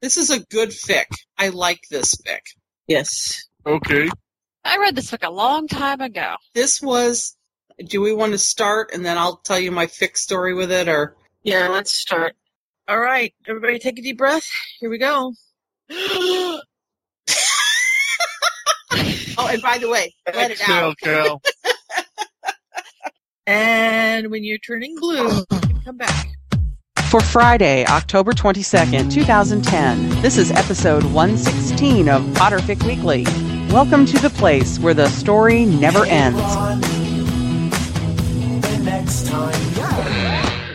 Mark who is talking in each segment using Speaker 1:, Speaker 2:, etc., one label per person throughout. Speaker 1: This is a good fic. I like this fic.
Speaker 2: Yes.
Speaker 3: Okay.
Speaker 4: I read this book a long time ago.
Speaker 1: This was. Do we want to start and then I'll tell you my fic story with it, or
Speaker 2: Yeah, let's start. All right, everybody take a deep breath. Here we go.
Speaker 1: oh, and by the way, let it out.
Speaker 3: Exhale, Cal.
Speaker 2: And when you're turning blue, you can come back.
Speaker 5: For Friday, October 22nd, 2010, this is episode 116 of Potterfic Weekly. Welcome to the place where the story never ends.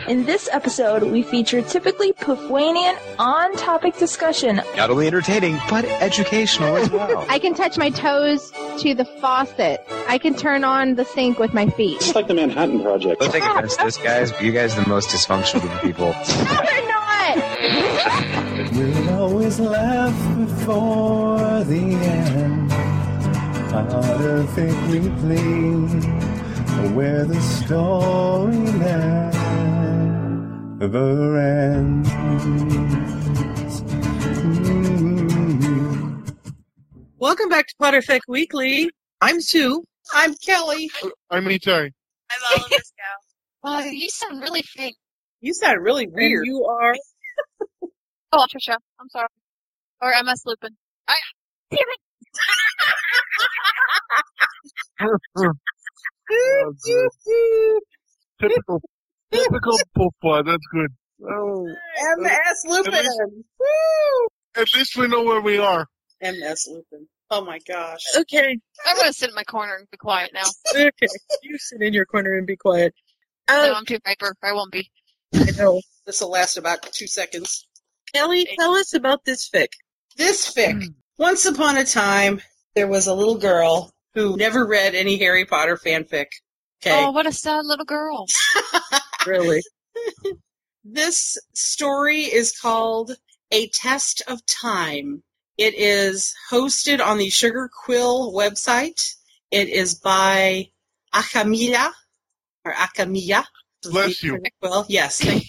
Speaker 6: In this episode, we feature typically Pufwanian on topic discussion.
Speaker 7: Not only entertaining, but educational as well.
Speaker 8: I can touch my toes to the faucet. I can turn on the sink with my feet.
Speaker 9: It's like the Manhattan Project.
Speaker 7: Don't take offense to this, guys. but You guys are the most dysfunctional group of people.
Speaker 8: No, they're not!
Speaker 10: We'll always laugh before the end. Out of it weekly, where the story never ends. Mm.
Speaker 2: Welcome back to Potterfic Weekly. I'm Sue.
Speaker 1: I'm Kelly.
Speaker 3: I mean, sorry.
Speaker 4: I'm all of this gal. you sound really fake.
Speaker 1: You sound really weird.
Speaker 2: And you are.
Speaker 4: Oh, Trisha. I'm sorry. Or MS Lupin. I. Damn it.
Speaker 3: Oh, God. typical, typical Puffbot. That's good. Oh,
Speaker 1: M.S. Lupin.
Speaker 3: at least we know where we are.
Speaker 1: M.S. Lupin. Oh my gosh.
Speaker 2: Okay.
Speaker 4: I'm going to sit in my corner and be quiet now.
Speaker 2: Okay. you sit in your corner and be quiet. Oh,
Speaker 4: No,
Speaker 2: Um,
Speaker 4: I'm too hyper. I won't be.
Speaker 2: I know.
Speaker 1: This will last about two seconds.
Speaker 2: Kelly, tell us about this fic.
Speaker 1: This fic.
Speaker 3: Hmm.
Speaker 1: Once upon a time, there was a little girl who never read any Harry Potter fanfic. Okay.
Speaker 4: Oh, what a sad little girl.
Speaker 2: Really?
Speaker 1: This story is called A Test of Time. It is hosted on the Sugar Quill website. It is by Akamila or Akamilla.
Speaker 3: Bless you.
Speaker 1: Well, yes. thank you.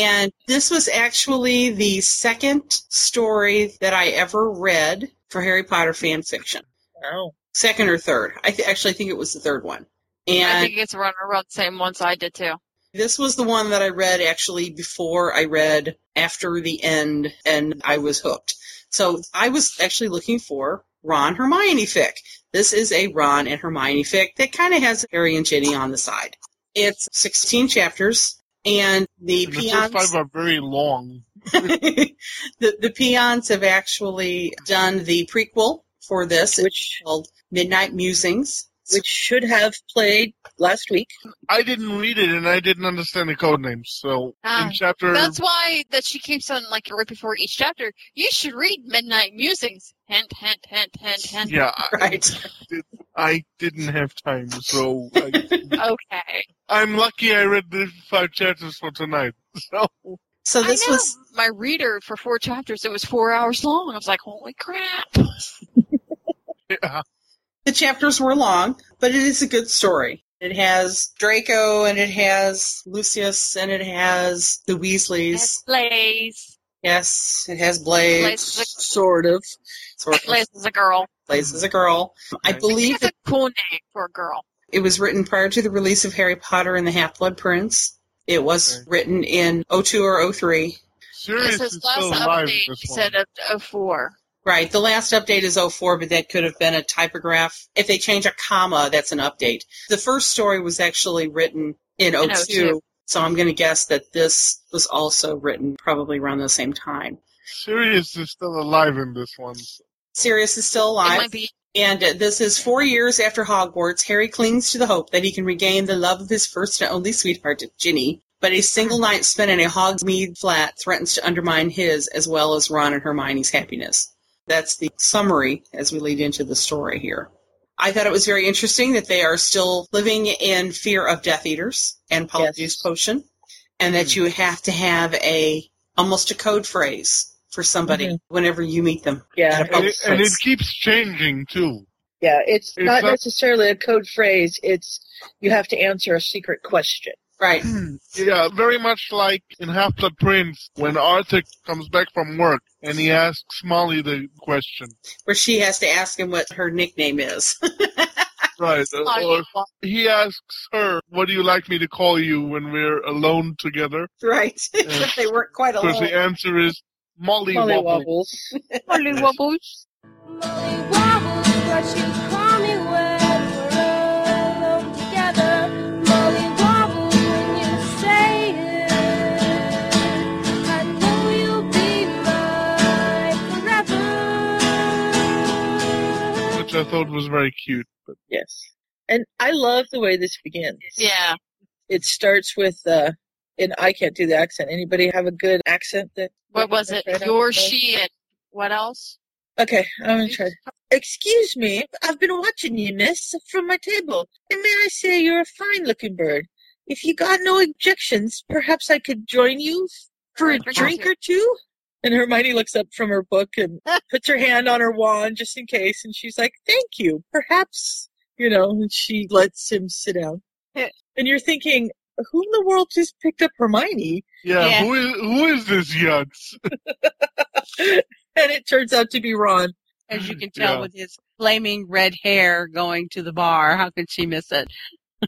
Speaker 1: And this was actually the second story that I ever read for Harry Potter fan fiction.
Speaker 2: Wow.
Speaker 1: Second or third. I th- actually think it was the third one. And
Speaker 4: I think it gets run around the same ones I did too.
Speaker 1: this was the one that I read actually before I read After the End, and I was hooked. So I was actually looking for Ron Hermione fic. This is a Ron and Hermione fic that kind of has Harry and Ginny on the side. It's 16 chapters, and the
Speaker 3: The first
Speaker 1: peons
Speaker 3: five are very long.
Speaker 1: the, the peons have actually done the prequel for this, which is
Speaker 2: Which
Speaker 1: called Midnight Musings.
Speaker 2: which should have played last week.
Speaker 3: I didn't read it, and I didn't understand the code names. So
Speaker 4: Ah,
Speaker 3: in chapter,
Speaker 1: Mm.
Speaker 4: That's why that she keeps on like right before each chapter. You should read Midnight Musings. Hint, hint, hint, hint, hint.
Speaker 3: yeah, I,
Speaker 1: Right.
Speaker 3: I didn't have time. So I,
Speaker 4: Okay.
Speaker 3: I'm lucky I read the five chapters for tonight. So
Speaker 1: So this
Speaker 4: I know
Speaker 1: was
Speaker 4: my reader for four chapters. It was four hours long. I was like, holy crap.
Speaker 3: yeah.
Speaker 1: the chapters were long, but it is a good story. It has Draco and it has Lucius and it has the Weasleys.
Speaker 4: Blaze.
Speaker 1: Yes, it has Blaze.
Speaker 4: Blaze is
Speaker 2: Sort of.
Speaker 1: Sort of.
Speaker 4: Blaze is a girl.
Speaker 1: Blaze is a girl. I
Speaker 3: Nice.
Speaker 1: believe
Speaker 4: That's a cool name for a girl.
Speaker 1: It was written prior to the release of Harry Potter and the Half Blood Prince. It was
Speaker 3: Okay.
Speaker 1: written in 02 or 03.
Speaker 3: Sirius
Speaker 4: this
Speaker 3: is
Speaker 4: is last
Speaker 3: still alive. in
Speaker 4: update
Speaker 3: This one.
Speaker 4: said uh, of, of four.
Speaker 1: Right. The last update is 04, but that could have been a typograph. If they change a comma, that's an update. The first story was actually written in 02,
Speaker 4: 02.
Speaker 1: so I'm going to guess that this was also written probably around the same time.
Speaker 3: Sirius is still alive in this one.
Speaker 1: Sirius is still
Speaker 4: It
Speaker 1: alive.
Speaker 4: might be
Speaker 1: And uh, this is four years after Hogwarts. Harry clings to the hope that he can regain the love of his first and only sweetheart, Ginny. But a single night spent in a Hogsmeade flat threatens to undermine his, as well as Ron and Hermione's happiness. That's the summary as we lead into the story here. I thought it was very interesting that they are still living in fear of Death Eaters and Polyjuice
Speaker 2: Yes.
Speaker 1: Potion, and that you have to have a almost a code phrase for somebody
Speaker 2: Mhm.
Speaker 1: whenever you meet them.
Speaker 2: Yeah.
Speaker 3: And it, and it keeps changing too.
Speaker 2: Yeah. It's,
Speaker 3: It's
Speaker 2: not
Speaker 3: not-
Speaker 2: necessarily a code phrase. It's you have to answer a secret question.
Speaker 11: Right.
Speaker 3: Yeah, very much like in Half Blood Prince when Arthur comes back from work and he asks Molly the question.
Speaker 11: Where she has to ask him what her nickname is.
Speaker 3: Right. uh,
Speaker 4: Molly,
Speaker 3: Or he asks her, What do you like me to call you when we're alone together?
Speaker 11: right.
Speaker 3: Yeah.
Speaker 11: they work quite a
Speaker 3: Of course, the
Speaker 11: lot.
Speaker 3: answer is Molly,
Speaker 2: Molly
Speaker 3: Wobble.
Speaker 2: wobbles.
Speaker 4: Molly Wobbles.
Speaker 3: Which I thought was very cute. But
Speaker 2: Yes. And I love the way this begins.
Speaker 4: Yeah.
Speaker 2: It starts with, uh, and I can't do the accent. Anybody have a good accent? That
Speaker 4: What was it?
Speaker 2: Right off
Speaker 4: Your
Speaker 2: the bat?
Speaker 4: she and what else?
Speaker 2: Okay, I'm gonna try. Excuse me, I've been watching you, miss, from my table. And may I say you're a fine looking bird. If you got no objections, perhaps I could join you for a drink or two? And Hermione looks up from her book and puts her hand on her wand just in case, and she's like, Thank you. Perhaps, you know, and she lets him sit down.
Speaker 4: Yeah.
Speaker 2: And you're thinking, who in the world just picked up Hermione?
Speaker 3: yeah,
Speaker 4: Yeah.
Speaker 3: Who, is, who is this Yutz?
Speaker 2: And it turns out to be Ron.
Speaker 1: as you can tell
Speaker 3: Yeah.
Speaker 1: with his flaming red hair going to the bar. How could she miss it?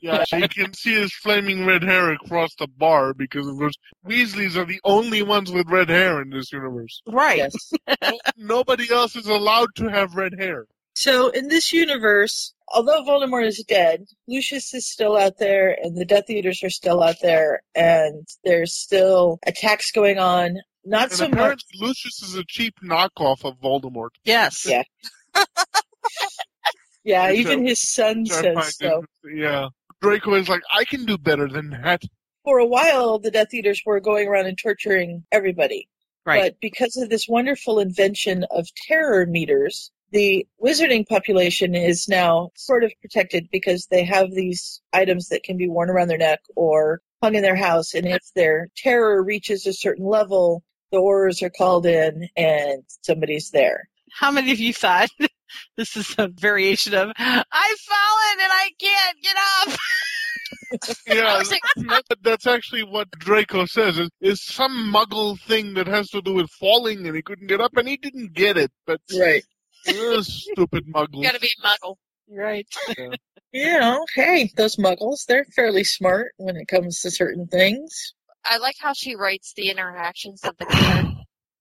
Speaker 3: Yeah, you can see his flaming red hair across the bar because, of course, Weasleys are the only ones with red hair in this universe.
Speaker 1: Right.
Speaker 2: Yes.
Speaker 3: No- Nobody else is allowed to have red hair.
Speaker 2: So in this universe, although Voldemort is dead, Lucius is still out there, and the Death Eaters are still out there, and there's still attacks going on. Not
Speaker 3: And
Speaker 2: so much.
Speaker 3: apparently, Lucius is a cheap knockoff of Voldemort.
Speaker 1: Yes.
Speaker 2: Yeah. Yeah,
Speaker 3: Which
Speaker 2: even
Speaker 3: I-
Speaker 2: his son
Speaker 3: which I find
Speaker 2: says so.
Speaker 3: interesting. Yeah. Draco is like, I can do better than that.
Speaker 2: For a while, the Death Eaters were going around and torturing everybody.
Speaker 1: Right.
Speaker 2: But because of this wonderful invention of terror meters, the wizarding population is now sort of protected because they have these items that can be worn around their neck or hung in their house. And if their terror reaches a certain level, the aurors are called in and somebody's there.
Speaker 1: How many of you thought this is a variation of I've fallen and I can't get up?
Speaker 3: Yeah,
Speaker 4: I was like,
Speaker 3: that- that's actually what Draco says. Is, is some muggle thing that has to do with falling, and he couldn't get up, and he didn't get it. But
Speaker 2: Right.
Speaker 3: ugh, stupid muggle.
Speaker 4: gotta be a muggle.
Speaker 1: Right.
Speaker 2: You know, hey, those muggles, they're fairly smart when it comes to certain things.
Speaker 4: I like how she writes the interactions of the characters.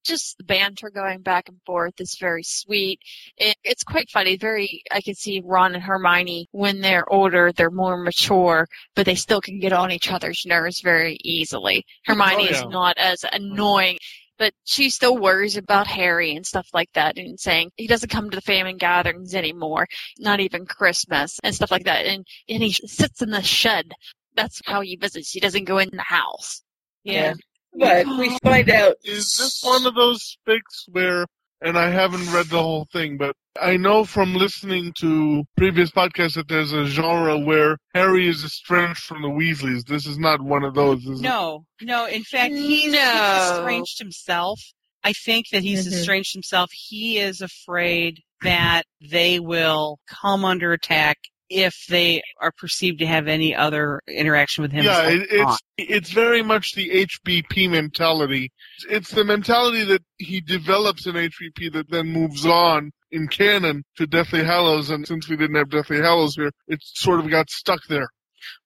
Speaker 4: Just the banter going back and forth is very sweet. It, it's quite funny. Very, I can see Ron and Hermione when they're older, they're more mature, but they still can get on each other's nerves very easily. Hermione is
Speaker 3: yeah.
Speaker 4: not as annoying, but she still worries about Harry and stuff like that, and saying he doesn't come to the family gatherings anymore, not even Christmas and stuff like that. And and he sits in the shed. That's how he visits. He doesn't go in the house.
Speaker 2: Yeah. But we find out
Speaker 3: Is this one of those fics where, and I haven't read the whole thing, but I know from listening to previous podcasts that there's a genre where Harry is estranged from the Weasleys. This is not one of those. This is-
Speaker 1: No. No. In fact, he's, he's
Speaker 4: No.
Speaker 1: estranged himself. I think that he's
Speaker 2: Mhm.
Speaker 8: Mm-hmm.
Speaker 1: estranged himself. He is afraid that they will come under attack if they are perceived to have any other interaction with him.
Speaker 3: Yeah,
Speaker 1: besides
Speaker 3: it, it's
Speaker 1: Ron.
Speaker 3: it's very much the HBP mentality. It's the mentality that he develops in HBP that then moves on in canon to Deathly Hallows, and since we didn't have Deathly Hallows here, it sort of got stuck there.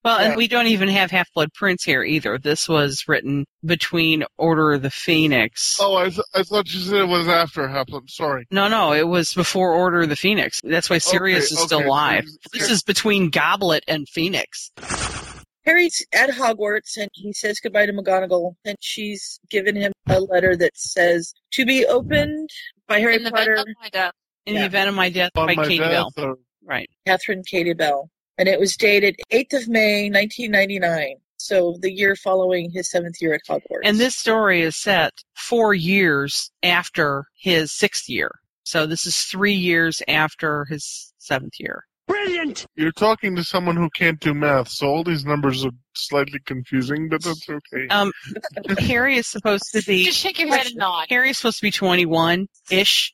Speaker 1: Well,
Speaker 2: Yeah.
Speaker 1: and we don't even have Half Blood Prince here either. This was written between Order of the Phoenix.
Speaker 3: Oh, I, th- I thought you said it was after Hapland. Sorry.
Speaker 1: No, no, it was before Order of the Phoenix. That's why Sirius is
Speaker 3: Okay,
Speaker 1: still
Speaker 3: okay.
Speaker 1: alive. This is between Goblet and Phoenix.
Speaker 2: Harry's at Hogwarts and he says goodbye to McGonagall and she's given him a letter that says to be opened by Harry
Speaker 4: in the
Speaker 2: Potter,
Speaker 4: bed of my death.
Speaker 1: In
Speaker 2: Yeah.
Speaker 1: the event of my death
Speaker 3: on
Speaker 1: by
Speaker 3: my
Speaker 1: Katie Bell.
Speaker 3: death. uh, or-
Speaker 1: Right.
Speaker 2: Catherine Katie Bell. And it was dated 8th of May, 1999. So the year following his seventh year at Hogwarts.
Speaker 1: And this story is set four years after his sixth year. So this is three years after his seventh year.
Speaker 5: Brilliant!
Speaker 3: You're talking to someone who can't do math, so all these numbers are slightly confusing, but that's okay.
Speaker 1: Um, Harry is supposed to be
Speaker 4: Just shake your head and nod.
Speaker 1: Harry's supposed to be 21 ish.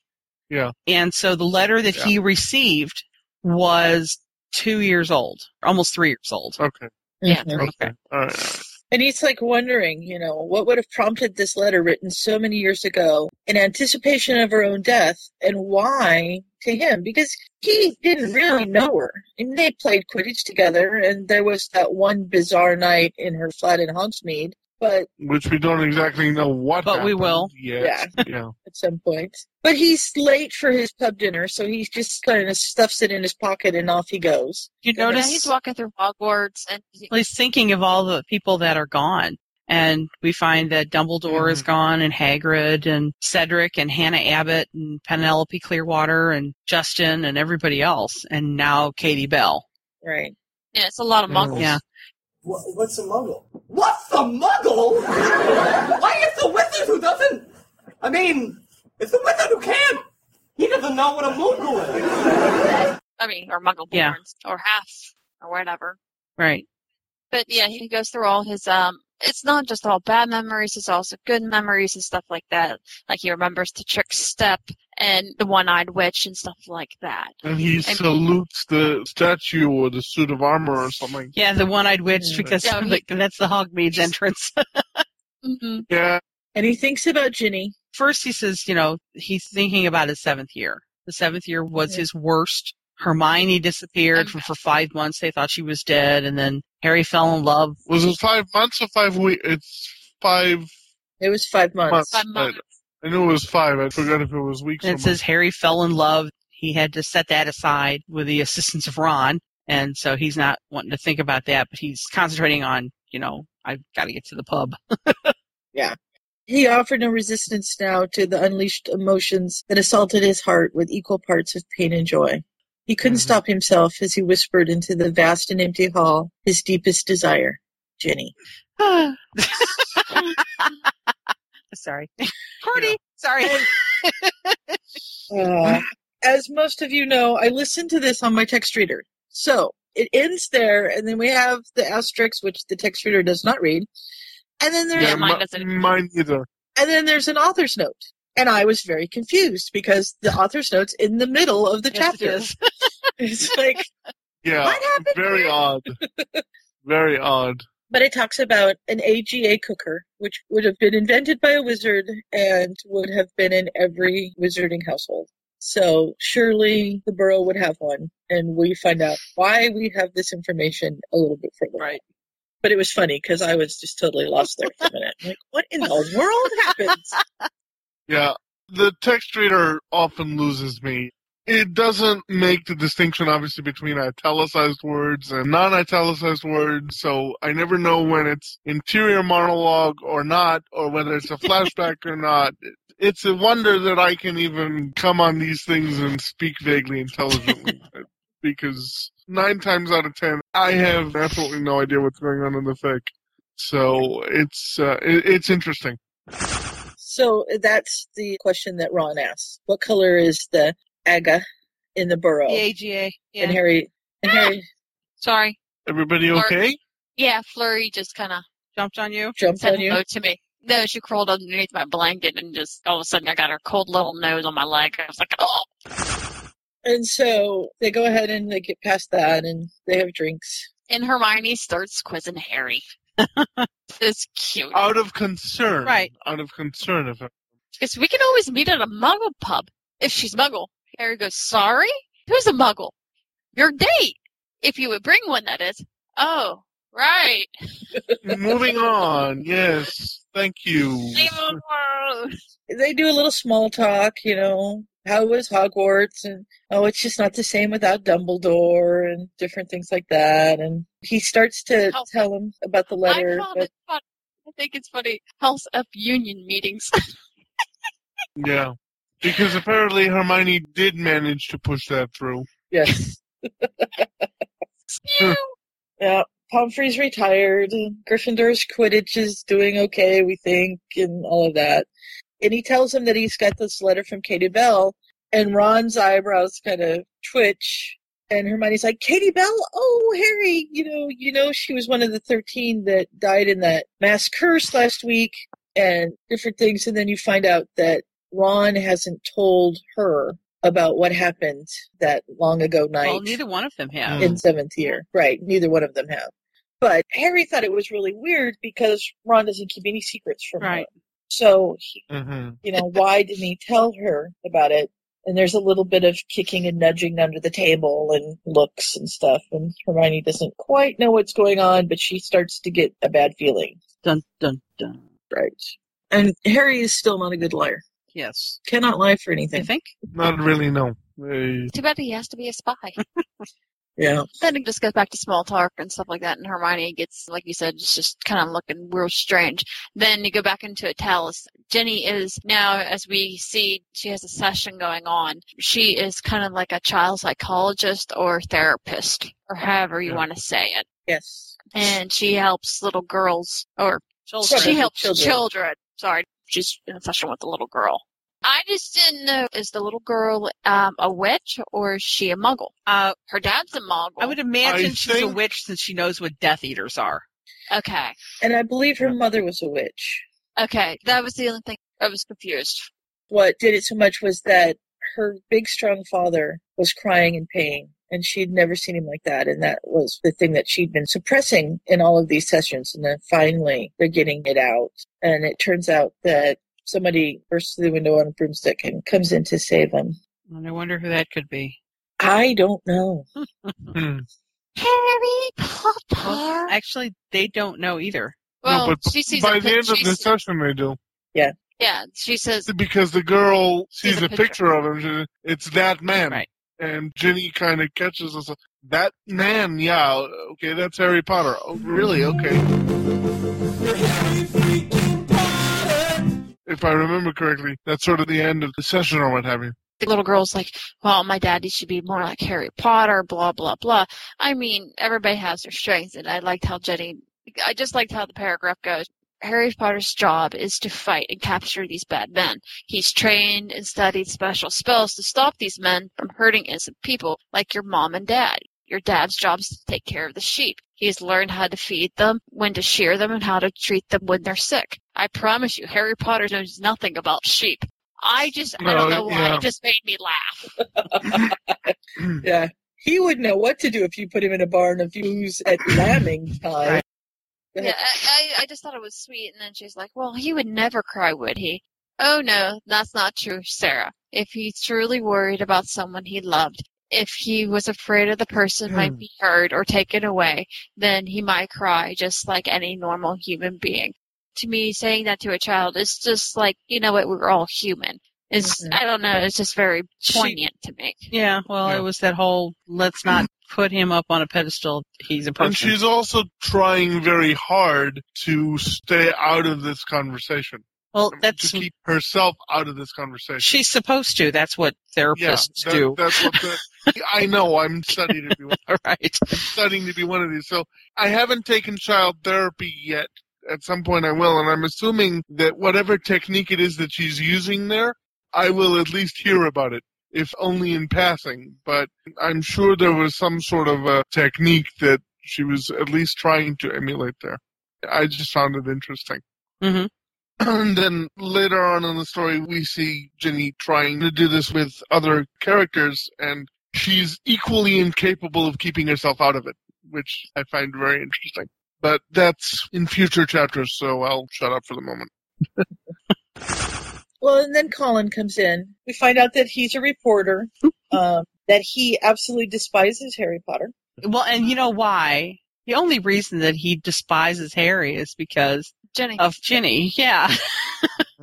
Speaker 3: Yeah.
Speaker 1: And so the letter that he received was two years old, almost three years old.
Speaker 3: Okay.
Speaker 4: Yeah,
Speaker 3: Okay. All right.
Speaker 2: And he's like wondering, you know, what would have prompted this letter written so many years ago in anticipation of her own death and why to him? Because he didn't really know her. And they played Quidditch together, and there was that one bizarre night in her flat in Hogsmeade, but
Speaker 3: Which we don't exactly know what.
Speaker 1: But we
Speaker 3: happened
Speaker 1: will.
Speaker 3: Yet. Yeah.
Speaker 2: at some point. But he's late for his pub dinner, so he just kind of stuffs it in his pocket and off he goes.
Speaker 1: You
Speaker 4: Now
Speaker 1: notice
Speaker 4: he's walking through Hogwarts, and he-
Speaker 1: Well, he's thinking of all the people that are gone. And we find that Dumbledore is gone, and Hagrid, and Cedric, and Hannah Abbott, and Penelope Clearwater, and Justin, and everybody else. And now Katie Bell.
Speaker 2: Right.
Speaker 4: yeah, it's a lot of muggles.
Speaker 1: Yeah.
Speaker 12: Wha what's a muggle? What's a muggle? Why is the wizard who doesn't? I mean, it's the wizard who can. He doesn't know what a muggle is.
Speaker 4: I mean, or muggleborns,
Speaker 1: Yeah.
Speaker 4: or half, or whatever.
Speaker 1: Right.
Speaker 4: But yeah, he goes through all his um. It's not just all bad memories; it's also good memories and stuff like that. Like he remembers the trick step and the one-eyed witch and stuff like that.
Speaker 3: And he
Speaker 4: And-
Speaker 3: salutes the statue or the suit of armor or something.
Speaker 1: Yeah, the one-eyed witch,
Speaker 3: Mm.
Speaker 1: because
Speaker 4: Yeah, he-
Speaker 1: that's the Hogmeade's entrance.
Speaker 4: Mm-hmm.
Speaker 3: Yeah.
Speaker 2: And he thinks about Ginny.
Speaker 1: First, he says, you know, he's thinking about his seventh year. The seventh year was
Speaker 2: Yeah.
Speaker 1: his worst. Hermione disappeared for, for five months. They thought she was dead, and then Harry fell in love.
Speaker 3: Was it five months or five weeks? It's five.
Speaker 2: It was five months.
Speaker 4: Five months.
Speaker 3: I knew it was five. I forgot if it was weeks.
Speaker 1: And
Speaker 3: or
Speaker 1: it says Harry fell in love. He had to set that aside with the assistance of Ron, and so he's not wanting to think about that, but he's concentrating on, you know, I've got to get to the pub.
Speaker 2: He offered no resistance now to the unleashed emotions that assaulted his heart with equal parts of pain and joy. He couldn't
Speaker 1: Mm-hmm.
Speaker 3: Mhm.
Speaker 2: stop himself as he whispered into the vast and empty hall his deepest desire, Jenny.
Speaker 1: Sorry, Cordy. Sorry.
Speaker 2: Uh, as most of you know, I listened to this on my text reader. So it ends there, and then we have the asterisk, which the text reader does not read. And then there's
Speaker 3: something.
Speaker 4: Yeah, mine
Speaker 3: mi-
Speaker 4: doesn't.
Speaker 3: Mine either.
Speaker 2: and then there's an author's note. And I was very confused because the author's note's in the middle of the
Speaker 1: Yes, it
Speaker 2: chapter.
Speaker 1: is.
Speaker 2: It's like
Speaker 3: Yeah.
Speaker 2: What happened
Speaker 3: Very
Speaker 2: here?
Speaker 3: odd. Very odd.
Speaker 2: but it talks about an AGA cooker, which would have been invented by a wizard and would have been in every wizarding household. So surely the borough would have one, and we find out why we have this information a little bit further.
Speaker 1: Right.
Speaker 2: But it was funny because I was just totally lost there for a minute. Like, what in the world happens?
Speaker 3: Yeah. The text reader often loses me. It doesn't make the distinction, obviously, between italicized words and non italicized words, so I never know when it's interior monologue or not, or whether it's a flashback or not. It's a wonder that I can even come on these things and speak vaguely intelligently, because nine times out of ten, I have absolutely no idea what's going on in the fic. So it's uh, it, it's interesting.
Speaker 2: So that's the question that Ron asks. What color is the aga in the borough?
Speaker 1: The AGA.
Speaker 2: And
Speaker 1: Yeah.
Speaker 2: Harry and Harry
Speaker 4: Sorry.
Speaker 3: Everybody
Speaker 4: Or-
Speaker 3: okay?
Speaker 4: Yeah, Flurry just kind of
Speaker 1: Jumped on you.
Speaker 2: jumped
Speaker 4: said
Speaker 2: on you.
Speaker 4: hello to me. No, she crawled underneath my blanket and just all of a sudden I got her cold little nose on my leg. I was like, oh,
Speaker 2: And so they go ahead and they get past that and they have drinks.
Speaker 4: And Hermione starts quizzing Harry. it's cute.
Speaker 3: out of concern.
Speaker 1: Right.
Speaker 3: Out of concern of it.
Speaker 4: Because we can always meet at a muggle pub if she's muggle. Harry goes, Sorry? Who's a muggle? Your date. If you would bring one, that is. Oh, right.
Speaker 3: Moving on. Yes. Thank you.
Speaker 4: Leave him alone.
Speaker 2: They do a little small talk, you know, how was Hogwarts and oh, it's just not the same without Dumbledore and different things like that. And he starts to
Speaker 4: How-
Speaker 2: tell him about the
Speaker 4: I
Speaker 2: letter.
Speaker 4: found
Speaker 2: But
Speaker 4: it funny. I think it's funny. House up union meetings.
Speaker 3: Yeah. Because apparently Hermione did manage to push that through.
Speaker 2: yes.
Speaker 4: You.
Speaker 2: Yeah. Pomfrey's retired. Gryffindor's Quidditch is doing okay, we think, and all of that. And he tells him that he's got this letter from Katie Bell, and Ron's eyebrows kind of twitch. And Hermione's like, Katie Bell? Oh, Harry, you know, you know, she was one of the 13 that died in that mass curse last week and different things. And then you find out that Ron hasn't told her about what happened that long ago night
Speaker 1: Well, neither one of them have.
Speaker 3: Mm.
Speaker 2: in seventh year. Right. Neither one of them have. But Harry thought it was really weird because Ron doesn't keep any secrets from her. So, he,
Speaker 3: Mm-hmm.
Speaker 2: you know, why didn't he tell her about it? And there's a little bit of kicking and nudging under the table and looks and stuff. And Hermione doesn't quite know what's going on, but she starts to get a bad feeling.
Speaker 1: Dun, dun, dun.
Speaker 2: Right. And Harry is still not a good liar.
Speaker 1: Yes.
Speaker 2: Cannot lie for anything.
Speaker 1: I think.
Speaker 3: Not really, no. Hey.
Speaker 4: Too bad he has to be a spy.
Speaker 2: Yeah.
Speaker 4: then it just goes back to small talk and stuff like that, and Hermione gets, like you said, it's just kind of looking real strange. Then you go back into Italis. Jenny is now, as we see, she has a session going on. She is kind of like a child psychologist or therapist, or however you want to say it.
Speaker 2: Yes.
Speaker 4: And she helps little girls, or
Speaker 1: Children.
Speaker 4: she helps
Speaker 1: Children.
Speaker 4: children. Sorry, she's in a session with a little girl. I just didn't know, is the little girl um, a witch or is she a muggle?
Speaker 1: Uh,
Speaker 4: Her dad's a muggle.
Speaker 1: I would imagine she's a witch since she knows what Death Eaters are.
Speaker 4: Okay.
Speaker 2: And I believe her mother was a witch.
Speaker 4: Okay, that was the only thing I was confused.
Speaker 2: What did it so much was that her big, strong father was crying in pain, and she'd never seen him like that. And that was the thing that she'd been suppressing in all of these sessions. And then finally, they're getting it out. And it turns out that somebody bursts through the window on a broomstick and comes in to save him.
Speaker 1: And I wonder who that could be.
Speaker 2: I don't know.
Speaker 3: Hmm.
Speaker 4: Harry Potter.
Speaker 1: Actually, they don't know either.
Speaker 4: Well,
Speaker 3: no, but
Speaker 4: she sees
Speaker 3: by
Speaker 4: a
Speaker 3: the end
Speaker 4: pic-
Speaker 3: of
Speaker 4: she
Speaker 3: the
Speaker 4: sees-
Speaker 3: session, they do.
Speaker 2: Yeah.
Speaker 4: Yeah, she says,
Speaker 3: Because the girl sees
Speaker 4: a
Speaker 3: a picture of him. she- It's that man.
Speaker 1: Right.
Speaker 3: And Ginny kind of catches us. That man, yeah. Okay, that's Harry Potter. Oh, really? Okay. If I remember correctly, that's sort of the end of the session or what have you.
Speaker 4: the little girl's like, well, my daddy should be more like Harry Potter, blah, blah, blah. I mean, everybody has their strengths, and I liked how Jenny, I just liked how the paragraph goes. Harry Potter's job is to fight and capture these bad men. He's trained and studied special spells to stop these men from hurting innocent people like your mom and dad. Your dad's job is to take care of the sheep. He's learned how to feed them, when to shear them, and how to treat them when they're sick. I promise you, Harry Potter knows nothing about sheep. I just, I don't
Speaker 2: No,
Speaker 4: know why.
Speaker 2: yeah.
Speaker 4: It just made me laugh.
Speaker 2: Yeah. He would know what to do if you put him in a barn of ewes at lambing time.
Speaker 4: Yeah, I, I, I just thought it was sweet. And then she's like, well, he would never cry, would he? Oh, no, that's not true, Sarah. If he's truly worried about someone he loved, if he was afraid of the person might be hurt or taken away, then he might cry just like any normal human being. To me, saying that to a child is just like, you know what, we're all human. It's, I don't know, it's just very poignant to me.
Speaker 1: Yeah, well, it was that whole let's not put him up on a pedestal. He's a person.
Speaker 3: And she's also trying very hard to stay out of this conversation.
Speaker 1: Well, that's
Speaker 3: to keep herself out of this conversation.
Speaker 1: she's supposed to. That's what
Speaker 3: yeah,
Speaker 1: therapists
Speaker 3: that-
Speaker 1: do.
Speaker 3: That's what the, I know. I'm studying to be one.
Speaker 1: right.
Speaker 3: studying to be one of these. So I haven't taken child therapy yet. At some point, I will, and I'm assuming that whatever technique it is that she's using there, I will at least hear about it, if only in passing. But I'm sure there was some sort of a technique that she was at least trying to emulate there. I just found it interesting.
Speaker 1: Mm-hmm.
Speaker 3: And then later on in the story, we see Ginny trying to do this with other characters, and she's equally incapable of keeping herself out of it, which I find very interesting. But that's in future chapters, so I'll shut up for the moment.
Speaker 2: Well, and then Colin comes in. We find out that he's a reporter, um, that he absolutely despises Harry Potter.
Speaker 1: Well, and you know why? The only reason that he despises Harry is because
Speaker 4: Jenny.
Speaker 1: of Ginny. Yeah.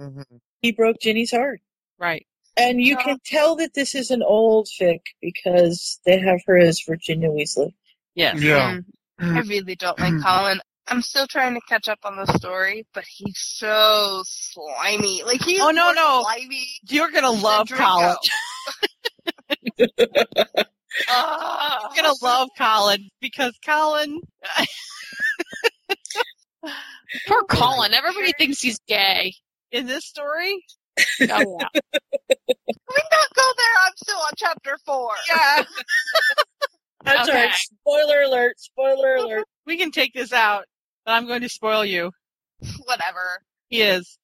Speaker 2: He broke Ginny's heart.
Speaker 1: Right.
Speaker 2: And you can tell that this is an old fic because they have her as Virginia Weasley.
Speaker 1: Yes.
Speaker 3: Yeah.
Speaker 8: I really don't like Colin. I'm still trying to catch up on the story, but he's so slimy. Like he's
Speaker 1: Oh, no,
Speaker 8: more
Speaker 1: no.
Speaker 8: slimy.
Speaker 1: You're gonna love
Speaker 8: Draco.
Speaker 1: Colin.
Speaker 8: Ah.
Speaker 1: You're gonna love Colin because Colin.
Speaker 4: Poor Colin. Everybody thinks he's gay.
Speaker 1: In this story?
Speaker 4: Oh, yeah.
Speaker 8: Can we not go there? I'm still on chapter four.
Speaker 1: Yeah.
Speaker 2: That's
Speaker 1: Okay.
Speaker 2: right. Spoiler alert. Spoiler alert.
Speaker 1: We can take this out, but I'm going to spoil you.
Speaker 8: Whatever.
Speaker 1: He is.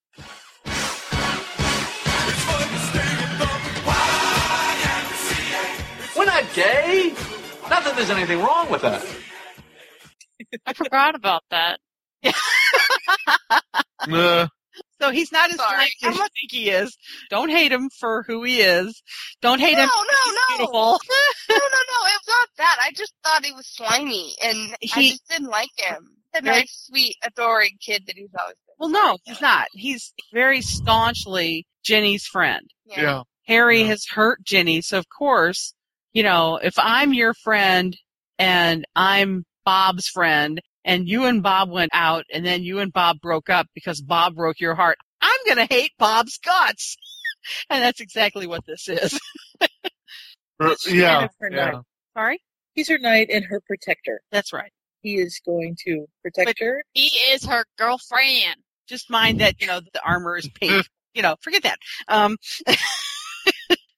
Speaker 13: We're not gay. Not that there's anything wrong with that.
Speaker 4: I forgot about that.
Speaker 3: Nah.
Speaker 1: So he's not as nice as you think he is. Don't hate him for who he is. Don't hate
Speaker 8: no,
Speaker 1: him.
Speaker 8: no,
Speaker 1: He's
Speaker 8: no,
Speaker 1: beautiful.
Speaker 8: no, no, no. It was not that. I just thought he was slimy, and I
Speaker 1: He-
Speaker 8: just didn't like him. The
Speaker 1: Right.
Speaker 8: nice, sweet, adoring kid that he's always been.
Speaker 1: Well, no, he's not. He's very staunchly Jenny's friend.
Speaker 8: Yeah. Yeah.
Speaker 1: Harry has hurt Jenny, so of course, you know, if I'm your friend and I'm Bob's friend and you and Bob went out and then you and Bob broke up because Bob broke your heart, I'm going to hate Bob's guts. and that's exactly what this is.
Speaker 3: Uh,
Speaker 2: yeah,
Speaker 1: Jennifer
Speaker 2: yeah.
Speaker 1: Knight. Sorry?
Speaker 2: He's her knight and her protector.
Speaker 1: That's right.
Speaker 2: He is going to protect her.
Speaker 4: He is her girlfriend.
Speaker 1: Just mind that, you know, the armor is pink. you know, forget that. Um,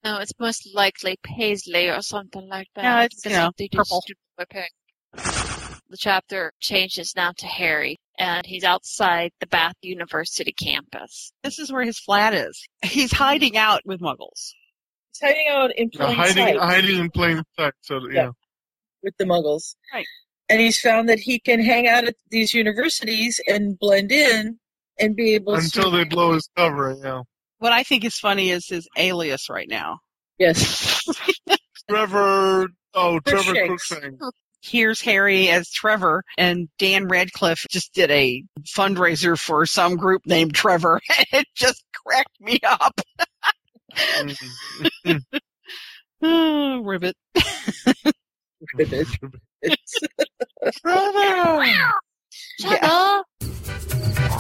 Speaker 4: No, it's most likely Paisley or something like that.
Speaker 1: No, it's,
Speaker 4: Because
Speaker 1: you know,
Speaker 4: they do
Speaker 1: purple.
Speaker 4: stupid whipping. The chapter changes now to Harry, and he's outside the Bath University campus.
Speaker 1: this is where his flat is. He's hiding out with muggles.
Speaker 2: He's hiding out in
Speaker 3: Yeah,
Speaker 2: plain
Speaker 3: hiding,
Speaker 2: sight
Speaker 3: hiding in plain sight. So yeah,
Speaker 2: with the muggles.
Speaker 1: Right.
Speaker 2: And he's found that he can hang out at these universities and blend in and be able
Speaker 3: until
Speaker 2: to.
Speaker 3: they blow his cover. Yeah,
Speaker 1: What I think is funny is his alias right now.
Speaker 2: Yes.
Speaker 3: Trevor. Oh,
Speaker 1: Trevor
Speaker 3: Trevor
Speaker 1: Shanks.
Speaker 3: Crookshank.
Speaker 1: Here's Harry as Trevor, and Dan Radcliffe just did a fundraiser for some group named Trevor, and it just cracked me up. Oh, ribbit.
Speaker 2: ribbit.
Speaker 3: Mm-hmm.
Speaker 1: Trevor!
Speaker 4: Trevor!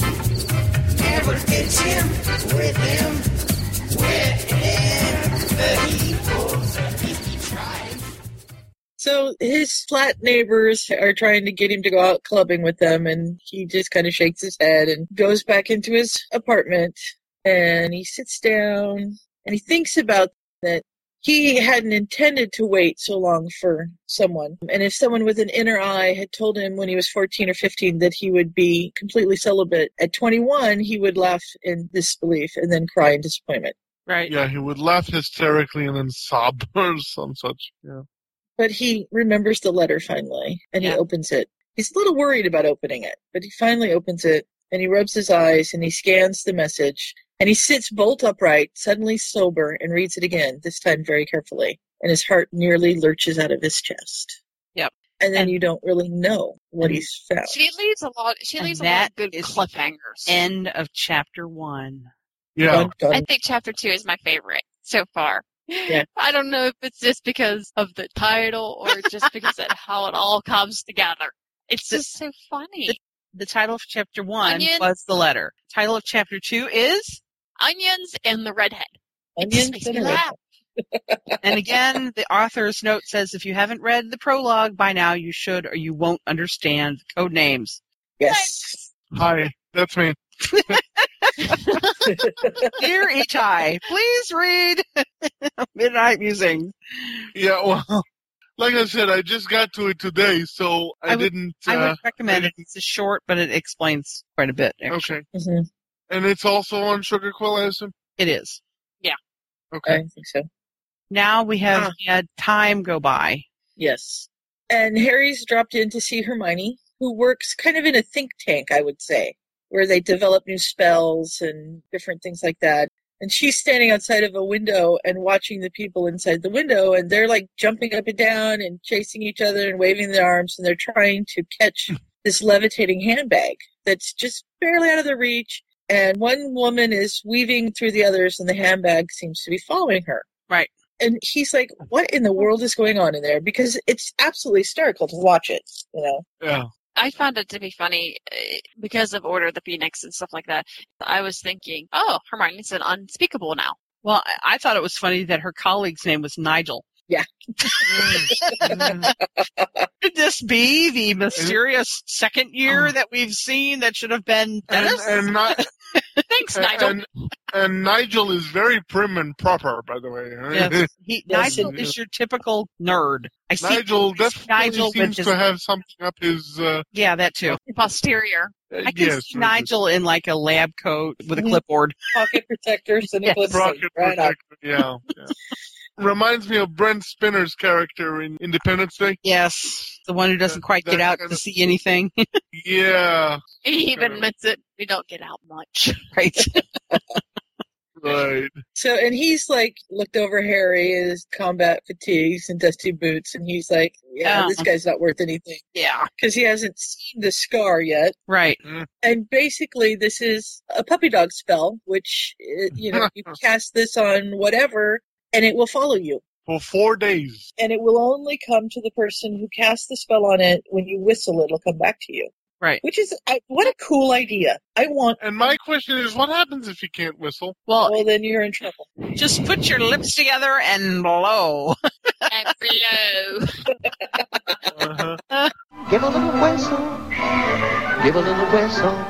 Speaker 12: Never gets him with him wherever he goes.
Speaker 2: So his flat neighbors are trying to get him to go out clubbing with them, and he just kind of shakes his head and goes back into his apartment. And he sits down and he thinks about that he hadn't intended to wait so long for someone. And if someone with an inner eye had told him when he was 14 or 15 that he would be completely celibate at 21, he would laugh in disbelief and then cry in disappointment.
Speaker 1: Right.
Speaker 3: Yeah, he would laugh hysterically and then sob or some such. Yeah.
Speaker 2: But he remembers the letter finally, and
Speaker 1: Yeah.
Speaker 2: he opens it. He's a little worried about opening it, but he finally opens it, and he rubs his eyes, and he scans the message, and he sits bolt upright, suddenly sober, and reads it again, this time very carefully, and his heart nearly lurches out of his chest.
Speaker 1: Yep.
Speaker 2: And then you don't really know what he's found.
Speaker 4: She leaves a lot. She
Speaker 1: And
Speaker 4: leaves a lot
Speaker 1: that
Speaker 4: of good cliffhangers.
Speaker 1: End of chapter one.
Speaker 3: Yeah.
Speaker 4: I think chapter two is my favorite so far.
Speaker 2: Yeah.
Speaker 4: I don't know if it's just because of the title or just because of how it all comes together. It's just so funny.
Speaker 1: The title of chapter one
Speaker 4: Onion.
Speaker 1: was the letter. Title of chapter two is,
Speaker 4: Onions and the redhead. It
Speaker 2: Onions
Speaker 4: just makes
Speaker 2: and
Speaker 4: me
Speaker 2: a red-
Speaker 4: laugh.
Speaker 1: and again, the author's note says if you haven't read the prologue by now, you should or you won't understand the code names.
Speaker 2: Yes.
Speaker 3: Hi, that's me.
Speaker 1: Dear Itai, please read Midnight Musings.
Speaker 3: Yeah, well, like I said, I just got to it today, so I,
Speaker 1: I would-
Speaker 3: didn't.
Speaker 1: I
Speaker 3: uh,
Speaker 1: would recommend it. Oh. It's a short, but it explains quite a bit. Actually.
Speaker 3: okay,
Speaker 2: Mhm.
Speaker 3: and it's also on Sugar Quill, I assume.
Speaker 1: It is.
Speaker 2: I
Speaker 3: Okay,
Speaker 2: think so.
Speaker 1: Now we have
Speaker 2: Ah.
Speaker 1: had time go by.
Speaker 2: Yes. And Harry's dropped in to see Hermione, who works kind of in a think tank, I would say, where they develop new spells and different things like that. And she's standing outside of a window and watching the people inside the window, and they're like jumping up and down and chasing each other and waving their arms, and they're trying to catch this levitating handbag that's just barely out of their reach. And one woman is weaving through the others, and the handbag seems to be following her
Speaker 1: Right.
Speaker 2: and he's like, "What in the world is going on in there?" Because it's absolutely hysterical to watch it. You know,
Speaker 3: yeah,
Speaker 4: I found it to be funny eh, because of Order of the Phoenix and stuff like that. I was thinking, oh, Hermione's an unspeakable now.
Speaker 1: Well, I- I thought it was funny that her colleague's name was Nigel.
Speaker 2: Yeah.
Speaker 3: Mm,
Speaker 1: Could this be the mysterious second year that we've seen Oh. that should have been Dennis?
Speaker 3: and not-
Speaker 1: Thanks, Nigel.
Speaker 3: And, and Nigel is very prim and proper, by the way.
Speaker 1: Yes. He, Nigel is your typical nerd. I see
Speaker 3: Nigel
Speaker 1: I see
Speaker 3: definitely
Speaker 1: Nigel with
Speaker 3: seems
Speaker 1: his-
Speaker 3: to have something up his. Uh,
Speaker 1: Yeah, that too.
Speaker 4: Posterior.
Speaker 1: I can
Speaker 3: yes,
Speaker 1: see Nigel Mm-hmm. in like a lab coat with a clipboard.
Speaker 2: Pocket protectors and a clip
Speaker 3: Rocket protector, yeah, yeah. Reminds me of Brent Spinner's character in Independence Day.
Speaker 1: Yes, the one who doesn't quite get out to see anything.
Speaker 3: Yeah,
Speaker 4: He even admits it. We don't get out much.
Speaker 1: right.
Speaker 3: right.
Speaker 2: So, and he's like looked over Harry in his combat fatigues and dusty boots, and he's like, "Yeah,
Speaker 1: Yeah.
Speaker 2: this guy's not worth anything."
Speaker 1: Yeah,
Speaker 2: because he hasn't seen the scar yet.
Speaker 1: Right.
Speaker 2: And basically, this is a puppy dog spell, which uh, you know you cast this on whatever, and it will follow you
Speaker 3: for four days.
Speaker 2: And it will only come to the person who casts the spell on it. When you whistle, it'll come back to you.
Speaker 1: Right.
Speaker 2: Which is I, what a cool idea. I want.
Speaker 3: And my question is, what happens if you can't whistle?
Speaker 1: Well,
Speaker 2: well, then you're in trouble.
Speaker 1: Just put your lips together and blow.
Speaker 4: and blow.
Speaker 3: Uh-huh.
Speaker 13: Give a little whistle. Give a little whistle.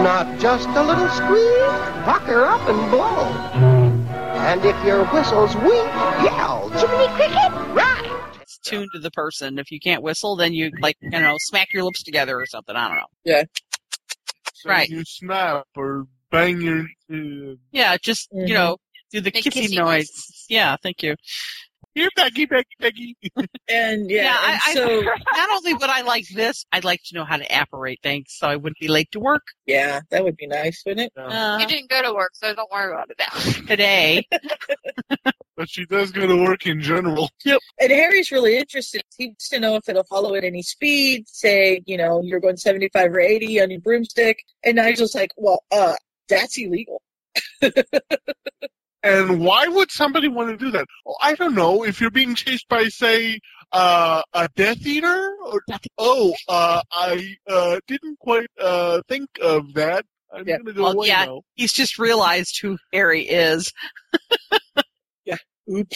Speaker 13: Not just a little squeak. Buck her up and blow. And if your whistle's weak, yell, Jiminy Cricket, right!
Speaker 1: It's tuned to the person. If you can't whistle, then you like you know smack your lips together or something. I don't know.
Speaker 2: Yeah.
Speaker 1: Right.
Speaker 3: You snap or bang your. Uh,
Speaker 1: Yeah, just you know do the
Speaker 3: The
Speaker 1: kissy,
Speaker 3: kissy
Speaker 1: noise. Yeah, thank you.
Speaker 3: Here, Becky, Becky, Becky.
Speaker 2: and yeah,
Speaker 1: I,
Speaker 2: and so-
Speaker 1: I, not only would I like this, I'd like to know how to apparate things so I wouldn't be late to work.
Speaker 2: Yeah, that would be nice, wouldn't
Speaker 1: it?
Speaker 4: you didn't go to work, so don't worry about it now.
Speaker 1: today.
Speaker 3: but she does go to work in general.
Speaker 1: Yep.
Speaker 2: And Harry's really interested. He wants to know if it'll follow at any speed. Say, you know, you're going 75 or 80 on your broomstick. And Nigel's like, well, uh, that's illegal.
Speaker 3: And why would somebody want to do that? Oh, I don't know. If you're being chased by, say, uh, a Death Eater, or, oh, uh, I uh, didn't quite uh, think of that. I'm gonna go
Speaker 1: Well,
Speaker 3: away
Speaker 1: yeah,
Speaker 3: now.
Speaker 1: he's just realized who Harry is.
Speaker 4: And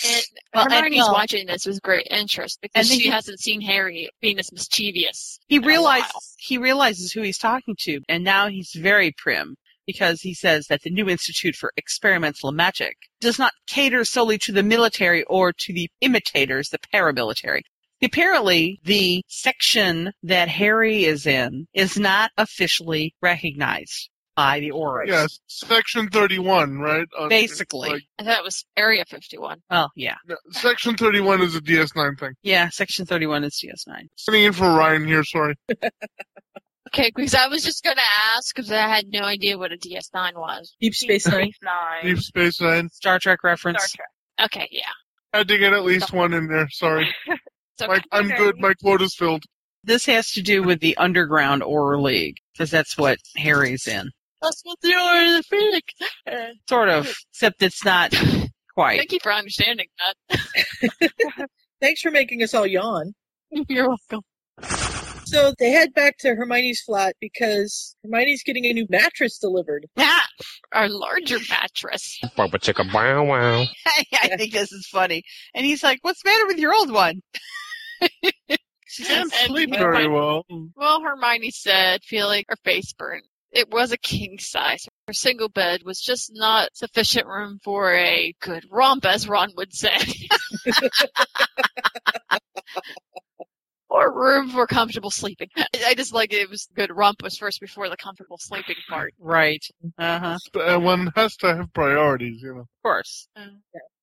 Speaker 1: Well, and-
Speaker 4: Hermione's
Speaker 1: well-
Speaker 4: watching this with great interest because
Speaker 1: And then
Speaker 4: she
Speaker 1: he-
Speaker 4: hasn't seen Harry being this mischievous.
Speaker 1: He
Speaker 4: in a while.
Speaker 1: realizes he realizes who he's talking to, and now he's very prim because he says that the new Institute for Experimental Magic does not cater solely to the military or to the imitators, the paramilitary. Apparently, the section that Harry is in is not officially recognized by the Aurors.
Speaker 3: Yes, Section 31, right? Uh,
Speaker 1: Basically.
Speaker 3: like,
Speaker 4: I thought it was Area 51.
Speaker 1: Well, yeah.
Speaker 3: no, section 31 is a DS9 thing.
Speaker 1: Yeah, Section 31 is DS9.
Speaker 3: Sending in for Ryan here, sorry.
Speaker 4: Okay, because I was just going to ask because I had no idea what a DS9 was.
Speaker 2: Deep Space Nine.
Speaker 3: Deep Space Nine.
Speaker 1: Star Trek reference.
Speaker 4: Okay, yeah.
Speaker 3: Had to get at least one in there, sorry.
Speaker 4: So
Speaker 3: Mike, I'm good, my quota's filled.
Speaker 1: This has to do with the Underground Auror League because that's what Harry's in.
Speaker 4: That's what the Order of the Phoenix. Uh,
Speaker 1: Sort of, except it's not quite.
Speaker 4: Thank you for understanding that.
Speaker 2: Thanks for making us all yawn.
Speaker 4: You're welcome.
Speaker 2: So they head back to Hermione's flat because Hermione's getting a new mattress delivered.
Speaker 4: Our larger mattress.
Speaker 14: Bubba chicka bow wow.
Speaker 1: I think this is funny. And he's like, "What's the matter with your old one?"
Speaker 4: She
Speaker 3: Can't sleep very well.
Speaker 4: Well, Hermione said, feeling her face burn. It was a king size. Her single bed was just not sufficient room for a good romp, as Ron would say. or room for comfortable sleeping. I just like it was good romp was first before the comfortable sleeping part.
Speaker 1: Right. Uh huh.
Speaker 3: Uh, one has to have priorities, you know.
Speaker 1: Of course.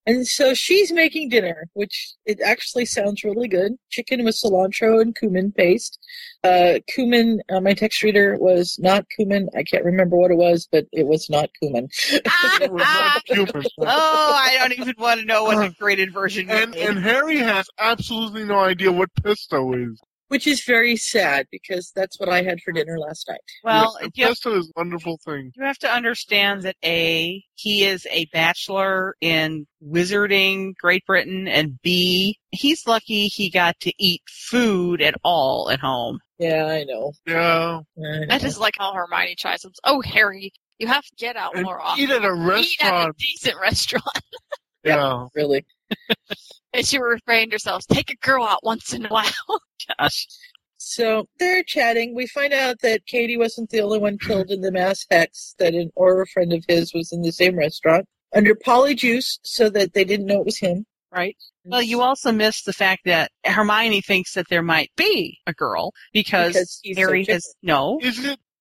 Speaker 2: And so she's making dinner, which it actually sounds really good. Chicken with cilantro and cumin paste. Uh, cumin, uh, my text reader was not cumin. I can't remember what it was, but it was not cumin.
Speaker 1: Ah! Oh, I don't even want to know what the graded version
Speaker 3: And, and Harry has absolutely no idea what pesto is.
Speaker 2: Which is very sad because that's what I had for dinner last night.
Speaker 1: Well,
Speaker 3: Yes,
Speaker 1: you have-
Speaker 3: pesto is a wonderful thing.
Speaker 1: You have to understand that A, he is a bachelor in wizarding Great Britain, and B, he's lucky he got to eat food at all at home.
Speaker 2: Yeah, I know.
Speaker 3: Yeah.
Speaker 4: I just like how Hermione tries them. Oh, Harry, you have to get out more often.
Speaker 3: Eat at a
Speaker 4: Eat at a
Speaker 3: restaurant.
Speaker 4: decent restaurant.
Speaker 3: Yeah.
Speaker 2: Really.
Speaker 4: And she refrained herself, take a girl out once in a while.
Speaker 1: Gosh.
Speaker 2: So they're chatting. We find out that Katie wasn't the only one killed in the mass hex, that an Aura friend of his was in the same restaurant under Polyjuice so that they didn't know it was him.
Speaker 1: Right. Well, you also missed the fact that Hermione thinks that there might be a girl because,
Speaker 2: Because he's so
Speaker 1: Harry has no.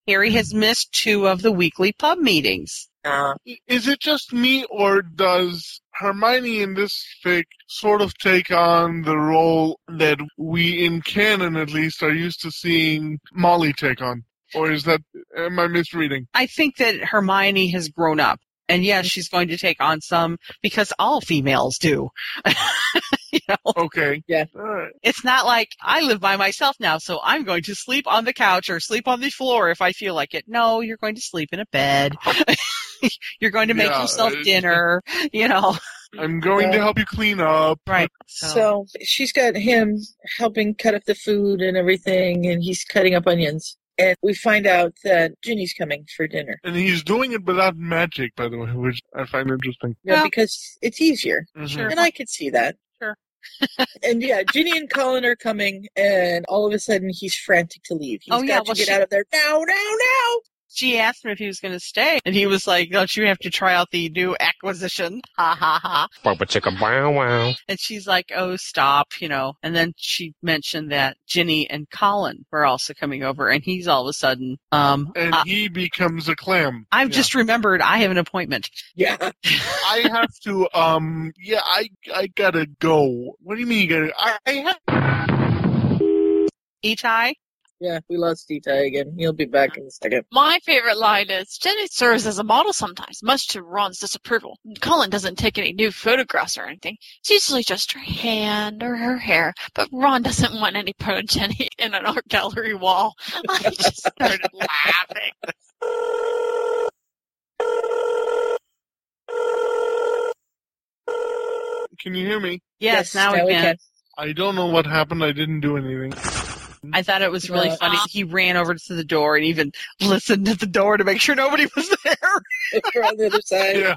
Speaker 1: Harry has missed two of the weekly pub meetings.
Speaker 3: Is it just me, or does Hermione in this fic sort of take on the role that we in canon, at least, are used to seeing Molly take on? Or is that am I misreading?
Speaker 1: I think that Hermione has grown up. And yes, she's going to take on some because all females do. You know?
Speaker 3: Okay.
Speaker 2: Yeah.
Speaker 1: It's not like I live by myself now, so I'm going to sleep on the couch or sleep on the floor if I feel like it. No, you're going to sleep in a bed. you're going to make
Speaker 3: Yeah,
Speaker 1: yourself
Speaker 3: it's-
Speaker 1: dinner, you know.
Speaker 3: I'm going to
Speaker 2: Yeah.
Speaker 3: help you clean up.
Speaker 1: Right. Oh.
Speaker 2: So she's got him helping cut up the food and everything, and he's cutting up onions. And we find out that Ginny's coming for dinner.
Speaker 3: And he's doing it without magic, by the way, which I find interesting.
Speaker 2: Yeah, because it's easier.
Speaker 3: Mhm.
Speaker 1: Sure.
Speaker 2: And I could see that.
Speaker 1: Sure.
Speaker 2: and yeah, Ginny and Colin are coming, and all of a sudden he's frantic to leave. He's
Speaker 1: Oh,
Speaker 2: got
Speaker 1: yeah,
Speaker 2: to
Speaker 1: well,
Speaker 2: get
Speaker 1: she-
Speaker 2: out of there now, now, now.
Speaker 1: She asked him if he was going to stay, and he was like, "Don't you have to try out the new acquisition?" Ha ha ha!
Speaker 14: Bumper chicka wow wow.
Speaker 1: And she's like, "Oh, stop!" You know. And then she mentioned that Ginny and Colin were also coming over, and he's all of a sudden, um,
Speaker 3: And
Speaker 1: I-
Speaker 3: he becomes a clam.
Speaker 1: I've
Speaker 3: Yeah.
Speaker 1: just remembered I have an appointment.
Speaker 2: Yeah.
Speaker 3: I have to. Um. Yeah. I. I gotta go. What do you mean? You gotta? I, I have.
Speaker 1: Itai.
Speaker 2: Yeah, we lost Dita again. He'll be back in a second.
Speaker 4: My favorite line is Jenny serves as a model sometimes, much to Ron's disapproval. Colin doesn't take any new photographs or anything. It's usually just her hand or her hair, but Ron doesn't want any part of Jenny in an art gallery wall. I just started laughing.
Speaker 3: Can you hear me?
Speaker 1: Yes, now, we can.
Speaker 3: I don't know what happened. I didn't do anything.
Speaker 1: I thought it was really
Speaker 2: Yeah.
Speaker 1: funny. He ran over to the door and even listened at the door to make sure nobody was there.
Speaker 2: We're on the other side.
Speaker 3: Yeah.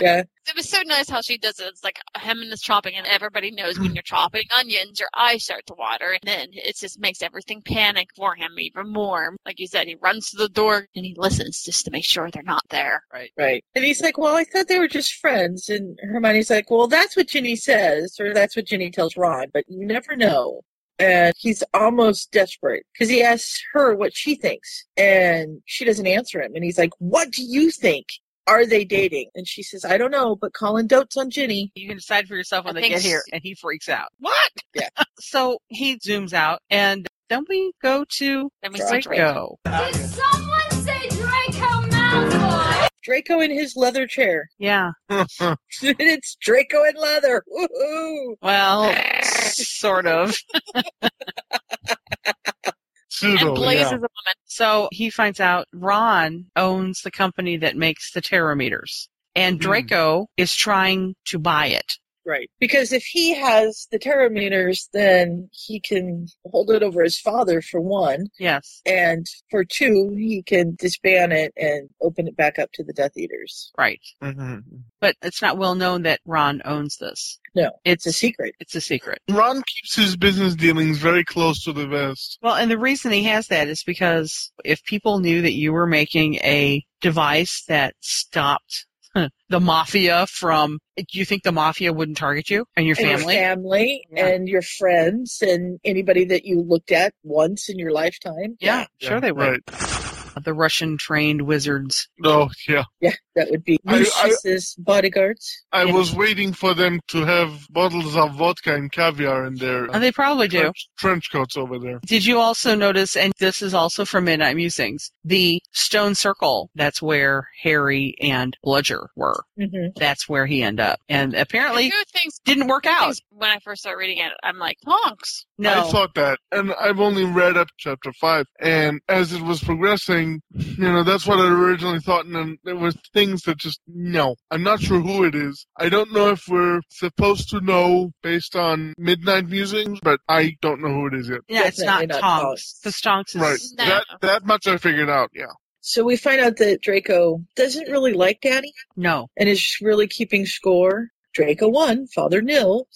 Speaker 2: Yeah.
Speaker 4: It was so nice how she does it. It's like him and his chopping, and everybody knows when you're chopping onions, your eyes start to water, and then it just makes everything panic for him even more. Like you said, he runs to the door and he listens just to make sure they're not there.
Speaker 1: Right.
Speaker 2: Right. And he's like, Well, I thought they were just friends. And Hermione's like, Well, that's what Ginny says, or that's what Ginny tells Ron, but you never know. And he's almost desperate because he asks her what she thinks, and she doesn't answer him. And he's like, What do you think? Are they dating? And she says, I don't know, but Colin dotes on Ginny.
Speaker 1: You can decide for yourself when they
Speaker 4: I think
Speaker 1: get here.
Speaker 4: s-
Speaker 1: And he freaks out. What?
Speaker 2: Yeah.
Speaker 1: so he zooms out and then we go to
Speaker 4: Then we see Draco.
Speaker 1: Draco.
Speaker 6: Someone say Draco Malfoy!
Speaker 2: Draco in his leather chair.
Speaker 1: Yeah.
Speaker 2: it's Draco in leather. Woohoo!
Speaker 1: Well, sort of.
Speaker 4: And
Speaker 3: Pseudo.
Speaker 4: Blaze is
Speaker 3: yeah.
Speaker 4: a woman.
Speaker 1: So he finds out Ron owns the company that makes the terrameters. And
Speaker 3: Hmm.
Speaker 1: Draco is trying to buy it.
Speaker 2: Right. Because if he has the terrameters, then he can hold it over his father for one,
Speaker 1: Yes.
Speaker 2: and for two, he can disband it and open it back up to the Death Eaters.
Speaker 1: Right.
Speaker 3: Mhm.
Speaker 1: But it's not well known that Ron owns this.
Speaker 2: No,
Speaker 1: It's
Speaker 2: It's a secret.
Speaker 1: it's a secret.
Speaker 3: Ron keeps his business dealings very close to the vest.
Speaker 1: Well, and the reason he has that is because if people knew that you were making a device that stopped the mafia from, do you think the mafia wouldn't target you and your
Speaker 2: And
Speaker 1: family?
Speaker 2: your family
Speaker 1: Yeah.
Speaker 2: and your friends and anybody that you looked at once in your lifetime.
Speaker 1: Yeah, sure they would.
Speaker 3: Right.
Speaker 1: The Russian trained wizards.
Speaker 3: No. Yeah.
Speaker 2: Yeah, that would be
Speaker 3: I- I-
Speaker 2: Lucius's bodyguards.
Speaker 3: I
Speaker 1: Yeah.
Speaker 3: was waiting for them to have bottles of vodka and caviar in their
Speaker 1: And Oh, they probably do.
Speaker 3: trench, trench coats over there.
Speaker 1: Did you also notice, and this is also from Midnight Musings, the stone circle, that's where Harry and Bludger were.
Speaker 2: hmm
Speaker 1: That's where he ended up. And apparently
Speaker 4: Two things,
Speaker 1: didn't work out.
Speaker 4: things when I first started reading it, I'm like, honks.
Speaker 3: I
Speaker 1: No.
Speaker 3: thought that, and I've only read up chapter five. And as it was progressing, you know, that's what I originally thought, and then there were things that just no. I'm not sure who it is. I don't know if we're supposed to know based on Midnight Musings, but I don't know who it is yet.
Speaker 1: Yeah, it's not
Speaker 2: Definitely not
Speaker 1: Tonks.
Speaker 2: Tonks.
Speaker 1: The Stonks is
Speaker 3: Right.
Speaker 4: No.
Speaker 3: That that much I figured out. Yeah.
Speaker 2: So we find out that Draco doesn't really like Daddy
Speaker 1: no.
Speaker 2: and is really keeping score. Draco One, Father Nil,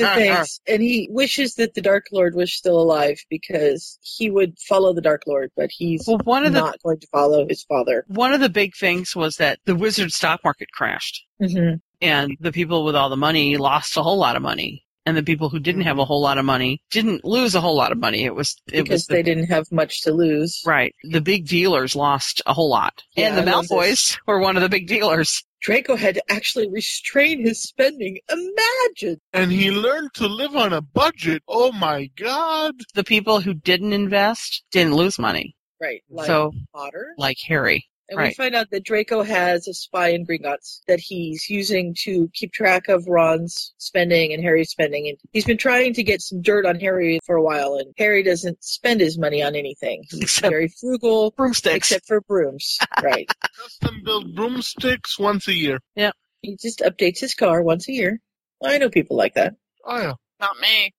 Speaker 2: of things. And he wishes that the Dark Lord was still alive because he would follow the Dark Lord, but he's
Speaker 1: one of the-
Speaker 2: not going to follow his father.
Speaker 1: One of the big things was that the wizard stock market crashed,
Speaker 2: hmm
Speaker 1: and the people with all the money lost a whole lot of money, and the people who didn't have a whole lot of money didn't lose a whole lot of money. It was it
Speaker 2: Because
Speaker 1: was the,
Speaker 2: they didn't have much to lose.
Speaker 1: Right. The big dealers lost a whole lot, and
Speaker 2: Yeah,
Speaker 1: the
Speaker 2: I love
Speaker 1: Malfoys were one of the big dealers.
Speaker 2: Draco had to actually restrain his spending. Imagine.
Speaker 3: And he learned to live on a budget. Oh my God.
Speaker 1: The people who didn't invest didn't lose money,
Speaker 2: Right. Like
Speaker 1: So-
Speaker 2: Potter.
Speaker 1: like Harry.
Speaker 2: And we
Speaker 1: right.
Speaker 2: find out that Draco has a spy in Gringotts that he's using to keep track of Ron's spending and Harry's spending. And he's been trying to get some dirt on Harry for a while, and Harry doesn't spend his money on anything. He's very frugal.
Speaker 1: Broomsticks.
Speaker 2: Except for brooms. right.
Speaker 3: Custom built broomsticks once a year.
Speaker 1: Yeah.
Speaker 2: He just updates his car once a year. Well, I know people like that.
Speaker 3: Oh, yeah.
Speaker 4: Not me.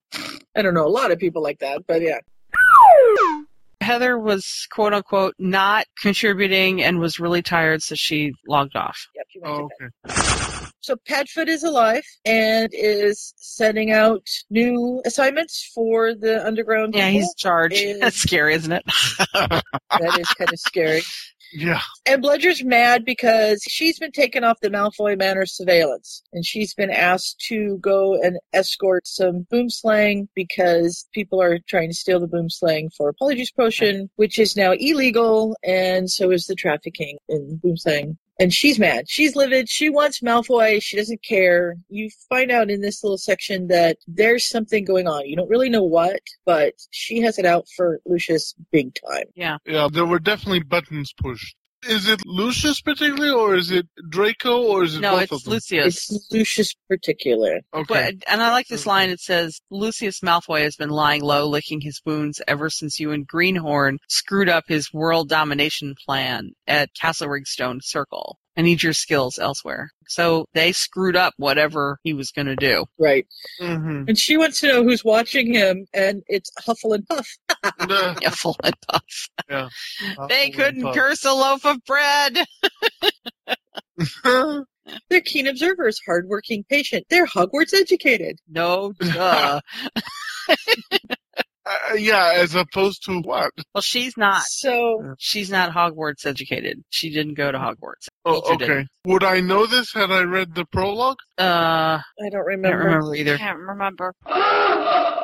Speaker 2: I don't know a lot of people like that, but yeah.
Speaker 1: Heather was quote unquote not contributing and was really tired, so she logged off.
Speaker 2: Yep, you went to
Speaker 3: Oh,
Speaker 2: bed.
Speaker 3: okay.
Speaker 2: So Padfoot is alive and is sending out new assignments for the underground.
Speaker 1: Yeah,
Speaker 2: people.
Speaker 1: he's charged.
Speaker 2: And-
Speaker 1: That's scary, isn't it?
Speaker 2: that is kind of scary.
Speaker 3: Yeah.
Speaker 2: And Bludger's mad because she's been taken off the Malfoy Manor surveillance, and she's been asked to go and escort some boomslang because people are trying to steal the boomslang for Polyjuice Potion, which is now illegal, and so is the trafficking in boomslang. And she's mad. She's livid. She wants Malfoy. She doesn't care. You find out in this little section that there's something going on. You don't really know what, but she has it out for Lucius big time.
Speaker 1: Yeah.
Speaker 3: Yeah, there were definitely buttons pushed. Is it Lucius particularly, or is it Draco, or is it
Speaker 1: No,
Speaker 3: both
Speaker 1: it's
Speaker 3: of them?
Speaker 1: Lucius.
Speaker 2: It's Lucius particular.
Speaker 3: Okay.
Speaker 1: But, and I like this line. It says, Lucius Malfoy has been lying low, licking his wounds ever since you and Greenhorn screwed up his world domination plan at Castle Rigstone Circle. I need your skills elsewhere. So they screwed up whatever he was going to do.
Speaker 2: Right.
Speaker 3: hmm
Speaker 2: And she wants to know who's watching him, and it's Huffle and Puff.
Speaker 1: Yeah, full and puff.
Speaker 3: yeah.
Speaker 1: They
Speaker 3: Hufflepuff.
Speaker 1: couldn't curse a loaf of bread.
Speaker 2: They're keen observers, hardworking, patient. They're Hogwarts educated.
Speaker 1: No, duh.
Speaker 3: Uh, yeah, as opposed to what?
Speaker 1: well, she's not.
Speaker 2: So,
Speaker 1: She's not Hogwarts educated. She didn't go to Hogwarts.
Speaker 3: Oh,
Speaker 1: Teacher
Speaker 3: okay.
Speaker 1: didn't.
Speaker 3: Would I know this had I read the prologue?
Speaker 1: Uh,
Speaker 2: I don't
Speaker 1: I don't
Speaker 2: remember.
Speaker 1: remember either.
Speaker 4: Can't remember.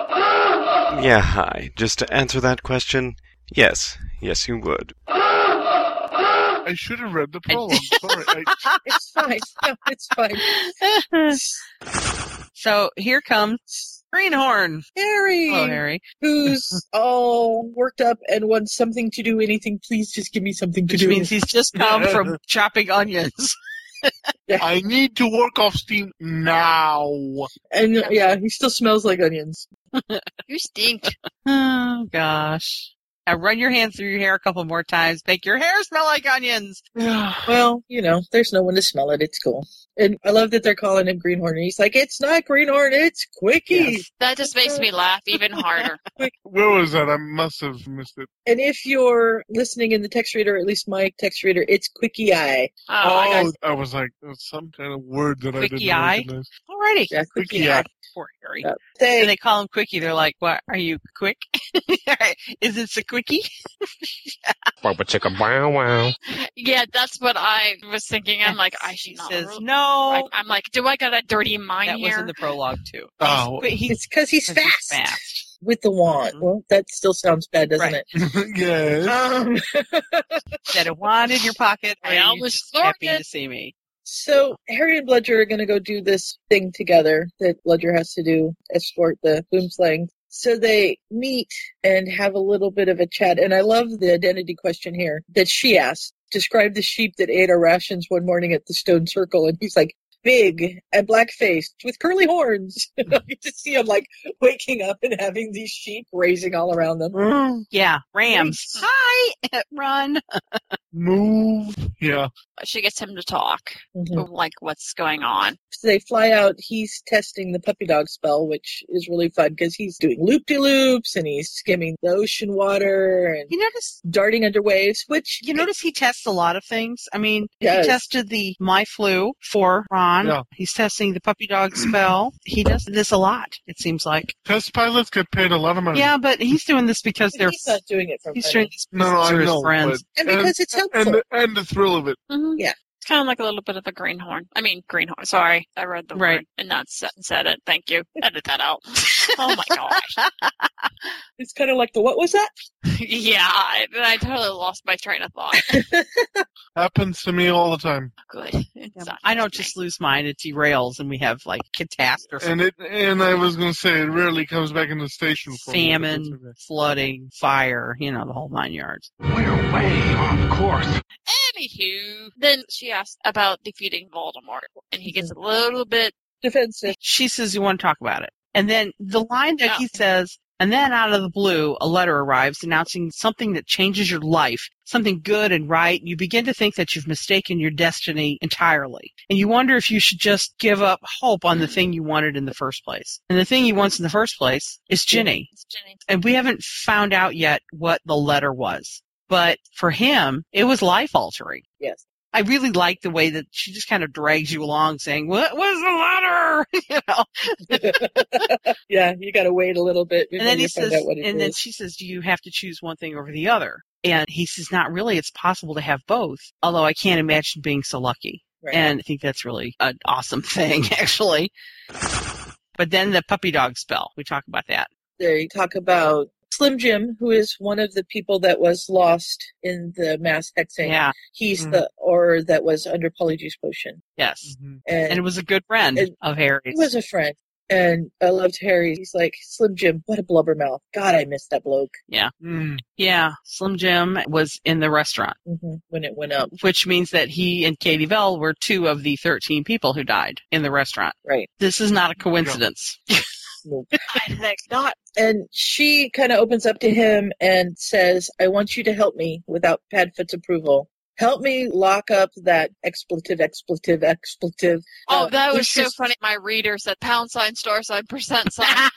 Speaker 15: Yeah, hi. Just to answer that question, yes. Yes, you would.
Speaker 3: I should have read the prologue. Sorry. I,
Speaker 2: It's fine. No, it's fine.
Speaker 1: so here comes Greenhorn.
Speaker 2: Oh, Harry,
Speaker 1: Hello, Harry.
Speaker 2: who's all worked up and wants something to do, anything, please just give me something to
Speaker 1: Which
Speaker 2: do.
Speaker 1: means he's just come from chopping onions.
Speaker 3: I need to work off steam now.
Speaker 2: and yeah, he still smells like onions.
Speaker 4: You stink.
Speaker 1: Oh gosh. Now run your hands through your hair a couple more times. Make your hair smell like onions.
Speaker 2: Well, you know, there's no one to smell it. It's cool. And I love that they're calling him Greenhorn. And he's like, it's not Greenhorn, it's Quickie.
Speaker 4: That just makes me laugh even harder.
Speaker 3: Where was that? I must have missed it.
Speaker 2: And if you're listening in the text reader, at least my text reader, it's Quickie Eye.
Speaker 4: Oh, I got-
Speaker 3: I was like, that's some kind of word that I
Speaker 1: Quickie
Speaker 3: didn't
Speaker 1: eye?
Speaker 3: recognize.
Speaker 1: Alrighty.
Speaker 2: Yeah,
Speaker 3: Quickie
Speaker 1: Yeah.
Speaker 3: eye.
Speaker 1: Poor Harry.
Speaker 2: Yeah.
Speaker 1: And
Speaker 2: They,
Speaker 1: they call him Quickie. They're like, "What? Are you quick? Is it a quickie?"
Speaker 14: Bubba chicka wow wow.
Speaker 4: yeah, that's what I was thinking. I'm like, I
Speaker 1: He
Speaker 4: should not.
Speaker 1: says,
Speaker 4: really- I,
Speaker 1: "No."
Speaker 4: I'm like, do I got a dirty mind
Speaker 1: That
Speaker 4: here?
Speaker 1: was in the prologue too.
Speaker 3: Oh,
Speaker 1: But he's
Speaker 2: it's because he's
Speaker 1: 'cause he's
Speaker 2: fast. Mm-hmm.
Speaker 1: fast.
Speaker 2: with the wand. Well, that still sounds bad, doesn't
Speaker 1: Right.
Speaker 3: yes.
Speaker 2: it?
Speaker 1: Uh,
Speaker 2: Um,
Speaker 1: That a wand in your pocket.
Speaker 4: I
Speaker 1: are you
Speaker 4: almost
Speaker 1: just happy
Speaker 4: farted.
Speaker 1: to see me.
Speaker 2: so Harry and Bludger are going to go do this thing together that Bludger has to do, escort the boomslang. So they meet and have a little bit of a chat. And I love the identity question here that she asked. Describe the sheep that ate our rations one morning at the Stone Circle. And he's like, big and black faced with curly horns. you just see him like waking up and having these sheep raising all around them.
Speaker 1: Yeah, Rams. Hi, run.
Speaker 3: Move. Yeah.
Speaker 4: she gets him to talk,
Speaker 2: Mhm.
Speaker 4: like what's going on.
Speaker 2: So they fly out. He's testing the puppy dog spell, which is really fun because he's doing loop de loops and he's skimming the ocean water and
Speaker 1: You notice
Speaker 2: darting under waves, which
Speaker 1: you notice he tests a lot of things. I mean,
Speaker 2: Yes.
Speaker 1: he tested the my flu for Ron. on.
Speaker 3: Yeah.
Speaker 1: He's testing the puppy dog spell. He does this a lot, it seems like.
Speaker 3: Test pilots get paid a lot of money.
Speaker 1: Yeah, but he's doing this because they're.
Speaker 2: He's not doing it for
Speaker 1: He's
Speaker 2: money.
Speaker 1: doing this
Speaker 3: No, no,
Speaker 1: because
Speaker 3: I
Speaker 1: they're
Speaker 3: know.
Speaker 1: his friends.
Speaker 3: but- And the, and the thrill of it.
Speaker 2: Yeah.
Speaker 4: Mm-hmm. It's kind of like a little bit of a greenhorn. I mean, greenhorn. Sorry, I read the
Speaker 1: Right.
Speaker 4: word and not said, said it. Thank you. Edit that out. oh my gosh.
Speaker 2: It's kind of like the what was that?
Speaker 4: yeah, I, I totally lost my train of thought.
Speaker 3: Happens to me all the time.
Speaker 4: Good. It's not-
Speaker 1: I don't just lose mine. It derails, and we have like catastrophe,
Speaker 3: And it and I was gonna say it rarely comes back in the station for me, but it's
Speaker 1: famine, flooding, fire, you know, the whole nine yards.
Speaker 14: We're way off course.
Speaker 4: Anywho, then she asks about defeating Voldemort, and he gets a little bit
Speaker 2: defensive.
Speaker 1: She says, You want to talk about it? And then the line that he says, and then out of the blue, a letter arrives announcing something that changes your life, something good and right. You begin to think that you've mistaken your destiny entirely. And you wonder if you should just give up hope on the thing you wanted in the first place. And the thing he wants in the first place is Ginny. And we haven't found out yet what the letter was. But for him, it was life altering.
Speaker 2: Yes.
Speaker 1: I really like the way that she just kind of drags you along saying, What was the letter? you know.
Speaker 2: Yeah, you got to wait a little bit before
Speaker 1: and then
Speaker 2: you
Speaker 1: he
Speaker 2: find
Speaker 1: says
Speaker 2: out what it is.
Speaker 1: and then she says, Do you have to choose one thing over the other? And he says, Not really, it's possible to have both, although I can't imagine being so lucky.
Speaker 2: Right.
Speaker 1: And I think that's really an awesome thing, actually. But then the puppy dog spell, we talk about that.
Speaker 2: they talk about Slim Jim, who is one of the people that was lost in the mass hexing.
Speaker 1: Yeah.
Speaker 2: He's
Speaker 4: Mm-hmm.
Speaker 1: Mhm.
Speaker 2: the aura that was under Polyjuice Potion.
Speaker 1: Yes.
Speaker 2: And,
Speaker 1: And it was a good friend
Speaker 2: and-
Speaker 1: of Harry's.
Speaker 2: he was a friend. And I loved Harry. He's like, Slim Jim, what a blubbermouth. God, I miss that bloke
Speaker 1: yeah.
Speaker 3: Mm.
Speaker 1: Yeah. Slim Jim was in the restaurant.
Speaker 2: Mhm, when it went up.
Speaker 1: which means that he and Katie Bell were two of the 13 people who died in the restaurant.
Speaker 2: Right.
Speaker 1: This is not a coincidence.
Speaker 2: Nope. not. And she kind of opens up to him and says, I want you to help me without Padfoot's approval. Help me lock up that expletive, expletive, expletive.
Speaker 4: Oh,
Speaker 2: uh,
Speaker 4: that was so
Speaker 2: Lucius
Speaker 4: funny. My reader said pound sign, star sign, percent sign,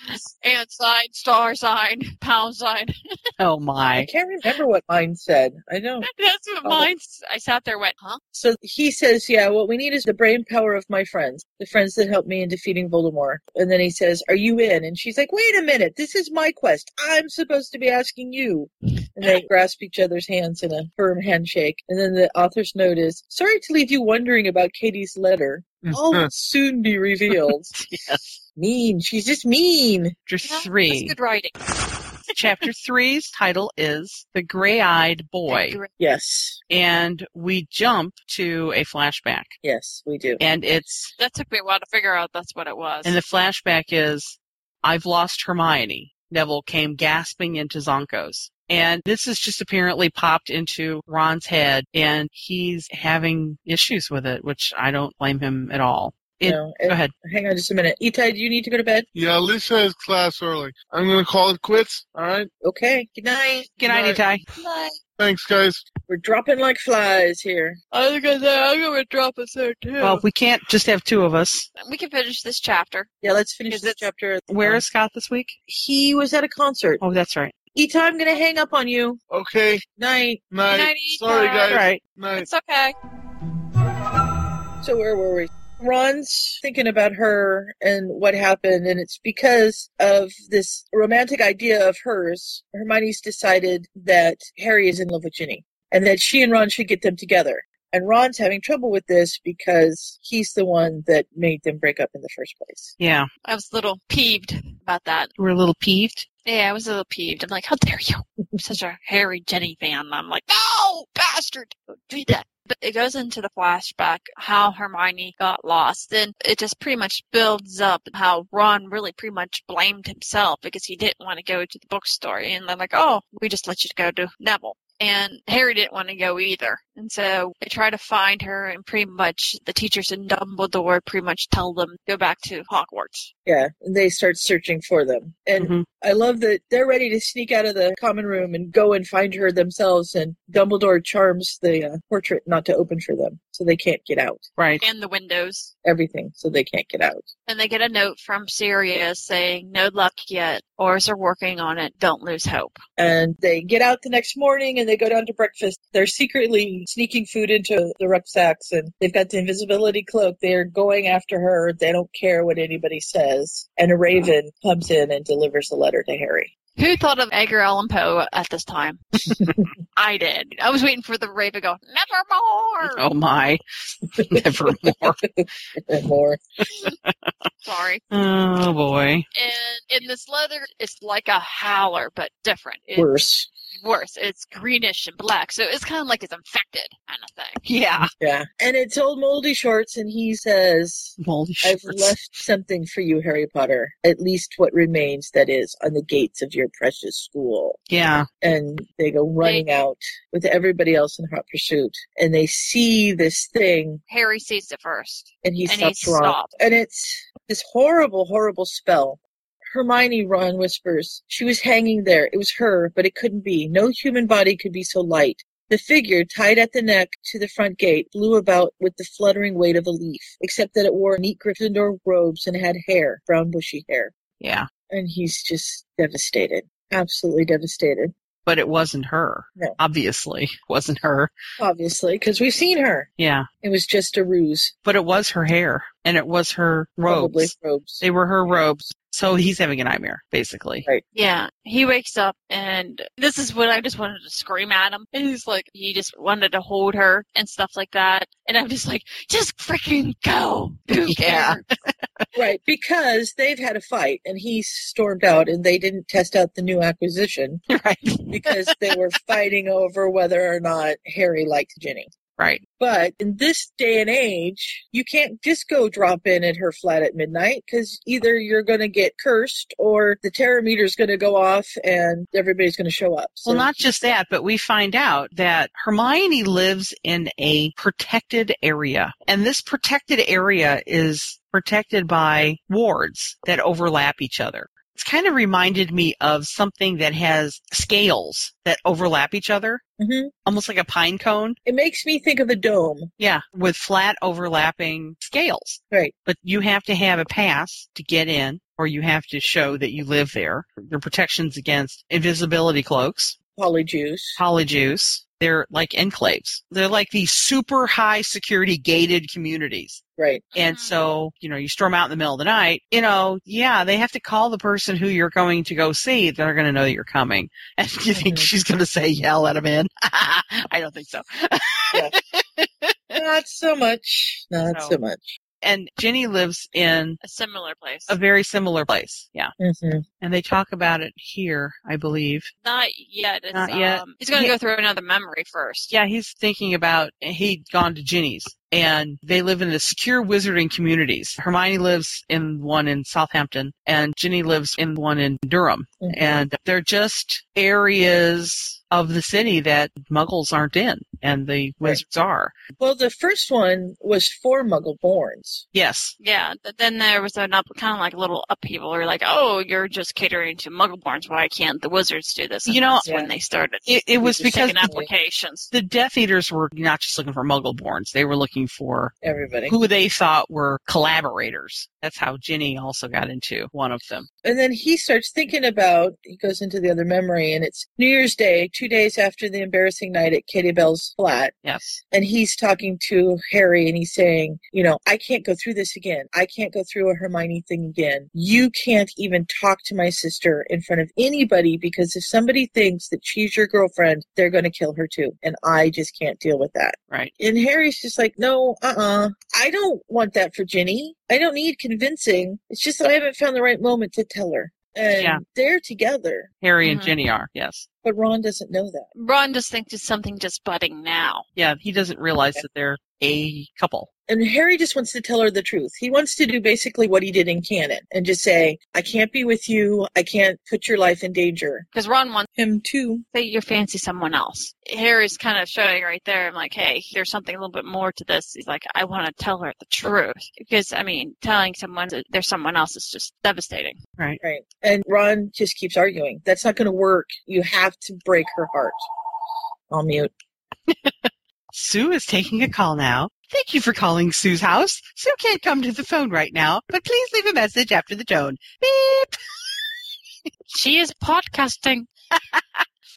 Speaker 4: and sign, star sign, pound sign.
Speaker 1: Oh my.
Speaker 2: I can't remember what mine said. I know.
Speaker 4: That's what
Speaker 2: Oh.
Speaker 4: mine. I sat there, and went, huh?
Speaker 2: So he says, Yeah, what we need is the brain power of my friends, the friends that helped me in defeating Voldemort. And then he says, Are you in? And she's like, Wait a minute, this is my quest. I'm supposed to be asking you. And they grasp each other's hands in a firm handshake. And then the author's note is, Sorry to leave you wondering about Katie's letter.
Speaker 1: Oh.
Speaker 2: All
Speaker 3: Mm-hmm.
Speaker 2: will soon be revealed.
Speaker 1: yes.
Speaker 2: Mean. She's just mean.
Speaker 1: Chapter
Speaker 4: That's
Speaker 1: three.
Speaker 4: good writing.
Speaker 1: Chapter three's title is The Gray Eyed Boy.
Speaker 2: Yes.
Speaker 1: And we jump to a flashback.
Speaker 2: Yes, we do.
Speaker 1: And it's,
Speaker 4: That took me a while to figure out that's what it was.
Speaker 1: and the flashback is, I've lost Hermione. Neville came gasping into Zonko's. And this has just apparently popped into Ron's head, and he's having issues with it, which I don't blame him at all. It-
Speaker 2: No,
Speaker 1: go
Speaker 2: it-
Speaker 1: ahead.
Speaker 2: Hang on just a minute. Itai, do you need to go to bed?
Speaker 3: Yeah, Lisa has class early. I'm gonna call it quits. All right.
Speaker 2: Okay. Good night.
Speaker 1: Good night, Itai.
Speaker 4: Bye.
Speaker 3: Thanks, guys.
Speaker 2: We're dropping like flies here.
Speaker 4: I was gonna say I'm gonna drop us there too.
Speaker 1: Well, we can't just have two of us.
Speaker 4: we can finish this chapter.
Speaker 2: Yeah, let's finish
Speaker 4: Is
Speaker 2: this
Speaker 4: it-
Speaker 2: chapter. Um,
Speaker 1: Where is Scott this week?
Speaker 2: He was at a concert.
Speaker 1: Oh, that's right.
Speaker 2: Ita, I'm gonna hang up on you.
Speaker 3: Okay.
Speaker 2: Night.
Speaker 3: Night.
Speaker 4: Night,
Speaker 3: Sorry,
Speaker 4: Ethan.
Speaker 3: guys.
Speaker 1: All right.
Speaker 3: Night.
Speaker 4: It's okay.
Speaker 2: So where were we? Ron's thinking about her and what happened, and it's because of this romantic idea of hers. Hermione's decided that Harry is in love with Ginny, and that she and Ron should get them together. And Ron's having trouble with this because he's the one that made them break up in the first place.
Speaker 1: Yeah.
Speaker 4: I was a little peeved about that.
Speaker 1: We're a little peeved.
Speaker 4: Yeah, I was a little peeved. I'm like, how dare you? I'm such a Harry Jenny fan. And I'm like, no, bastard, don't do that. But it goes into the flashback how Hermione got lost, and it just pretty much builds up how Ron really pretty much blamed himself because he didn't want to go to the bookstore, and they're like, oh, we just let you go to Neville. And Harry didn't want to go either. And so they try to find her, and pretty much the teachers in Dumbledore pretty much tell them go back to Hogwarts.
Speaker 2: Yeah, and they start searching for them. And
Speaker 1: Mhm.
Speaker 2: I love that they're ready to sneak out of the common room and go and find her themselves. And Dumbledore charms the uh, portrait not to open for them, so they can't get out.
Speaker 1: Right.
Speaker 4: And the windows.
Speaker 2: Everything, so they can't get out.
Speaker 4: And they get a note from Sirius saying, no luck yet. Ours are working on it. Don't lose hope.
Speaker 2: And they get out the next morning and they go down to breakfast. They're secretly sneaking food into the rucksacks and they've got the invisibility cloak. They're going after her. They don't care what anybody says. And a raven comes in and delivers a letter to Harry.
Speaker 4: Who thought of Edgar Allan Poe at this time? I did. I was waiting for the raven to go, nevermore.
Speaker 1: Oh my. Nevermore.
Speaker 2: Nevermore.
Speaker 4: Sorry.
Speaker 1: Oh boy.
Speaker 4: And in this leather, it's like a howler, but different. It's
Speaker 2: Worse.
Speaker 4: Worse. It's greenish and black, so it's kind of like it's infected kind of thing.
Speaker 1: Yeah.
Speaker 2: Yeah. And it's old Moldy Shorts, and he says,
Speaker 1: Moldy
Speaker 2: I've left something for you, Harry Potter. At least what remains, that is, on the gates of your precious school.
Speaker 1: Yeah.
Speaker 2: And they go running out with everybody else in hot pursuit. And they see this thing,
Speaker 4: Harry sees it first.
Speaker 2: and he
Speaker 4: And he
Speaker 2: stops Ron.
Speaker 4: stopped.
Speaker 2: And it's this horrible, horrible spell. Hermione, Ron whispers. She was hanging there. It was her, but it couldn't be. No human body could be so light. The figure, tied at the neck to the front gate, blew about with the fluttering weight of a leaf, except that it wore neat Gryffindor robes and had hair, brown bushy hair.
Speaker 1: Yeah.
Speaker 2: And he's just devastated. Absolutely devastated.
Speaker 1: But it wasn't her.
Speaker 2: No.
Speaker 1: Obviously. It wasn't her.
Speaker 2: Obviously, because we've seen her.
Speaker 1: Yeah.
Speaker 2: It was just a ruse.
Speaker 1: But it was her hair and it was her robes.
Speaker 2: Probably robes.
Speaker 1: They were her robes. So he's having a nightmare, basically.
Speaker 2: Right.
Speaker 4: Yeah, he wakes up and this is when I just wanted to scream at him. And he's like, he just wanted to hold her and stuff like that. And I'm just like, just freaking go. Who
Speaker 1: Yeah.
Speaker 4: cares?
Speaker 2: Right, because they've had a fight and he stormed out and they didn't test out the new acquisition.
Speaker 1: Right.
Speaker 2: because they were fighting over whether or not Harry liked Ginny.
Speaker 1: Right.
Speaker 2: But in this day and age, you can't just go drop in at her flat at midnight because either you're going to get cursed or the terror meter's going to go off and everybody's going to show up. So,
Speaker 1: Well, not just that, but we find out that Hermione lives in a protected area. And this protected area is protected by wards that overlap each other. It's kind of reminded me of something that has scales that overlap each other,
Speaker 2: Mhm.
Speaker 1: almost like a pine cone.
Speaker 2: it makes me think of a dome.
Speaker 1: Yeah, with flat overlapping scales.
Speaker 2: Right.
Speaker 1: But you have to have a pass to get in, or you have to show that you live there. Your protections against invisibility cloaks,
Speaker 2: Polyjuice.
Speaker 1: polyjuice. They're like enclaves. They're like these super high security gated communities.
Speaker 2: Right.
Speaker 1: And
Speaker 4: Hmm.
Speaker 1: so, you know, you storm out in the middle of the night, you know, yeah, they have to call the person who you're going to go see. They're going to know that you're coming. And you think
Speaker 2: Mm-hmm.
Speaker 1: she's going to say, yeah, let him in? I don't think so.
Speaker 2: Not so much. Not so,
Speaker 1: So-
Speaker 2: much.
Speaker 1: And Ginny lives in
Speaker 4: A similar place.
Speaker 1: a very similar place. Yeah.
Speaker 2: Mm-hmm.
Speaker 1: And they talk about it here, I believe.
Speaker 4: Not yet. It's,
Speaker 1: Not yet.
Speaker 4: Um, he's going to
Speaker 1: Yeah.
Speaker 4: go through another memory first.
Speaker 1: Yeah, he's thinking about he'd gone to Ginny's and they live in the secure wizarding communities. Hermione lives in one in Southampton and Ginny lives in one in Durham.
Speaker 2: Mhm.
Speaker 1: And they're just areas of the city that muggles aren't in and the wizards are.
Speaker 2: Well, the first one was for Muggleborns.
Speaker 1: Yes.
Speaker 4: Yeah, but then there was an up, kind of like little upheaval. We're like, oh, you're just catering to Muggleborns. Why can't the wizards do this? And
Speaker 1: You know-
Speaker 4: that's when they started.
Speaker 1: It, it was
Speaker 4: just
Speaker 1: because
Speaker 4: taking applications.
Speaker 1: the Death Eaters were not just looking for muggleborns, they were looking for
Speaker 2: Everybody.
Speaker 1: who they thought were collaborators. That's how Ginny also got into one of them.
Speaker 2: And then he starts thinking about, he goes into the other memory, and it's New Year's Day, two days after the embarrassing night at Katie Bell's flat.
Speaker 1: Yes.
Speaker 2: And he's talking to Harry, and he's saying, You know, I can't go through this again. I can't go through a Hermione thing again. You can't even talk to my sister in front of anybody because if somebody thinks that she's your girlfriend, they're going to kill her too. And I just can't deal with that.
Speaker 1: Right.
Speaker 2: And Harry's just like, no, uh uh I don't want that for Ginny. I don't need convincing. It's just that I haven't found the right moment to tell her. And
Speaker 1: Yeah.
Speaker 2: they're together,
Speaker 1: Harry
Speaker 4: Mhm.
Speaker 1: and Ginny are, yes.
Speaker 2: but Ron doesn't know that.
Speaker 4: Ron just thinks it's something just budding now.
Speaker 1: Yeah, he doesn't realize that they're a couple.
Speaker 2: And Harry just wants to tell her the truth. He wants to do basically what he did in canon and just say, I can't be with you. I can't put your life in danger.
Speaker 4: Because Ron wants
Speaker 2: Him too.
Speaker 4: that you fancy someone else. Harry's kind of showing right there. I'm like, hey, there's something a little bit more to this. He's like, I want to tell her the truth. Because, I mean, telling someone that there's someone else is just devastating.
Speaker 1: Right.
Speaker 2: Right. And Ron just keeps arguing. That's not going to work. You have to break her heart. I'll mute.
Speaker 1: Sue is taking a call now. Thank you for calling Sue's house. Sue can't come to the phone right now, but please leave a message after the tone. Beep.
Speaker 4: She is podcasting.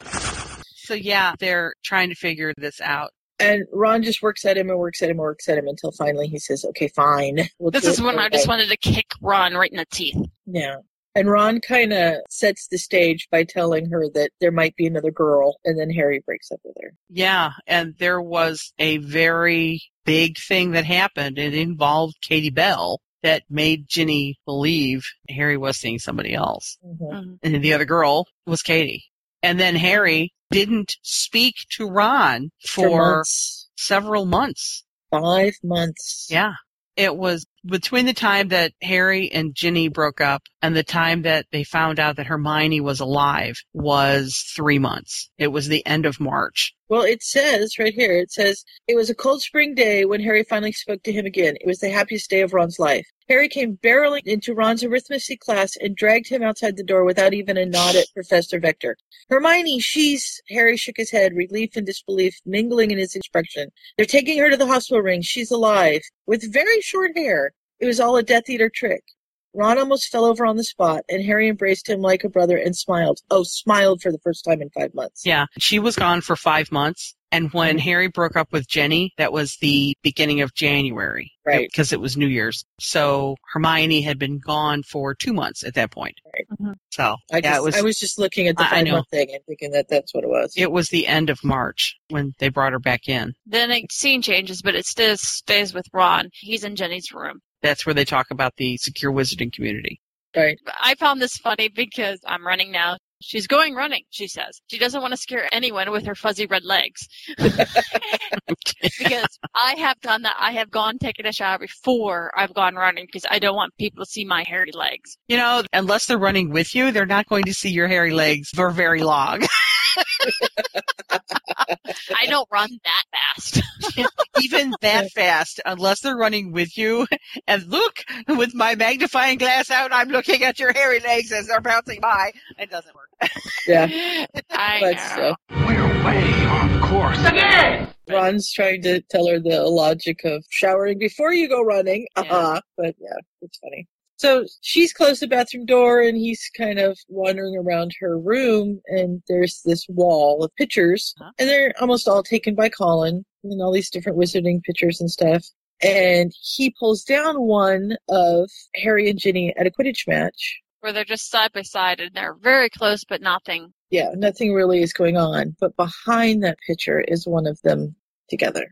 Speaker 1: So yeah, they're trying to figure this out.
Speaker 2: And Ron just works at him and works at him and works at him until finally he says, okay, fine. We'll
Speaker 4: This
Speaker 2: do
Speaker 4: is
Speaker 2: it
Speaker 4: when I
Speaker 2: anyway."
Speaker 4: just wanted to kick Ron right in the teeth.
Speaker 2: Yeah. And Ron kind of sets the stage by telling her that there might be another girl, and then Harry breaks up with her.
Speaker 1: Yeah, and there was a very big thing that happened. It involved Katie Bell that made Ginny believe Harry was seeing somebody else.
Speaker 2: Mm-hmm.
Speaker 1: And the other girl was Katie. And then Harry didn't speak to Ron
Speaker 2: For
Speaker 1: for,
Speaker 2: months.
Speaker 1: several months.
Speaker 2: Five months.
Speaker 1: Yeah. It was between the time that Harry and Ginny broke up and the time that they found out that Hermione was alive was three months. It was the end of March.
Speaker 2: Well, it says right here, it says, it was a cold spring day when Harry finally spoke to him again. It was the happiest day of Ron's life. Harry came barreling into Ron's arithmetic class and dragged him outside the door without even a nod at Professor Vector. Hermione, she's. Harry shook his head, relief and disbelief mingling in his expression. They're taking her to the hospital ring. She's alive, with very short hair. It was all a Death Eater trick. Ron almost fell over on the spot, and Harry embraced him like a brother and smiled. Oh, smiled for the first time in five months.
Speaker 1: Yeah. She was gone for five months. And when
Speaker 2: Mm-hmm.
Speaker 1: Harry broke up with Jenny, that was the beginning of January.
Speaker 2: Right.
Speaker 1: Because it was New Year's. So Hermione had been gone for two months at that point.
Speaker 4: Mhm.
Speaker 1: So
Speaker 2: I,
Speaker 1: yeah,
Speaker 2: just,
Speaker 1: it was,
Speaker 2: I was just looking at the
Speaker 1: I- I know.
Speaker 2: final thing and thinking that that's what it was.
Speaker 1: it was the end of March when they brought her back in.
Speaker 4: Then it scene changes, but it still stays with Ron. He's in Jenny's room.
Speaker 1: That's where they talk about the secure wizarding community.
Speaker 2: Right.
Speaker 4: I found this funny because I'm running now. She's going running, she says. She doesn't want to scare anyone with her fuzzy red legs. because I have done that. I have gone taking a shower before I've gone running because I don't want people to see my hairy legs.
Speaker 1: You know, unless they're running with you, they're not going to see your hairy legs for very long.
Speaker 4: I don't run that fast.
Speaker 1: Even that fast, unless they're running with you. And look, with my magnifying glass out, I'm looking at your hairy legs as they're bouncing by. It doesn't work.
Speaker 2: Yeah.
Speaker 4: I
Speaker 2: but
Speaker 4: know.
Speaker 2: We're way off course.
Speaker 4: Again!
Speaker 2: Ron's trying to tell her the logic of showering before you go running. Uh-huh. But yeah, it's funny. So she's closed the bathroom door and he's kind of wandering around her room and there's this wall of pictures
Speaker 1: Uh-huh.
Speaker 2: and they're almost all taken by Colin and all these different wizarding pictures and stuff. And he pulls down one of Harry and Ginny at a Quidditch match.
Speaker 4: Where they're just side by side and they're very close, but nothing.
Speaker 2: Yeah, nothing really is going on. But behind that picture is one of them together.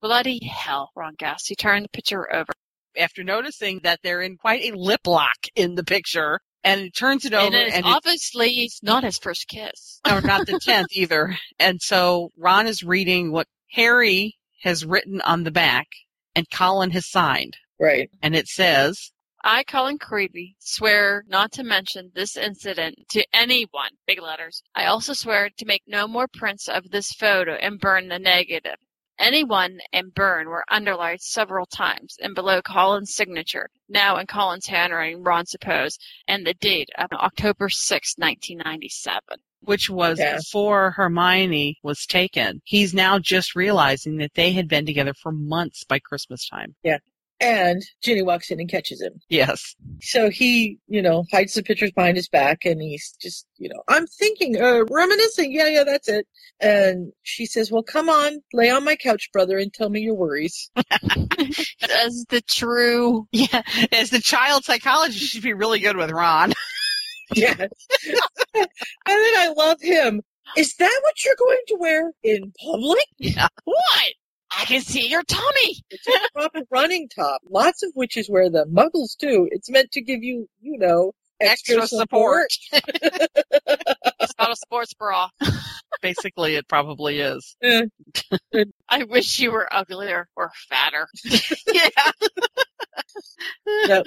Speaker 4: Bloody hell, Ron gasped. He turned the picture over.
Speaker 1: After noticing that they're in quite a lip lock in the picture, and it turns it over,
Speaker 4: and it's
Speaker 1: and it-
Speaker 4: obviously it's not his first kiss.
Speaker 1: or not the 10th either. And so Ron is reading what Harry has written on the back and Colin has signed.
Speaker 2: Right.
Speaker 1: And it says,
Speaker 4: I, Colin Creevy, swear not to mention this incident to anyone. Big letters. I also swear to make no more prints of this photo and burn the negative. Anyone and burn were underlined several times and below Colin's signature, now in Colin's handwriting, Ron supposed, and the date of October sixth, 1997.
Speaker 1: which was
Speaker 4: Yeah.
Speaker 1: before Hermione was taken. He's now just realizing that they had been together for months by Christmas time.
Speaker 2: Yeah. And Ginny walks in and catches him.
Speaker 1: Yes.
Speaker 2: So he, you know, hides the pictures behind his back and he's just, you know, I'm thinking, uh, reminiscing. Yeah, yeah, that's it. And she says, Well, come on, lay on my couch, brother, and tell me your worries.
Speaker 4: As the true.
Speaker 1: Yeah. As the child psychologist, she'd be really good with Ron.
Speaker 2: yes. and then I love him. Is that what you're going to wear in public?
Speaker 1: Yeah.
Speaker 4: What? I can see your tummy.
Speaker 2: It's a proper running top. Lots of witches wear them. Muggles do. It's meant to give you, you know, extra,
Speaker 1: Extra
Speaker 2: support.
Speaker 1: support.
Speaker 4: It's not a sports bra.
Speaker 1: Basically, it probably is.
Speaker 4: I wish you were uglier or fatter.
Speaker 2: Yep.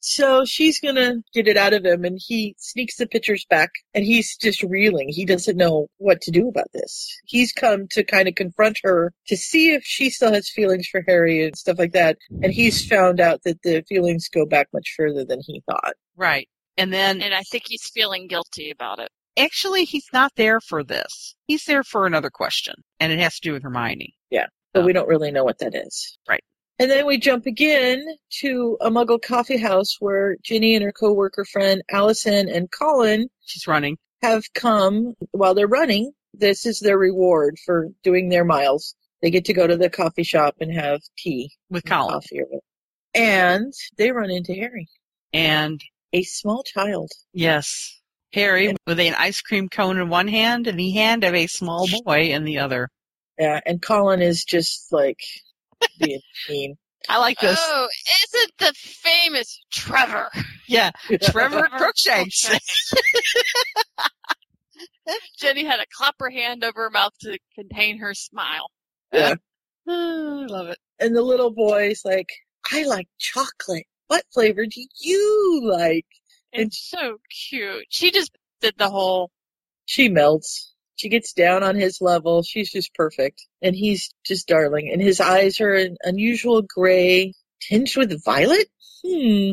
Speaker 2: So she's gonna get it out of him, and he sneaks the pictures back, and he's just reeling. He doesn't know what to do about this. He's come to kind of confront her to see if she still has feelings for Harry and stuff like that, and he's found out that the feelings go back much further than he thought.
Speaker 1: Right. And then
Speaker 4: And I think he's feeling guilty about it.
Speaker 1: actually, he's not there for this. He's there for another question, and it has to do with Hermione.
Speaker 2: Yeah, but we don't really know what that is.
Speaker 1: Right.
Speaker 2: And then we jump again to a Muggle coffee house where Ginny and her coworker friend Allison and Colin
Speaker 1: She's running.
Speaker 2: have come while they're running. This is their reward for doing their miles. They get to go to the coffee shop and have tea
Speaker 1: with
Speaker 4: Oh.
Speaker 2: Colin. Coffee or whatever. and they run into Harry
Speaker 1: and
Speaker 2: a small child.
Speaker 1: Yes. Harry with an ice cream cone in one hand and the hand of a small boy in the other.
Speaker 2: Yeah, Uh, and Colin is just like being mean.
Speaker 1: I like this.
Speaker 4: Oh, isn't the famous Trevor?
Speaker 1: Yeah, Trevor Crookshanks.
Speaker 4: Jenny had to clap her hand over her mouth to contain her smile.
Speaker 2: Yeah.
Speaker 1: I love it.
Speaker 2: And the little boy's like, I like chocolate. What flavor do you like?
Speaker 4: It's so cute. She just did the whole.
Speaker 2: She melts. She gets down on his level. She's just perfect. And he's just darling. And his eyes are an unusual gray tinged with violet. Hmm.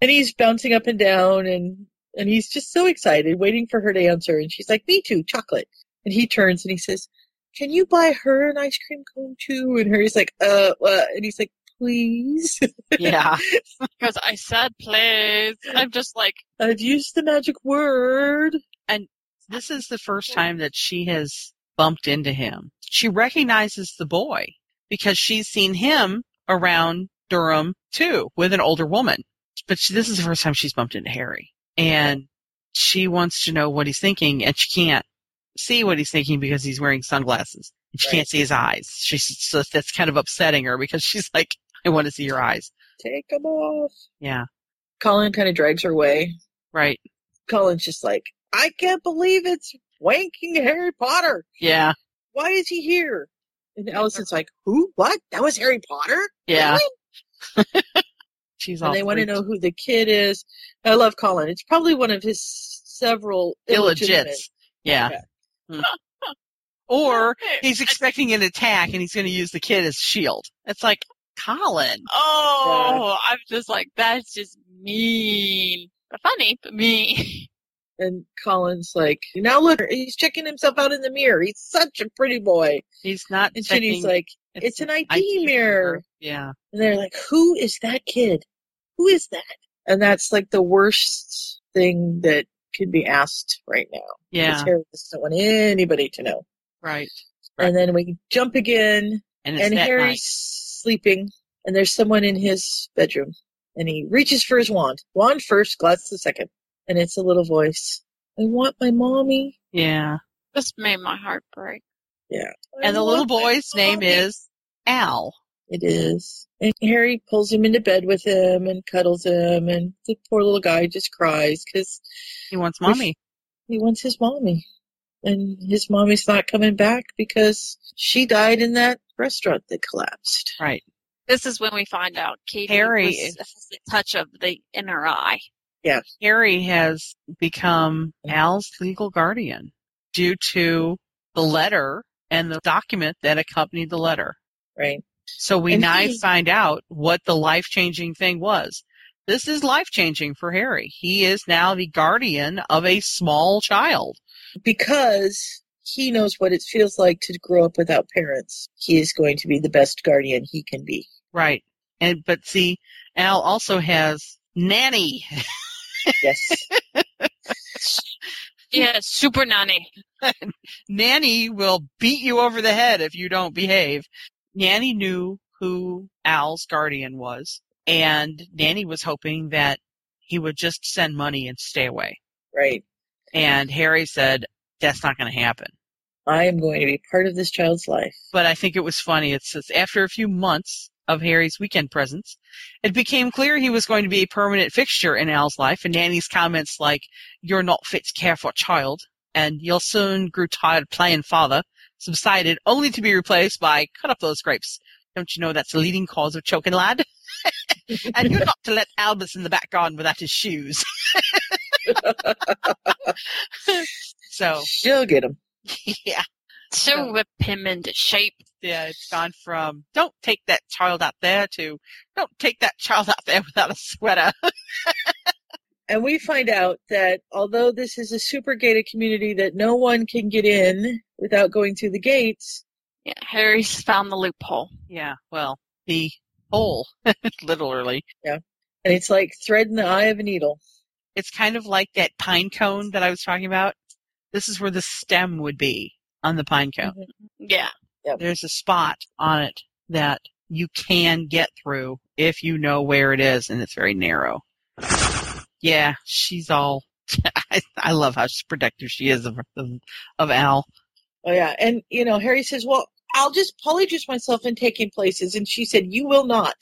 Speaker 2: And he's bouncing up and down and, and he's just so excited waiting for her to answer. And she's like, me too, chocolate. And he turns and he says, can you buy her an ice cream cone too? And Harry's like, uh, uh and he's like, please.
Speaker 1: Yeah.
Speaker 4: Because I said please. I'm just like,
Speaker 2: I've used the magic word.
Speaker 1: And this is the first time that she has bumped into him. She recognizes the boy because she's seen him around Durham too with an older woman. But she, this is the first time she's bumped into Harry. And she wants to know what he's thinking and she can't see what he's thinking because he's wearing sunglasses. And she
Speaker 2: Right.
Speaker 1: can't see his eyes. She's so that's kind of upsetting her because she's like, I want to see your eyes.
Speaker 2: Take them off.
Speaker 1: Yeah.
Speaker 2: Colin kind of drags her away.
Speaker 1: Right.
Speaker 2: Colin's just like, I can't believe it's wanking Harry Potter.
Speaker 1: Yeah.
Speaker 2: Why is he here? And Allison's like, who? What? That was Harry Potter?
Speaker 1: Yeah.
Speaker 2: Really?
Speaker 1: She's all
Speaker 2: and they want to
Speaker 1: freaked.
Speaker 2: know who the kid is. I love Colin. It's probably one of his several illegitimate.
Speaker 1: illegits. Yeah. Mm. Or he's expecting an attack and he's going to use the kid as shield. It's like, Colin.
Speaker 4: oh, I'm just like, that's just mean. But funny, but mean.
Speaker 2: And Colin's like, now look, he's checking himself out in the mirror. He's such a pretty boy.
Speaker 1: He's not.
Speaker 2: And Ginny's
Speaker 1: checking-
Speaker 2: like, it's, an ID, mirror.
Speaker 1: Yeah.
Speaker 2: And they're like, who is that kid? Who is that? And that's like the worst thing that could be asked right now.
Speaker 1: Yeah.
Speaker 2: Because Harry doesn't want anybody to know.
Speaker 1: Right.
Speaker 2: And then we jump again,
Speaker 1: And it's
Speaker 2: and,
Speaker 1: that
Speaker 2: Harry's
Speaker 1: night.
Speaker 2: sleeping, and there's someone in his bedroom, and he reaches for his wand. Wand first, glass the second. And it's a little voice. I want my mommy.
Speaker 1: Yeah.
Speaker 4: This made my heart break.
Speaker 2: Yeah.
Speaker 1: And the little boy's name is Al.
Speaker 2: It is. And Harry pulls him into bed with him and cuddles him, and the poor little guy just cries because
Speaker 1: He wants mommy.
Speaker 2: he wants his mommy. And his mommy's not coming back because she died in that restaurant that collapsed.
Speaker 1: Right.
Speaker 4: This is when we find out Katie
Speaker 1: Harry
Speaker 4: was-
Speaker 1: is-
Speaker 4: has the touch of the inner eye.
Speaker 2: Yeah.
Speaker 1: Harry has become Al's legal guardian due to the letter and the document that accompanied the letter.
Speaker 2: Right.
Speaker 1: So we
Speaker 2: And
Speaker 1: now
Speaker 2: he-
Speaker 1: find out what the life changing thing was. This is life changing for Harry. He is now the guardian of a small child.
Speaker 2: Because he knows what it feels like to grow up without parents. He is going to be the best guardian he can be.
Speaker 1: Right. And but see, Al also has nanny.
Speaker 2: Yes.
Speaker 4: Yeah, super nanny.
Speaker 1: Nanny will beat you over the head if you don't behave. Nanny knew who Al's guardian was, and Nanny was hoping that he would just send money and stay away.
Speaker 2: Right.
Speaker 1: And Harry said, That's not going to happen.
Speaker 2: I am going to be part of this child's life.
Speaker 1: But I think it was funny. It says, After a few months of Harry's weekend presence, it became clear he was going to be a permanent fixture in Al's life, and Nanny's comments like, You're not fit to care for a child, and you'll soon grew tired of playing father, subsided only to be replaced by, Cut up those grapes. Don't you know that's the leading cause of choking, lad? and you're not to let Albus in the back garden without his shoes. so,
Speaker 2: She'll get him.
Speaker 1: yeah.
Speaker 4: So whip him into shape.
Speaker 1: Yeah, it's gone from don't take that child out there to don't take that child out there without a sweater.
Speaker 2: And we find out that although this is a super gated community that no one can get in without going through the gates,
Speaker 4: Yeah, Harry's found the loophole.
Speaker 1: yeah, well, the hole, literally.
Speaker 2: Yeah. And it's like thread in the eye of a needle.
Speaker 1: It's kind of like that pine cone that I was talking about. This is where the stem would be on the pine cone.
Speaker 4: Yeah.
Speaker 1: There's a spot on it that you can get through if you know where it is, and it's very narrow. Yeah, she's all. I, I love how protective she is of, of, of Al.
Speaker 6: Oh yeah, and you know Harry says, "Well, I'll just polyjuice myself and take him places," and she said, "You will not.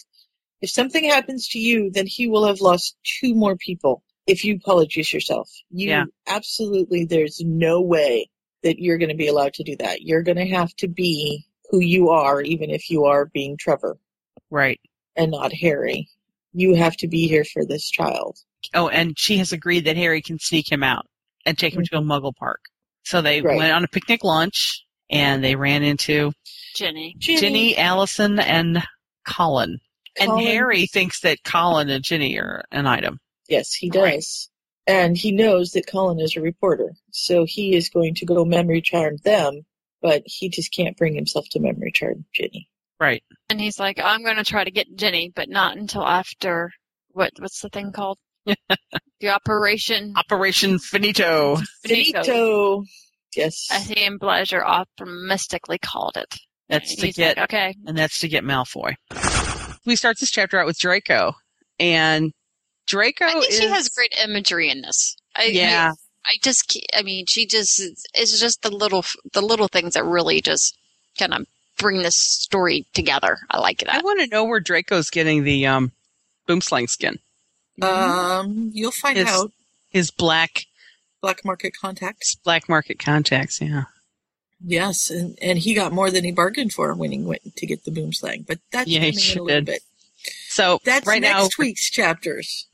Speaker 6: If something happens to you, then he will have lost two more people if you polyjuice yourself. You
Speaker 1: Yeah.
Speaker 6: absolutely, there's no way that you're going to be allowed to do that. You're going to have to be who you are, even if you are being Trevor,
Speaker 1: right,
Speaker 6: and not Harry. You have to be here for this child."
Speaker 1: Oh, and she has agreed that Harry can sneak him out and take him to a Muggle park. So they
Speaker 6: Right.
Speaker 1: went on a picnic lunch, and they ran into
Speaker 16: Jenny.
Speaker 1: Ginny, Allison, and Colin.
Speaker 6: Colin.
Speaker 1: And Harry thinks that Colin and Ginny are an item.
Speaker 6: Yes, he does. And he knows that Colin is a reporter. So he is going to go memory charm them, but he just can't bring himself to memory charm Ginny.
Speaker 1: Right.
Speaker 16: And he's like, I'm going to try to get Jenny, but not until after what? What's the thing called? the operation.
Speaker 1: Operation Finito.
Speaker 16: Finito.
Speaker 6: Yes.
Speaker 16: I see him Blazer optimistically called it.
Speaker 1: That's to
Speaker 16: He's
Speaker 1: get
Speaker 16: like, okay.
Speaker 1: and that's to get Malfoy. We start this chapter out with Draco, and Draco
Speaker 4: I think
Speaker 1: is
Speaker 4: she has great imagery in this. I,
Speaker 1: Yeah.
Speaker 4: I, I just, ca- I mean, she just it's just the little the little things that really just kind of bring this story together. I like that.
Speaker 1: I want to know where Draco's getting the um, boomslang skin.
Speaker 2: Um, you'll find
Speaker 1: his,
Speaker 2: out.
Speaker 1: his black
Speaker 2: Black market contacts.
Speaker 1: black market contacts. Yeah,
Speaker 2: Yes, and, and he got more than he bargained for when he went to get the boomslang. But that's
Speaker 1: yeah, he
Speaker 2: coming in a
Speaker 1: sure
Speaker 2: little
Speaker 1: did.
Speaker 2: bit.
Speaker 1: So
Speaker 2: That's
Speaker 1: right
Speaker 2: next
Speaker 1: now,
Speaker 2: week's chapters.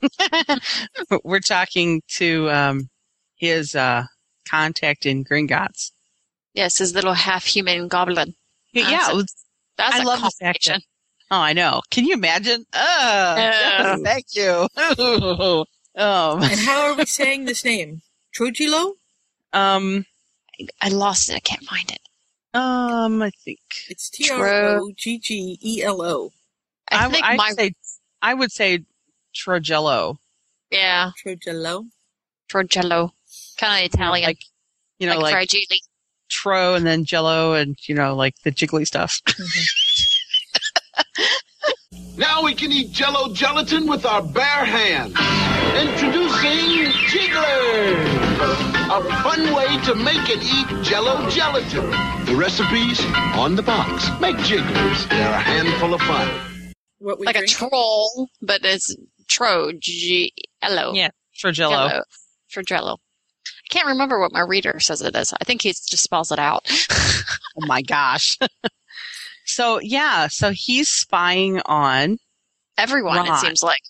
Speaker 1: we're talking to um, his uh, contact in Gringotts.
Speaker 4: Yes, his little half human goblin.
Speaker 1: Yeah, yeah, it was-
Speaker 4: that's
Speaker 1: I
Speaker 4: a
Speaker 1: love the fact that-
Speaker 4: combination.
Speaker 1: Oh, I know. Can you imagine? Uh,
Speaker 2: Yeah.
Speaker 1: thank you. um,
Speaker 2: And how are we saying this name? Trujillo?
Speaker 1: Um,
Speaker 4: I lost it. I can't find it.
Speaker 1: Um, I think
Speaker 2: it's T R O G G E L O.
Speaker 1: I, w- I'd say I would say Trogello.
Speaker 4: Yeah.
Speaker 2: Trogello.
Speaker 4: Trogello. Kind of Italian. Like,
Speaker 1: you know, like-
Speaker 4: Fragile.
Speaker 1: Tro and then Jello and you know like the jiggly stuff.
Speaker 17: Now we can eat jello gelatin with our bare hands. Introducing Jiggler, a fun way to make and eat jello gelatin. The recipes on the box. Make Jigglers. They're a handful of fun.
Speaker 4: like a troll, but it's Trogello.
Speaker 1: Yeah, Trogello.
Speaker 4: Jello. Trogello. I can't remember what my reader says it is. I think he just spells it out.
Speaker 1: oh my gosh. so yeah, so he's spying on
Speaker 4: everyone. it
Speaker 1: Ron.
Speaker 4: seems like.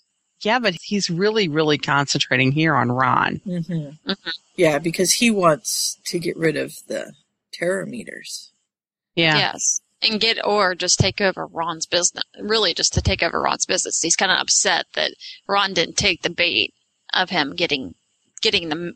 Speaker 1: Yeah, but he's really really concentrating here on Ron.
Speaker 2: Mm-hmm. Yeah, because he wants to get rid of the terror meters.
Speaker 1: Yeah.
Speaker 4: Yes. And get or just take over Ron's business. Really, just to take over Ron's business. He's kind of upset that Ron didn't take the bait of him getting, getting the,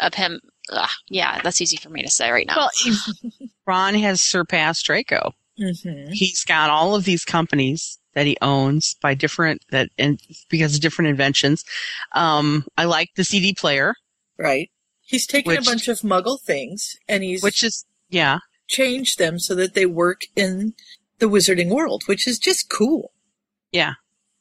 Speaker 4: of him. Ugh, yeah, that's easy for me to say right now.
Speaker 1: Well, he- Ron has surpassed Draco.
Speaker 2: Mm-hmm.
Speaker 1: He's got all of these companies that he owns by different that and because of different inventions. Um, I like the CD player.
Speaker 2: Right. He's taken
Speaker 1: Which-
Speaker 2: a bunch of Muggle things and he's
Speaker 1: which is yeah
Speaker 2: changed them so that they work in the wizarding world, which is just cool.
Speaker 1: Yeah.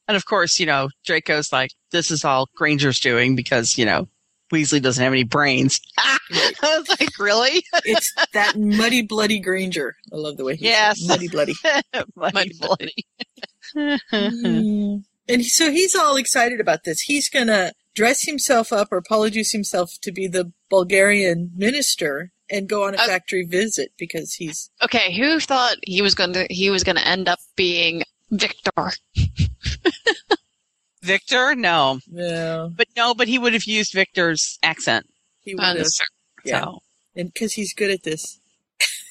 Speaker 1: And of course, you know, Draco's like, this is all Granger's doing because, you know, Weasley doesn't have any brains. I was like, really?
Speaker 2: it's that muddy bloody Granger. I love the way he
Speaker 1: Yes.
Speaker 2: said muddy bloody.
Speaker 1: muddy bloody.
Speaker 2: Mm. And he- so he's all excited about this. He's going to dress himself up or polyjuice himself to be the Bulgarian minister and go
Speaker 1: Uh,
Speaker 2: on a factory visit because he's
Speaker 4: Okay, who thought he was going to he was going to end up being Victor?
Speaker 1: Victor? No.
Speaker 2: Yeah.
Speaker 1: But no, but he would have used Victor's accent.
Speaker 2: he would have, yeah,
Speaker 1: So,
Speaker 2: and because he's good at this.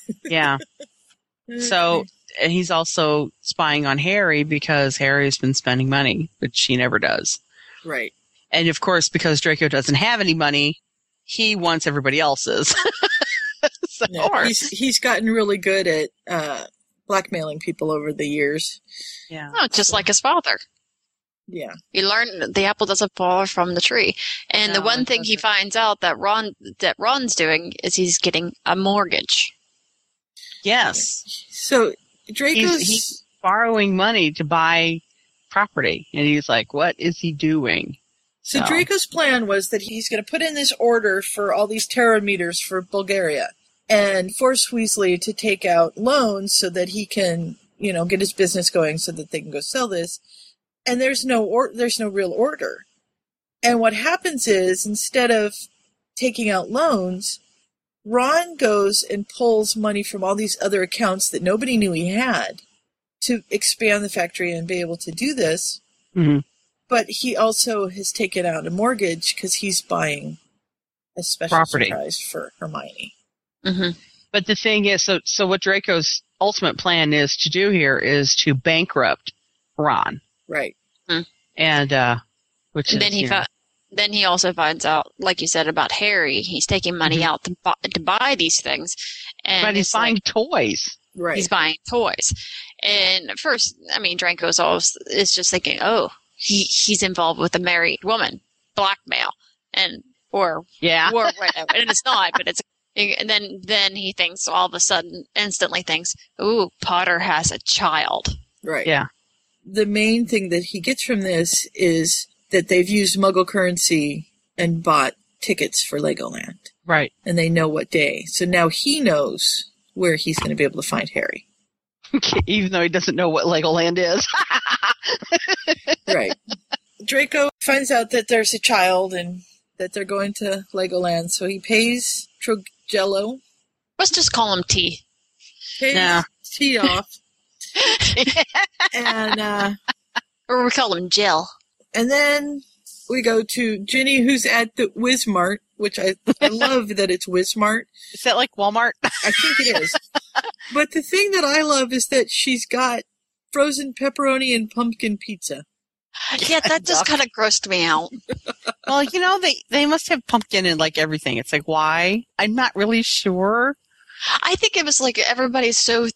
Speaker 2: Mm,
Speaker 1: yeah. so and he's also spying on Harry because Harry's been spending money, which she never does.
Speaker 2: Right.
Speaker 1: And of course, because Draco doesn't have any money, he wants everybody else's. so,
Speaker 2: No, he's he's gotten really good at uh, blackmailing people over the years.
Speaker 1: Yeah.
Speaker 4: Oh, just like his father.
Speaker 2: Yeah.
Speaker 4: You learn the apple doesn't fall from the tree. And the one thing he finds out that Ron that Ron's doing is he's getting a mortgage.
Speaker 1: Yes.
Speaker 2: So Draco's
Speaker 1: he's, he's borrowing money to buy property, and he's like, "What is he doing?"
Speaker 2: So Draco's plan was that he's going to put in this order for all these terra meters for Bulgaria and force Weasley to take out loans so that he can, you know, get his business going so that they can go sell this. And there's no or- there's no real order. And what happens is instead of taking out loans, Ron goes and pulls money from all these other accounts that nobody knew he had to expand the factory and be able to do this
Speaker 1: Mhm.
Speaker 2: but he also has taken out a mortgage because he's buying a special
Speaker 1: Property.
Speaker 2: surprise for Hermione.
Speaker 4: Mm-hmm.
Speaker 1: But the thing is, so so what Draco's ultimate plan is to do here is to bankrupt Ron,
Speaker 2: Right.
Speaker 1: and uh, which
Speaker 4: And
Speaker 1: is,
Speaker 4: then he
Speaker 1: you know,
Speaker 4: fi- then he also finds out, like you said about Harry, he's taking money out to buy, to buy these things, and
Speaker 1: Mm-hmm. But he's
Speaker 4: it's
Speaker 1: buying
Speaker 4: like-
Speaker 1: toys.
Speaker 2: Right.
Speaker 4: He's buying toys, and at first, I mean, Draco's always is just thinking, oh, he he's involved with a married woman, blackmail, and or
Speaker 1: yeah,
Speaker 4: or whatever, and it's not, but it's. And then, then he thinks all of a sudden, instantly thinks, "Ooh, Potter has a child."
Speaker 2: Right.
Speaker 1: Yeah.
Speaker 2: The main thing that he gets from this is that they've used Muggle currency and bought tickets for Legoland,
Speaker 1: right?
Speaker 2: and they know what day. So now he knows where he's going to be able to find Harry.
Speaker 1: Even though he doesn't know what Legoland is.
Speaker 2: right. Draco finds out that there's a child and that they're going to Legoland, so he pays Trogello.
Speaker 4: Let's just call him T.
Speaker 2: Pays
Speaker 4: No.
Speaker 2: T off. and uh,
Speaker 4: or we call him Jill.
Speaker 2: And then we go to Ginny, who's at the Wismart, which I, I love that it's Wismart.
Speaker 1: Is that like Walmart? I
Speaker 2: think it is. but the thing that I love is that she's got frozen pepperoni and pumpkin pizza.
Speaker 4: Yeah, that just kind of grossed me out.
Speaker 1: well, you know they they must have pumpkin in like everything. It's like why? I'm not really sure.
Speaker 4: I think it was like everybody's so th-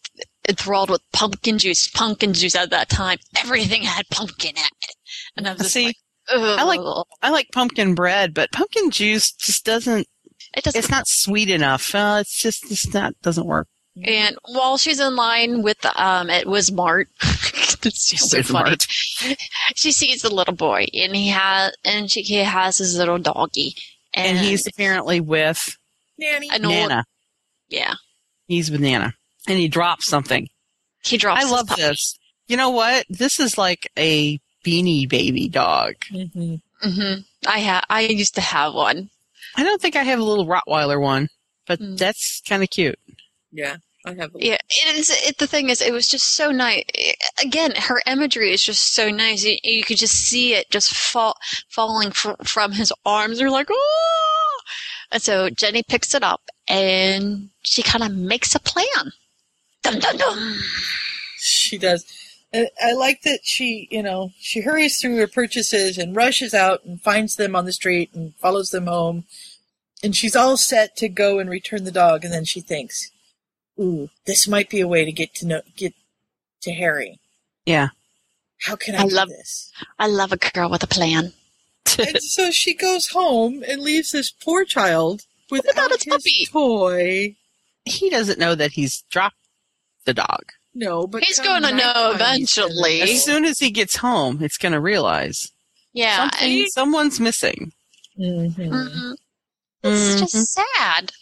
Speaker 4: enthralled with pumpkin juice, pumpkin juice at that time. Everything had pumpkin in it. And I was just
Speaker 1: See,
Speaker 4: Ugh.
Speaker 1: I like I like pumpkin bread, but pumpkin juice just doesn't.
Speaker 4: It doesn't.
Speaker 1: It's not sweet enough. Uh, it's just it's not doesn't work.
Speaker 4: And while she's in line with um, it was Mart. it's just so funny. She sees the little boy, and he has, and she he has his little doggy,
Speaker 1: And, he's apparently with
Speaker 2: Nanny.
Speaker 4: An old-
Speaker 1: Nana.
Speaker 4: yeah,
Speaker 1: He's with Nana, and he drops something.
Speaker 4: He drops.
Speaker 1: I love this. You know what? This is like a beanie baby dog.
Speaker 2: Mm-hmm.
Speaker 4: hmm I ha- I used to have one.
Speaker 1: I don't think I have a little Rottweiler one, but that's kind of cute.
Speaker 2: Yeah, I have. A
Speaker 4: Yeah, it is. It, the thing is, it was just so nice. Again, her imagery is just so nice. You, you could just see it just fall, falling fr- from his arms. You're like, oh! And so Jenny picks it up and she kind of makes a plan. Dum dum dum.
Speaker 2: She does. I, I like that she, you know, she hurries through her purchases and rushes out and finds them on the street and follows them home. And she's all set to go and return the dog, and then she thinks, "Ooh, this might be a way to get to know get to Harry.
Speaker 1: Yeah.
Speaker 2: How can I,
Speaker 4: I
Speaker 2: do
Speaker 4: love
Speaker 2: this?"
Speaker 4: I love a girl with a plan.
Speaker 2: and so she goes home and leaves this poor child without his toy.
Speaker 1: He doesn't know that he's dropped the dog.
Speaker 2: No, but
Speaker 4: He's
Speaker 2: come
Speaker 4: gonna know
Speaker 2: nighttime, he's gonna
Speaker 4: eventually.
Speaker 2: know.
Speaker 1: As soon as he gets home, it's going to realize
Speaker 4: Yeah,
Speaker 1: something, someone's missing.
Speaker 2: Mm-hmm.
Speaker 4: Mhm.
Speaker 1: Mm-hmm.
Speaker 4: It's just sad.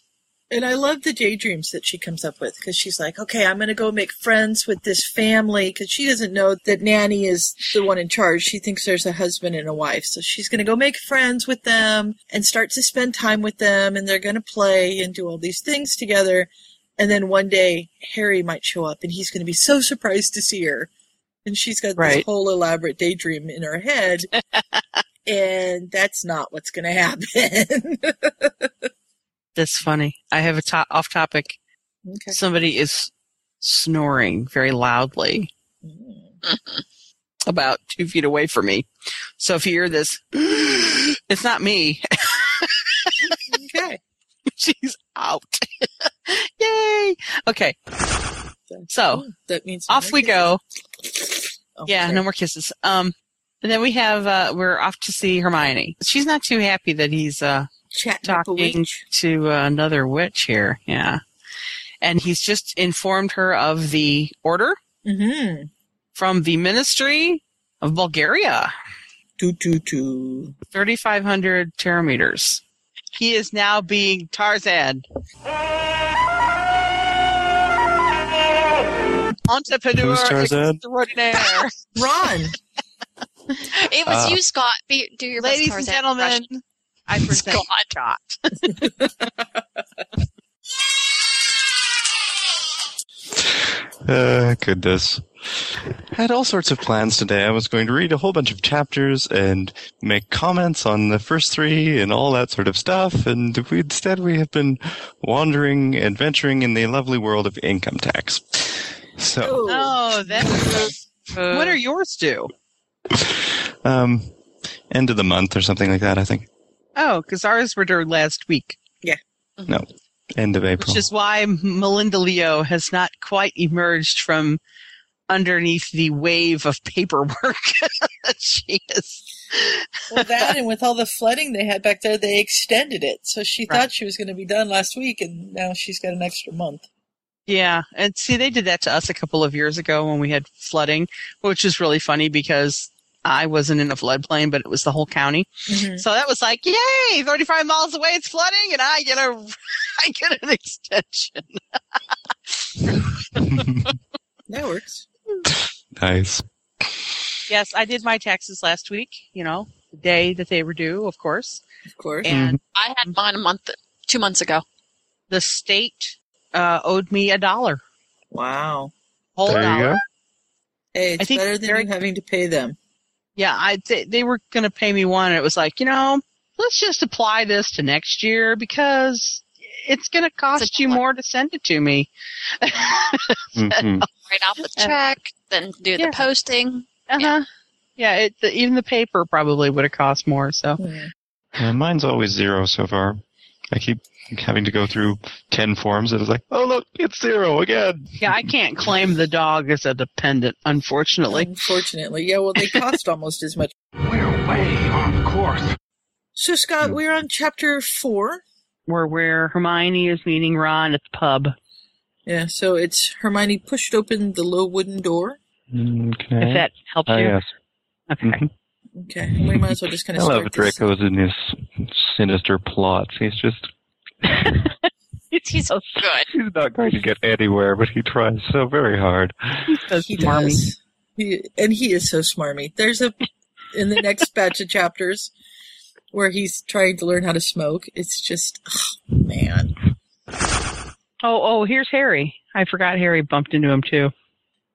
Speaker 2: And I love the daydreams that she comes up with because she's like, okay, I'm going to go make friends with this family because she doesn't know that Nanny is the one in charge. She thinks there's a husband and a wife. So she's going to go make friends with them and start to spend time with them and they're going to play and do all these things together. And then one day Harry might show up and he's going to be so surprised to see her. And she's got this
Speaker 1: Right.
Speaker 2: whole elaborate daydream in her head. and that's not what's going to happen.
Speaker 1: That's funny. I have a to- off topic. Somebody is snoring very loudly
Speaker 2: Mm.
Speaker 1: about two feet away from me. So if you hear this, it's not me.
Speaker 2: okay.
Speaker 1: She's out. Yay. Okay. So
Speaker 2: that means Oh,
Speaker 1: off we go. yeah,
Speaker 2: sorry.
Speaker 1: no more kisses. Um, and then we have uh, we're off to see Hermione. She's not too happy that he's uh
Speaker 2: Chatting up a
Speaker 1: talking to uh, another witch here. Yeah, and he's just informed her of the order
Speaker 2: Mm-hmm.
Speaker 1: from the Ministry of Bulgaria.
Speaker 2: Two, two, two.
Speaker 1: 3,500 terameters. He is now being Tarzan. Entrepreneur
Speaker 17: Who's Tarzan?
Speaker 1: extraordinaire.
Speaker 2: Ron.
Speaker 4: It was
Speaker 17: Uh,
Speaker 4: you, Scott. Be, do your
Speaker 1: Ladies
Speaker 4: best
Speaker 1: and
Speaker 4: Tarzan
Speaker 1: gentlemen,
Speaker 4: impression.
Speaker 1: I present
Speaker 4: Scott.
Speaker 17: Uh, goodness. I had all sorts of plans today. I was going to read a whole bunch of chapters and make comments on the first three and all that sort of stuff, and we, instead we have been wandering, adventuring in the lovely world of income tax. So,
Speaker 1: No,
Speaker 2: Oh,
Speaker 1: that's. what are yours due?
Speaker 17: um, end of the month or something like that, I think.
Speaker 1: Oh, because ours were due last week.
Speaker 2: Yeah.
Speaker 17: No, end of April.
Speaker 1: Which is why Melinda Leo has not quite emerged from underneath the wave of paperwork that she is.
Speaker 2: Well, that and with all the flooding they had back there, they extended it. So she thought she was going to be done last week, and now she's got an extra month.
Speaker 1: Yeah, and see, they did that to us a couple of years ago when we had flooding, which is really funny because I wasn't in a floodplain, but it was the whole county.
Speaker 2: Mm-hmm.
Speaker 1: So that was like, yay, 35 miles away, it's flooding, and I get a, I get an extension.
Speaker 2: That works.
Speaker 17: Nice.
Speaker 1: Yes, I did my taxes last week, you know, the day that they were due, of course.
Speaker 2: Of course.
Speaker 1: And
Speaker 4: I had mine a month, two months ago.
Speaker 1: the state uh, owed me a dollar.
Speaker 2: Wow.
Speaker 1: Whole dollar.
Speaker 2: Hey, it's
Speaker 1: think
Speaker 2: better than you having to pay them.
Speaker 1: Yeah, I they, they were going to pay me one, and it was like, you know, let's just apply this to next year because it's going to cost you more to send it to me.
Speaker 17: Mm-hmm.
Speaker 4: Right off the check, then do the posting.
Speaker 1: Uh huh. Yeah, it, the, even the paper probably would have cost more. So
Speaker 17: Yeah, mine's always zero so far. I keep having to go through 10 forms, and it's like, oh, look, it's zero again.
Speaker 1: yeah, I can't claim the dog as a dependent, unfortunately.
Speaker 2: Unfortunately, yeah. Well, they cost almost as much.
Speaker 18: Of course.
Speaker 2: So Scott, we're on chapter four.
Speaker 1: We're where Hermione is meeting Ron at the pub.
Speaker 2: Yeah. So it's Hermione pushed open the low wooden door.
Speaker 17: Okay.
Speaker 2: If that helps
Speaker 17: Ah,
Speaker 2: you.
Speaker 17: Yes. Mm-hmm.
Speaker 1: Okay.
Speaker 2: Okay. We might as well just kind of
Speaker 17: I
Speaker 2: start
Speaker 17: love
Speaker 2: this.
Speaker 17: Draco's in his sinister plots. He's just
Speaker 4: He's
Speaker 17: Oh,
Speaker 4: so good.
Speaker 17: he's not going to get anywhere, but he tries so very hard.
Speaker 2: he does. He, and he is so smarmy. There's a in the next batch of chapters where he's trying to learn how to smoke. It's just oh, man.
Speaker 1: Oh, oh, here's Harry. I forgot Harry bumped into him too.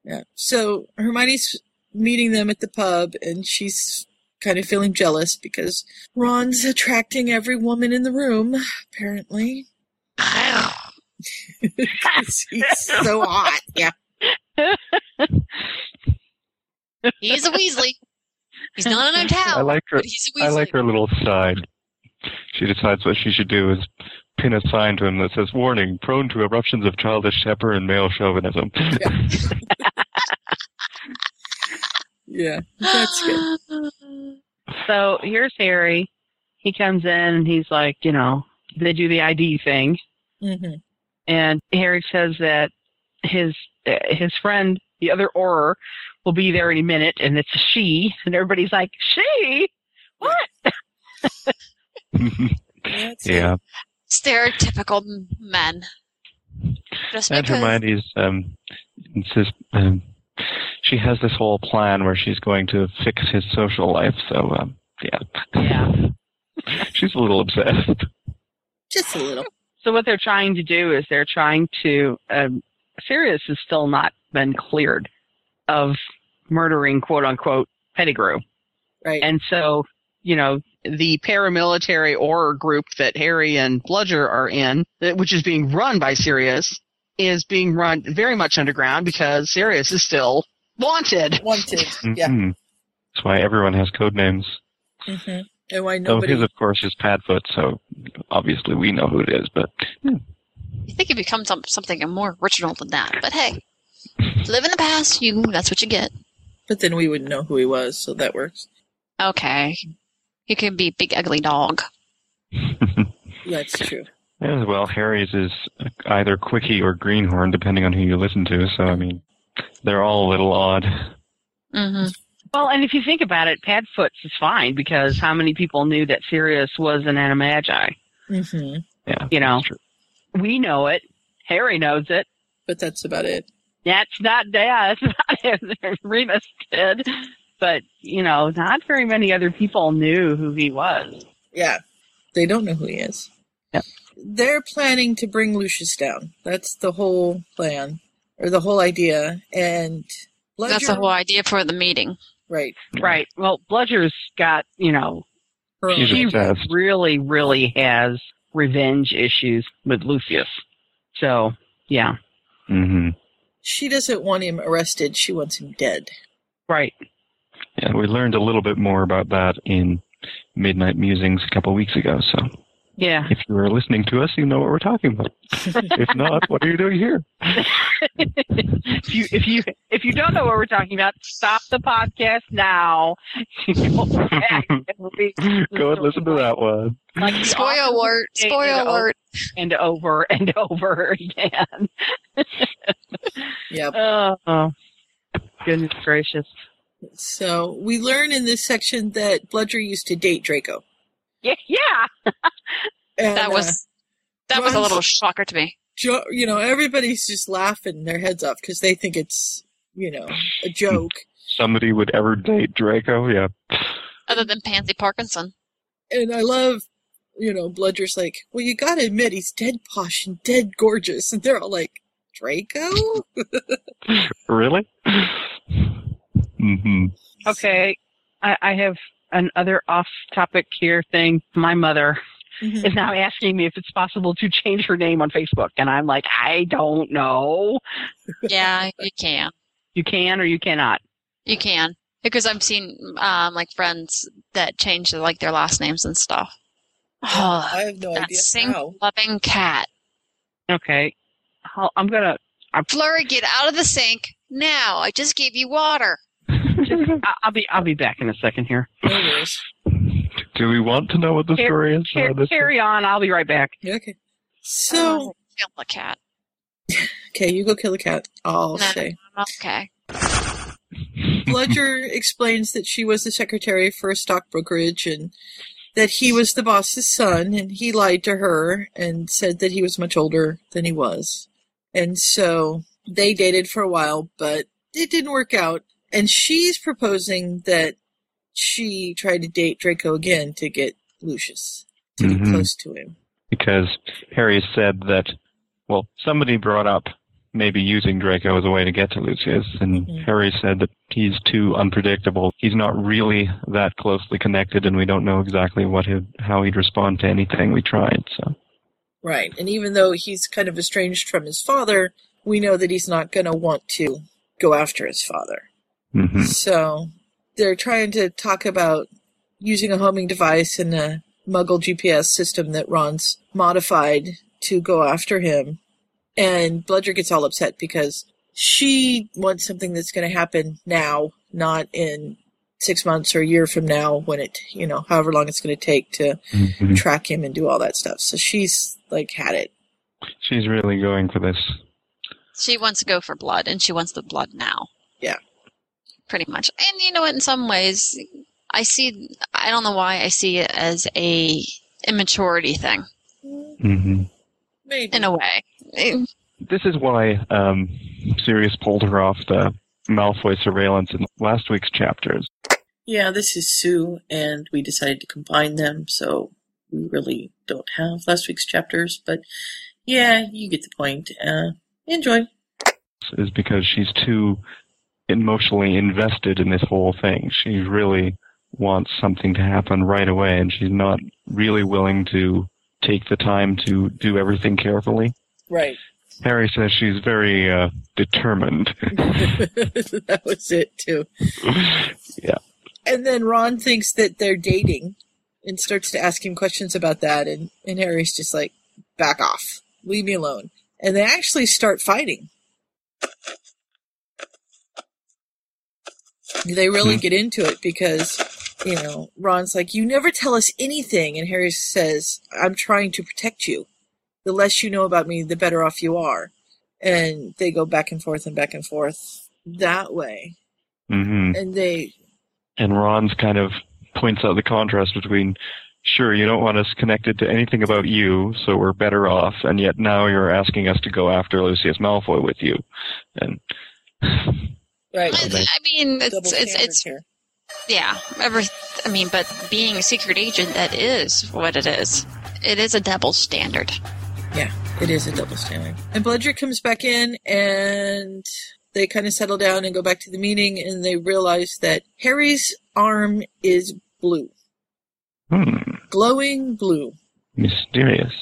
Speaker 2: Yeah. So Hermione's meeting them at the pub, and she's kind of feeling jealous because Ron's attracting every woman in the room. Apparently, he's so hot. Yeah.
Speaker 4: He's a Weasley. He's not an O'Tow.
Speaker 1: Oh.
Speaker 17: I like her.
Speaker 4: but he's a Weasley.
Speaker 17: I like her little sign. She decides what she should do is pin a sign to him that says "Warning: Prone to eruptions of childish temper and male chauvinism."
Speaker 2: Yeah, that's
Speaker 4: good.
Speaker 1: So here's Harry. He comes in and he's like, you know, they do the ID thing,
Speaker 2: Mm-hmm.
Speaker 1: and Harry says that his uh, his friend, the other Auror, will be there any minute, and it's a she, and everybody's like, she. What?
Speaker 17: yeah,
Speaker 4: Stereotypical m- men. Just
Speaker 17: and
Speaker 4: because
Speaker 17: Hermione's um, insists, um, she has this whole plan where she's going to fix his social life. So um, yeah,
Speaker 1: yeah,
Speaker 17: she's a little obsessed.
Speaker 2: Just a little.
Speaker 1: So what they're trying to do is they're trying to. Um, Sirius has still not been cleared of murdering, quote unquote, Pettigrew.
Speaker 2: Right.
Speaker 1: And so, you know, the paramilitary or group that Harry and Bludger are in, that, which is being run by Sirius, is being run very much underground because Sirius is still wanted.
Speaker 2: Wanted. Yeah.
Speaker 17: Mhm. That's why everyone has code names.
Speaker 2: Mm-hmm. And why
Speaker 17: Oh,
Speaker 2: nobody?
Speaker 17: his, of course, is Padfoot, so obviously we know who it is, but
Speaker 4: you think it becomes some, something more original than that. But hey, live in the past. You that's what you get.
Speaker 2: But then we wouldn't know who he was, so that works.
Speaker 4: Okay, you can be big ugly dog.
Speaker 2: That's true.
Speaker 17: Yeah, well, Harry's is either Quickie or Greenhorn, depending on who you listen to. So, I mean, they're all a little odd.
Speaker 8: Mm-hmm. Well, and if you think about it, Padfoot's is fine because how many people knew that Sirius was an animagi?
Speaker 2: Mm-hmm.
Speaker 17: Yeah,
Speaker 8: you know, we know it. Harry knows it.
Speaker 2: But that's about it.
Speaker 8: That's not yeah, that's not him. Remus did, but you know, not very many other people knew who he was.
Speaker 2: Yeah, they don't know who he is.
Speaker 8: Yep.
Speaker 2: They're planning to bring Lucius down. That's the whole plan, or the whole idea. And Ledger,
Speaker 4: That's the whole idea for the meeting.
Speaker 2: right.
Speaker 8: Right. Well, Bludger's got you know,
Speaker 2: She's
Speaker 8: she
Speaker 2: obsessed.
Speaker 8: really, really has revenge issues with Lucius. So yeah,
Speaker 17: Mm-hmm.
Speaker 2: She doesn't want him arrested. She wants him dead.
Speaker 8: Right.
Speaker 17: Yeah, we learned a little bit more about that in Midnight Musings a couple weeks ago. So,
Speaker 8: yeah.
Speaker 17: if you are listening to us, you know what we're talking about. if not, what are you doing here?
Speaker 8: if you if you if you don't know what we're talking about, stop the podcast now. Go back and read the
Speaker 17: Go and listen to that one.
Speaker 8: Like the
Speaker 4: Spoil
Speaker 8: author
Speaker 4: alert,
Speaker 8: would say
Speaker 4: spoil
Speaker 8: and o-
Speaker 4: alert.
Speaker 8: And over and over again.
Speaker 2: Yep.
Speaker 8: Oh, goodness gracious.
Speaker 2: So we learn in this section that Bludger used to date Draco.
Speaker 8: Yeah, yeah.
Speaker 4: that
Speaker 2: uh,
Speaker 4: was that was a
Speaker 2: Ron's-
Speaker 4: little shocker to me.
Speaker 2: jo- you know, everybody's just laughing their heads off because they think it's, you know, a joke.
Speaker 17: Somebody would ever date Draco? Yeah.
Speaker 4: Other than Pansy Parkinson.
Speaker 2: And I love, you know, Bludger's like, well, you gotta admit he's dead posh and dead gorgeous. And they're all like, Draco?
Speaker 17: Really? hmm
Speaker 8: Okay. I, I have another off topic here thing. My mother
Speaker 2: Mhm.
Speaker 8: is now asking me if it's possible to change her name on Facebook. And I'm like, I don't know.
Speaker 4: Yeah, you can.
Speaker 8: You can or you cannot.
Speaker 4: You can. Because I've seen um, like friends that change like their last names and stuff. Oh,
Speaker 2: I have no
Speaker 4: that
Speaker 2: idea
Speaker 4: sink loving cat.
Speaker 8: Okay. I'll, I'm going to. I'm
Speaker 4: Flurry, get out of the sink now. I just gave you water.
Speaker 8: just, I- I'll be I'll be back in a second here.
Speaker 17: Do we want to know what the
Speaker 8: Car-
Speaker 17: story is?
Speaker 8: car-
Speaker 17: Uh, this-
Speaker 8: carry on. I'll be right back.
Speaker 2: Okay.
Speaker 8: Oh.
Speaker 2: So,
Speaker 4: Kill the cat.
Speaker 2: okay, you go kill the cat. I'll say.
Speaker 4: Okay.
Speaker 2: Bludger explains that she was the secretary for a stock brokerage and that he was the boss's son, and he lied to her and said that he was much older than he was. And so they dated for a while, but it didn't work out. And she's proposing that she try to date Draco again to get Lucius to get
Speaker 17: Mhm.
Speaker 2: close to him.
Speaker 17: because Harry said that, well, somebody brought up maybe using Draco as a way to get to Lucius, and
Speaker 8: Mm-hmm.
Speaker 17: Harry said that he's too unpredictable. He's not really that closely connected, and we don't know exactly what he'd, how he'd respond to anything we tried. So,
Speaker 2: Right. And even though he's kind of estranged from his father, we know that he's not going to want to go after his father.
Speaker 17: Hmm.
Speaker 2: So they're trying to talk about using a homing device and a muggle GPS system that Ron's modified to go after him. And Bludger gets all upset because she wants something that's going to happen now, not in six months or a year from now when it, you know, however long it's going to take to
Speaker 17: Mm-hmm. Hmm.
Speaker 2: track him and do all that stuff. So she's like had it.
Speaker 17: she's really going for this.
Speaker 4: She wants to go for blood, and she wants the blood now.
Speaker 2: Yeah.
Speaker 4: Pretty much. And you know what? In some ways, I see, I don't know why I see it as a immaturity thing
Speaker 17: hmm
Speaker 2: Maybe.
Speaker 4: in a way. It-
Speaker 17: This is why um, Sirius pulled her off the Malfoy surveillance in last week's chapters.
Speaker 2: Yeah, this is Sue, and we decided to combine them, so we really don't have last week's chapters, but yeah, you get the point. Uh, enjoy.
Speaker 17: is because she's too emotionally invested in this whole thing. She really wants something to happen right away, and she's not really willing to take the time to do everything carefully.
Speaker 2: Right.
Speaker 17: Harry says she's very uh, determined.
Speaker 2: that was it, too.
Speaker 17: Mm-hmm. yeah.
Speaker 2: And then Ron thinks that they're dating and starts to ask him questions about that, and, and Harry's just like, back off, leave me alone. And they actually start fighting. They really
Speaker 19: Hmm.
Speaker 2: get into it because, you know, Ron's like, You never tell us anything. And Harry says, I'm trying to protect you. the less you know about me, the better off you are. And they go back and forth and back and forth that way.
Speaker 17: hmm
Speaker 2: And they,
Speaker 17: And Ron's kind of points out the contrast between, sure, you don't want us connected to anything about you, so we're better off, and yet now you're asking us to go after Lucius Malfoy with you. And
Speaker 2: right.
Speaker 17: Okay.
Speaker 4: I mean, it's it's it's yeah. Every I mean, but being a secret agent, that is what it is. It is a double standard.
Speaker 2: yeah, it is a double standard. And Bledger comes back in and they kind of settle down and go back to the meeting and they realize that Harry's arm is blue,
Speaker 17: Hmm,
Speaker 2: glowing blue.
Speaker 17: mysterious.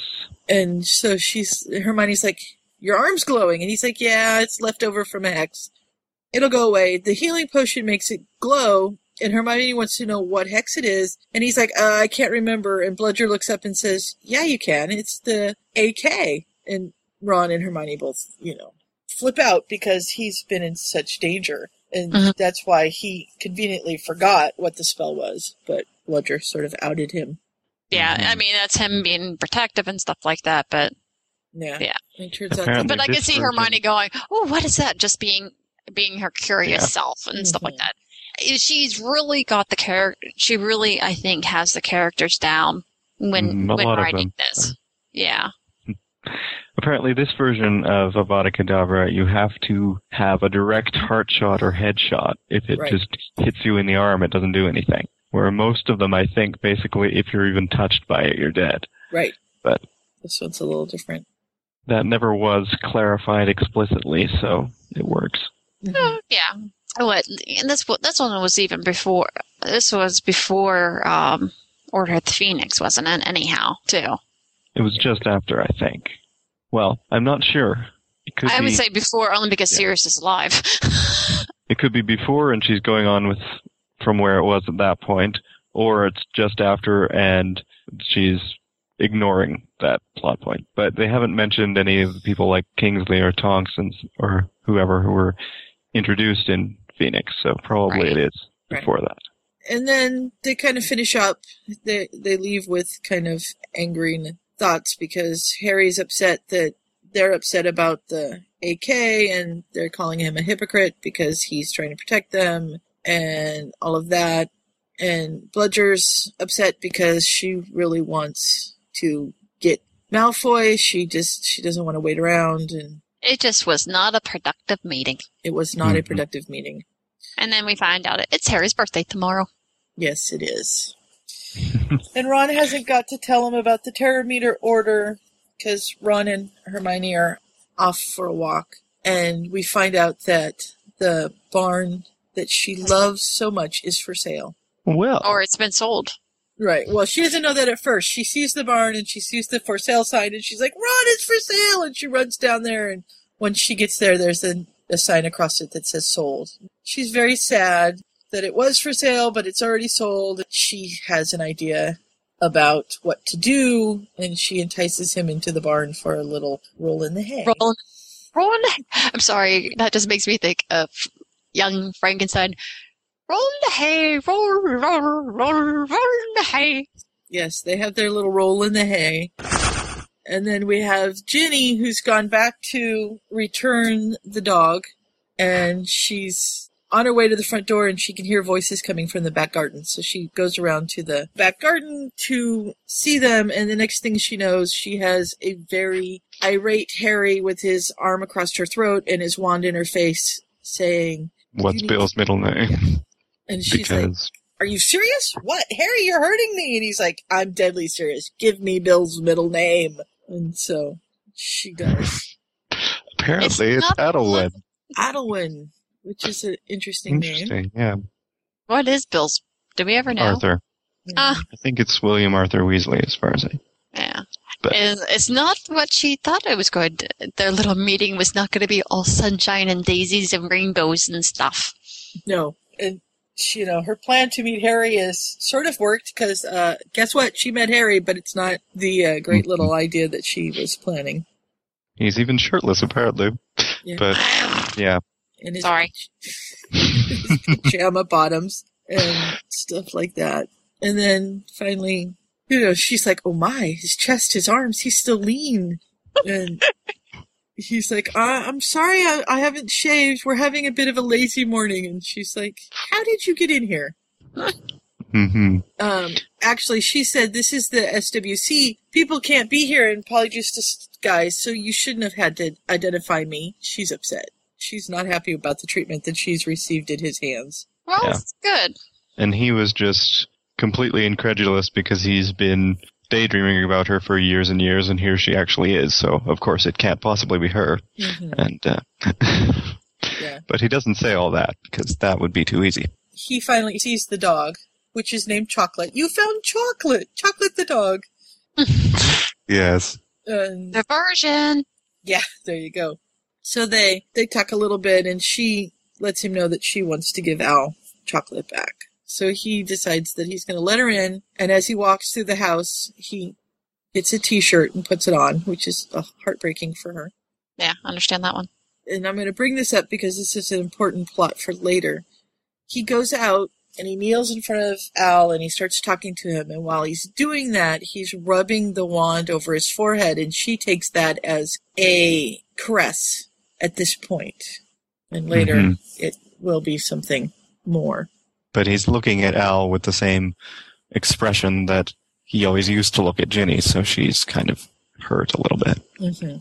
Speaker 2: And so she's Hermione's like, "Your arm's glowing," and he's like, "Yeah, it's left over from a hex. It'll go away. The healing potion makes it glow." And Hermione wants to know what hex it is, and he's like, uh, "I can't remember." And Bludger looks up and says, "Yeah, you can. It's the AK." And Ron and Hermione both, you know, flip out because he's been in such danger, and
Speaker 20: Mhm.
Speaker 2: that's why he conveniently forgot what the spell was. But Bludger sort of outed him.
Speaker 4: Yeah,
Speaker 17: Mm-hmm.
Speaker 4: I mean that's him being protective and stuff like that. But
Speaker 2: Yeah,
Speaker 4: yeah,
Speaker 2: It turns out
Speaker 4: but I can see Hermione going, "Oh, what is that?" Just being being her curious
Speaker 2: Yeah.
Speaker 4: self and stuff like that. She's really got the character. She really, I think, has the characters down when
Speaker 17: Mm, a
Speaker 4: when
Speaker 17: lot of
Speaker 4: writing
Speaker 17: them.
Speaker 4: this. Yeah.
Speaker 17: Apparently, this version of Avada Kedavra, you have to have a direct heart shot or head shot. If it
Speaker 2: Right.
Speaker 17: just hits you in the arm, it doesn't do anything. Where most of them, I think, basically, if you're even touched by it, you're dead.
Speaker 2: right.
Speaker 17: But
Speaker 2: This one's a little different.
Speaker 17: that never was clarified explicitly, so it works.
Speaker 4: Oh, yeah. What? And that's what. That's one was even before. This was before um, Order of the Phoenix, wasn't it? Anyhow, too.
Speaker 17: It was just after, I think. Well, I'm not sure. It could
Speaker 4: I
Speaker 17: be,
Speaker 4: would say before, only because Sirius is alive.
Speaker 17: it could be before, and she's going on with from where it was at that point, or it's just after, and she's ignoring that plot point. But they haven't mentioned any of the people like Kingsley or Tonkson's or whoever who were introduced in Phoenix. So probably it is
Speaker 2: Right.
Speaker 17: before that.
Speaker 2: and then they kind of finish up. They they leave with kind of angry thoughts because Harry's upset that they're upset about the AK and they're calling him a hypocrite because he's trying to protect them and all of that. And Bludger's upset because she really wants to get Malfoy. She just she doesn't want to wait around and
Speaker 4: it just was not a productive meeting.
Speaker 2: it was not a productive meeting.
Speaker 4: And then we find out it- it's Harry's birthday tomorrow.
Speaker 2: Yes, it is. And Ron hasn't got to tell him about the terror meter order because Ron and Hermione are off for a walk. And we find out that the barn that she loves so much is for sale.
Speaker 17: Well,
Speaker 4: or it's been sold.
Speaker 2: Right. Well, she doesn't know that at first. She sees the barn and she sees the for sale sign and she's like, Ron, it's for sale. And she runs down there. And once she gets there, there's a, a sign across it that says sold. She's very sad that it was for sale, but it's already sold. She has an idea about what to do and she entices him into the barn for a little roll in the hay.
Speaker 4: Roll, roll. in the- I'm sorry, that just makes me think of young Frankenstein. Roll in the hay, roll, roll, roll, roll in the hay.
Speaker 2: Yes, they have their little roll in the hay. And then we have Ginny, who's gone back to return the dog, and she's on her way to the front door, and she can hear voices coming from the back garden. So she goes around to the back garden to see them, and the next thing she knows, she has a very irate Harry with his arm across her throat and his wand in her face, saying,
Speaker 17: What's Bill's middle name?
Speaker 2: and she's like,
Speaker 17: because
Speaker 2: are you serious? What? Harry, you're hurting me. And he's like, I'm deadly serious. Give me Bill's middle name. And so she does.
Speaker 17: apparently it's,
Speaker 2: not-
Speaker 17: Adelwood.
Speaker 2: Adelwyn, which is an interesting, name.
Speaker 17: Interesting, yeah.
Speaker 4: What is Bill's? Do we ever know?
Speaker 17: Arthur.
Speaker 4: Ah,
Speaker 17: I think it's William Arthur Weasley, as far as I.
Speaker 4: yeah.
Speaker 17: But-
Speaker 4: It's it's not what she thought it was going to. Their little meeting was not going to be all sunshine and daisies and rainbows and stuff.
Speaker 2: No. And, she, you know, her plan to meet Harry is sort of worked because, uh, guess what? She met Harry, but it's not the uh, great little idea that she was planning.
Speaker 17: He's even shirtless, apparently.
Speaker 2: Yeah.
Speaker 17: But yeah,
Speaker 2: and his sorry pajama bottoms and stuff like that and then finally you know she's like oh my his chest his arms he's still lean and he's like, I- I'm sorry I-, I haven't shaved. We're having a bit of a lazy morning. And she's like, How did you get in here?
Speaker 17: Mm-hmm.
Speaker 2: Um, actually, she said, This is the SWC. People can't be here in Polyjustice guys, so you shouldn't have had to identify me. She's upset. She's not happy about the treatment that she's received at his hands.
Speaker 4: Well,
Speaker 17: Yeah.
Speaker 4: it's good.
Speaker 17: And he was just completely incredulous because he's been daydreaming about her for years and years, and here she actually is. So of course it can't possibly be her. And uh, but he doesn't say all that because that would be too easy.
Speaker 2: He finally sees the dog, which is named Chocolate. You found Chocolate! Chocolate the dog!
Speaker 17: Yes.
Speaker 2: Um,
Speaker 4: Diversion.
Speaker 2: Yeah, there you go. So they they talk a little bit, and she lets him know that she wants to give Al chocolate back. So he decides that he's going to let her in, and as he walks through the house, he gets a T-shirt and puts it on, which is uh, heartbreaking for her.
Speaker 4: Yeah, I understand that one.
Speaker 2: And I'm going to bring this up because this is an important plot for later. He goes out and he kneels in front of Al and he starts talking to him. And while he's doing that, he's rubbing the wand over his forehead, and she takes that as a caress at this point. And later,
Speaker 17: Mhm.
Speaker 2: it will be something more.
Speaker 17: But he's looking at Al with the same expression that he always used to look at Ginny, so she's kind of hurt a little bit.
Speaker 2: hmm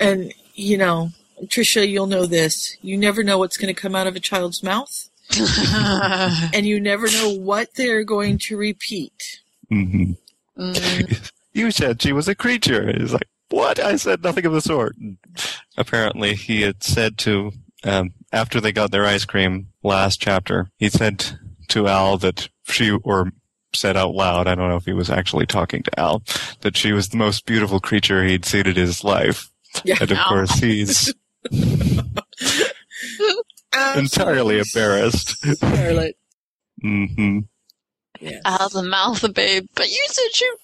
Speaker 2: And, you know, Tricia, you'll know this. You never know what's going to come out of a child's mouth. and you never know what they're going to repeat.
Speaker 17: hmm
Speaker 4: Mm.
Speaker 17: you said she was a creature. And He's like, what? I said nothing of the sort. Apparently, he had said to, um, after they got their ice cream last chapter, he said to Al that she, or said out loud, I don't know if he was actually talking to Al, that she was the most beautiful creature he'd seen in his life.
Speaker 2: Yeah.
Speaker 17: And of course, he's entirely embarrassed.
Speaker 2: Charlotte.
Speaker 17: hmm
Speaker 4: Out of the mouth of babe, but you said you.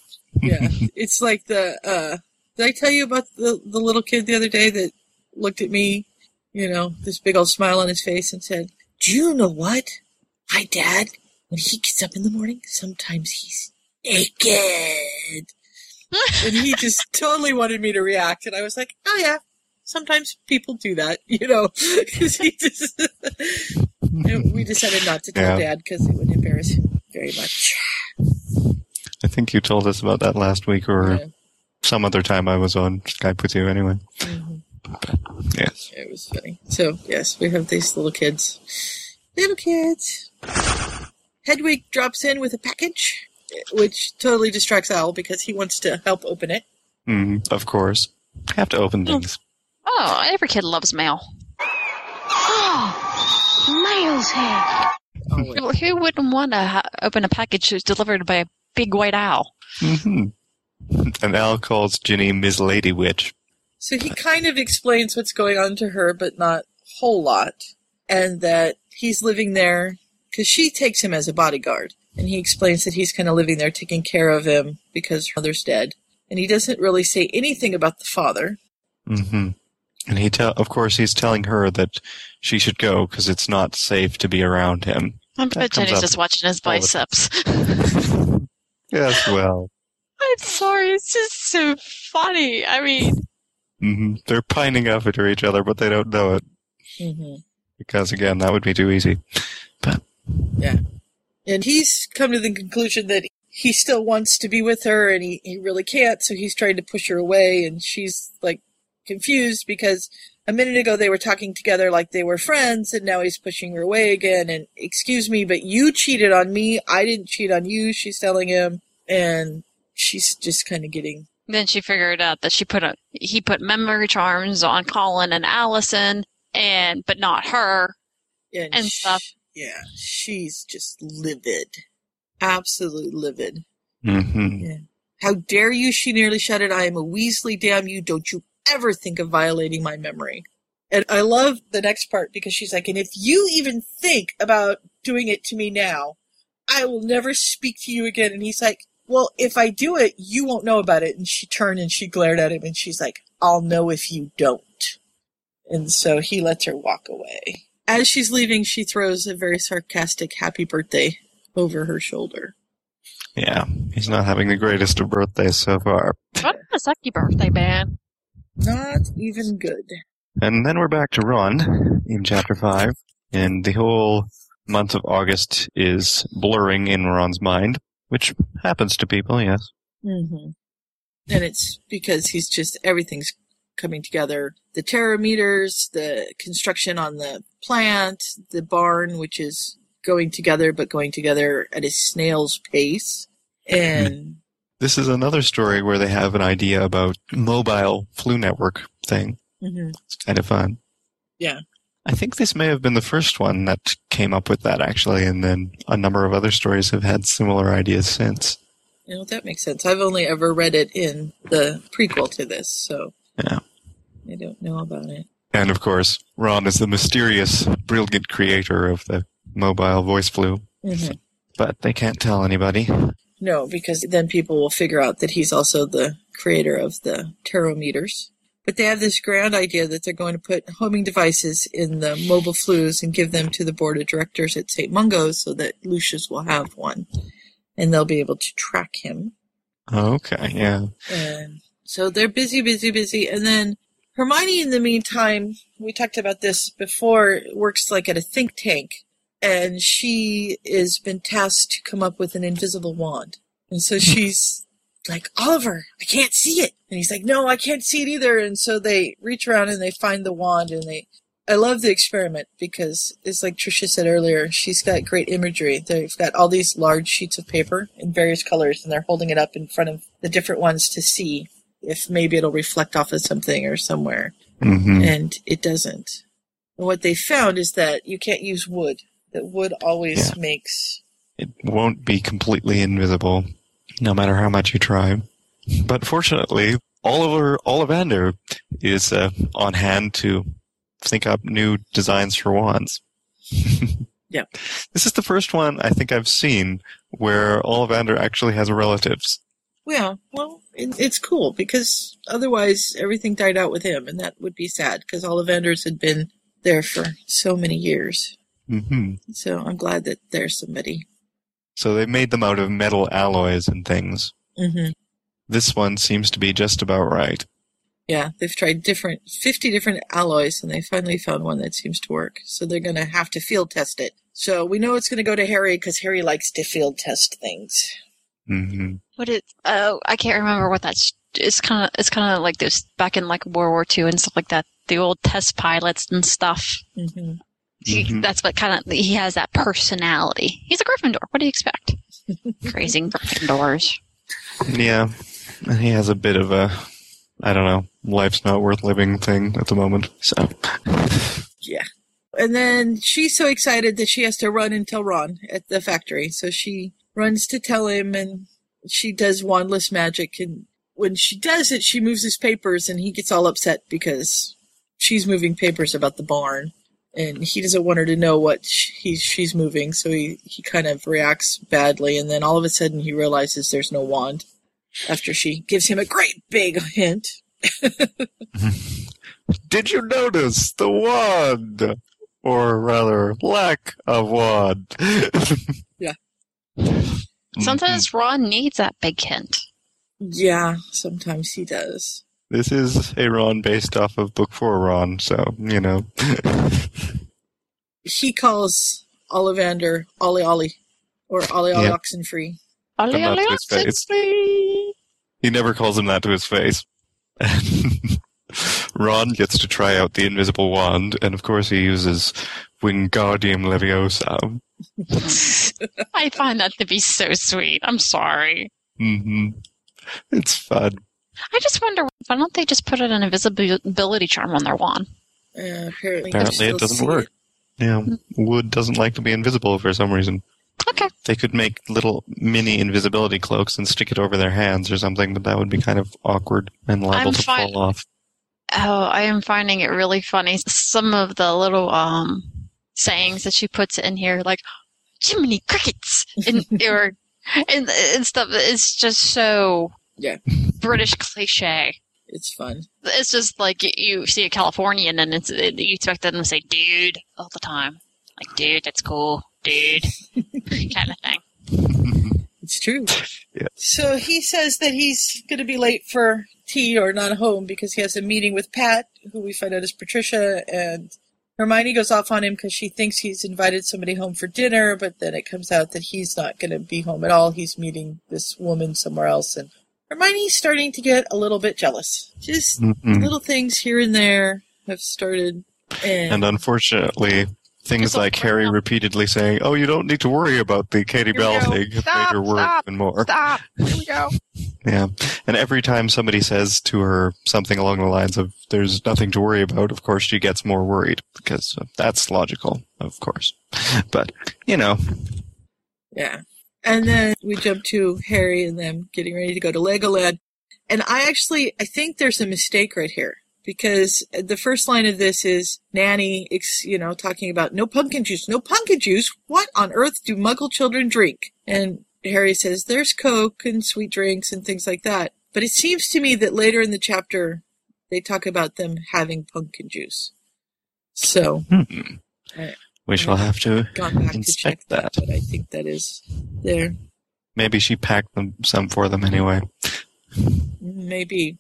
Speaker 2: Yeah. it's like the uh did I tell you about the the little kid the other day that looked at me, you know, this big old smile on his face and said, Do you know what? My dad, when he gets up in the morning, sometimes he's naked. and he just totally wanted me to react and I was like, Oh yeah. Sometimes people do that, you know. 'cause he just And we decided not to tell
Speaker 17: Yeah.
Speaker 2: dad because it would embarrass him very much.
Speaker 17: I think you told us about that last week or
Speaker 2: Yeah.
Speaker 17: some other time I was on Skype with you anyway.
Speaker 2: Mm-hmm.
Speaker 17: Yes.
Speaker 2: It was funny. So yes, we have these little kids. Little kids. Hedwig drops in with a package, which totally distracts Owl because he wants to help open it.
Speaker 17: Mm, of course. Have to open things.
Speaker 4: Oh, every kid loves mail.
Speaker 6: Mail's here.
Speaker 4: Who, who wouldn't want to ha- open a package that's delivered by a big white owl?
Speaker 17: hmm And Al calls Ginny Ms. Lady Witch.
Speaker 2: So he kind of explains what's going on to her, but not whole lot, and that he's living there because she takes him as a bodyguard, and he explains that he's kind of living there, taking care of him because her mother's dead, and he doesn't really say anything about the father.
Speaker 17: hmm And he, tell, of course, he's telling her that she should go because it's not safe to be around him.
Speaker 4: I
Speaker 17: That
Speaker 4: bet
Speaker 17: comes
Speaker 4: Jenny's
Speaker 17: up
Speaker 4: just watching his
Speaker 17: all the-
Speaker 4: biceps.
Speaker 17: Yes, well,
Speaker 4: I'm sorry, it's just so funny. I mean,
Speaker 17: hmm they're pining after each other, but they don't know it because, again, that would be too easy.
Speaker 2: Yeah. And he's come to the conclusion that he still wants to be with her and he, he really can't, so he's trying to push her away and she's like confused because a minute ago they were talking together like they were friends and now he's pushing her away again and excuse me, but you cheated on me, I didn't cheat on you, she's telling him and she's just kind of getting
Speaker 4: then she figured out that she put a he put memory charms on Colin and Allison, and but not her
Speaker 2: and,
Speaker 4: and stuff.
Speaker 2: yeah, she's just livid. Absolutely livid.
Speaker 17: hmm
Speaker 2: How dare you? She nearly shouted, I am a Weasley, damn you. Don't you ever think of violating my memory. And I love the next part because she's like, and if you even think about doing it to me now, I will never speak to you again. And he's like, well, if I do it, you won't know about it. And she turned and she glared at him and she's like, I'll know if you don't. And so he lets her walk away. As she's leaving, she throws a very sarcastic happy birthday over her shoulder.
Speaker 17: Yeah, he's not having the greatest of birthdays so far.
Speaker 4: What a sucky birthday man!
Speaker 2: Not even good.
Speaker 17: And then we're back to Ron in chapter 5, and the whole month of August is blurring in Ron's mind, which happens to people, yes.
Speaker 2: Mm-hmm. And it's because he's just everything's coming together. The terror meters, the construction on the plant, the barn, which is going together but going together at a snail's pace. And
Speaker 17: This is another story where they have an idea about mobile flu network thing.
Speaker 2: mhm.
Speaker 17: It's kind of fun.
Speaker 2: yeah,
Speaker 17: I think this may have been the first one that came up with that, actually, and then a number of other stories have had similar ideas since.
Speaker 2: you know, that makes sense. I've only ever read it in the prequel to this, so
Speaker 17: Yeah.
Speaker 2: I don't know about it.
Speaker 17: And of course, Ron is the mysterious, brilliant creator of the mobile voice flu,
Speaker 2: hmm
Speaker 17: but they can't tell anybody.
Speaker 2: No, because then people will figure out that he's also the creator of the tarot meters. But they have this grand idea that they're going to put homing devices in the mobile flus and give them to the board of directors at St. Mungo's so that Lucius will have one and they'll be able to track him.
Speaker 17: Okay, yeah.
Speaker 2: And so they're busy, busy, busy. And then Hermione, in the meantime, we talked about this before, works like at a think tank. And she has been tasked to come up with an invisible wand. And so she's like, Oliver, I can't see it. And he's like, No, I can't see it either. And so they reach around and they find the wand and they. I love the experiment because it's like Tricia said earlier, she's got great imagery. They've got all these large sheets of paper in various colors and they're holding it up in front of the different ones to see if maybe it'll reflect off of something or somewhere.
Speaker 17: Mhm.
Speaker 2: And it doesn't. And what they found is that you can't use wood, that wood always makes.
Speaker 17: won't be completely invisible, no matter how much you try. But fortunately, Oliver Ollivander is uh, on hand to think up new designs for wands.
Speaker 2: yeah.
Speaker 17: This is the first one I think I've seen where Ollivander actually has relatives.
Speaker 2: Yeah, well, it, it's cool because otherwise everything died out with him, and that would be sad because Ollivanders had been there for so many years.
Speaker 17: hmm
Speaker 2: So I'm glad that there's somebody.
Speaker 17: So they made them out of metal alloys and things.
Speaker 2: hmm
Speaker 17: This one seems to be just about right.
Speaker 2: Yeah, they've tried different, 50 different alloys, and they finally found one that seems to work. So they're going to have to field test it. So we know it's going to go to Harry because Harry likes to field test things.
Speaker 17: hmm
Speaker 4: What is? Oh, I can't remember what that's. It's kind of. It's kind of like those back in like World War II and stuff like that. The old test pilots and stuff.
Speaker 2: Mm-hmm.
Speaker 4: He, That's what kind of he has that personality. He's a Gryffindor. What do you expect? Crazy Gryffindors.
Speaker 17: Yeah. And he has a bit of a, I don't know, life's not worth living thing at the moment. So.
Speaker 2: Yeah. And then she's so excited that she has to run and tell Ron at the factory. So she runs to tell him and she does wandless magic. And when she does it, she moves his papers and he gets all upset because she's moving papers about the barn. And he doesn't want her to know what sh- he, she's moving. So he, he kind of reacts badly. And then all of a sudden he realizes there's no wand after she gives him a great big hint.
Speaker 17: Mm-hmm. Did you notice the wand? Or rather, lack of wand. Mm-hmm.
Speaker 2: Yeah.
Speaker 4: Sometimes Ron needs that big hint.
Speaker 2: Yeah, sometimes he does.
Speaker 17: this is a Ron based off of Book 4 Ron, so, you know.
Speaker 2: he calls Ollivander Ollie Ollie or Ollie Ollie
Speaker 17: Yeah.
Speaker 2: Oxenfree.
Speaker 17: Ollie Not Ollie to his face. he never calls him that to his face. Ron gets to try out the invisible wand, and of course he uses Wingardium Leviosa.
Speaker 4: I find that to be so sweet. I'm sorry.
Speaker 17: hmm It's fun.
Speaker 4: I just wonder why don't they just put an invisibility charm on their wand?
Speaker 2: Uh, apparently,
Speaker 17: Apparently, it doesn't work. Yeah, wood doesn't like to be invisible for some reason.
Speaker 4: Hmm. Okay.
Speaker 17: They could make little mini invisibility cloaks and stick it over their hands or something, but that would be kind of awkward and liable
Speaker 4: I'm
Speaker 17: to
Speaker 4: fine-
Speaker 17: fall off.
Speaker 4: Oh, I am finding it really funny. Some of the little um sayings that she puts in here, like "Jiminy crickets" and or and, and stuff. It's just so
Speaker 2: yeah
Speaker 4: British cliche.
Speaker 2: It's fun.
Speaker 4: It's just like you, you see a Californian and it's, it, you expect them to say "dude" all the time, like "dude, that's cool, dude," kind of thing.
Speaker 2: It's true.
Speaker 17: Yeah.
Speaker 2: So he says that he's going to be late for tea or not home because he has a meeting with Pat, who we find out is Patricia, and Hermione goes off on him because she thinks he's invited somebody home for dinner, but then it comes out that he's not going to be home at all. He's meeting this woman somewhere else, and Hermione's starting to get a little bit jealous. Just
Speaker 17: Mm-mm.
Speaker 2: little things here and there have started. And,
Speaker 17: And uh, unfortunately, things like Harry repeatedly saying, "Oh, you don't need to worry about the Katie Bell thing," have made her worry even more.
Speaker 21: Stop. Here we go.
Speaker 17: Yeah, and every time somebody says to her something along the lines of "There's nothing to worry about," of course she gets more worried because that's logical, of course. But you know,
Speaker 2: Yeah. And then we jump to Harry and them getting ready to go to Legoland. And I actually, I think there's a mistake right here because the first line of this is Nanny, ex- you know, talking about no pumpkin juice, no pumpkin juice. What on earth do muggle children drink? And Harry says there's Coke and sweet drinks and things like that. But it seems to me that later in the chapter, they talk about them having pumpkin juice. So
Speaker 17: hmm,
Speaker 2: I-
Speaker 17: we shall have to
Speaker 2: Gone back to
Speaker 17: inspect that.
Speaker 2: but I think that is there.
Speaker 17: Maybe she packed them some for them anyway.
Speaker 2: Maybe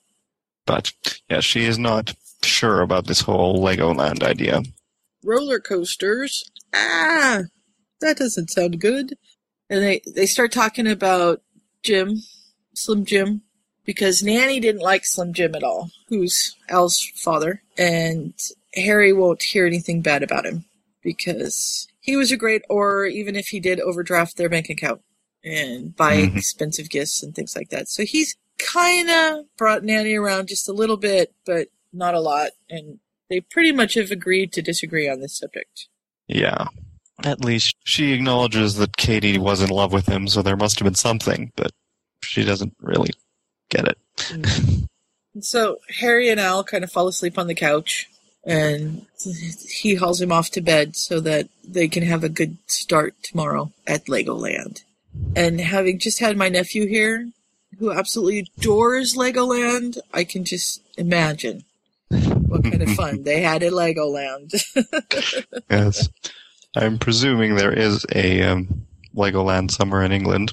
Speaker 17: But yeah, she is not sure about this whole Legoland idea.
Speaker 2: roller coasters. Ah, that doesn't sound good. And they, they start talking about Jim, Slim Jim, because Nanny didn't like Slim Jim at all, who's Al's father. And Harry won't hear anything bad about him because he was a great or even if he did overdraft their bank account and buy
Speaker 17: Mhm.
Speaker 2: expensive gifts and things like that. So he's kind of brought Nanny around just a little bit, but not a lot. And they pretty much have agreed to disagree on this subject.
Speaker 17: Yeah. At least she acknowledges that Katie was in love with him, so there must have been something, but she doesn't really get it.
Speaker 2: And so Harry and Al kind of fall asleep on the couch, and he hauls him off to bed so that they can have a good start tomorrow at Legoland. And having just had my nephew here, who absolutely adores Legoland, I can just imagine what kind of fun they had at Legoland.
Speaker 17: Yes. I'm presuming there is a um, Legoland somewhere in England.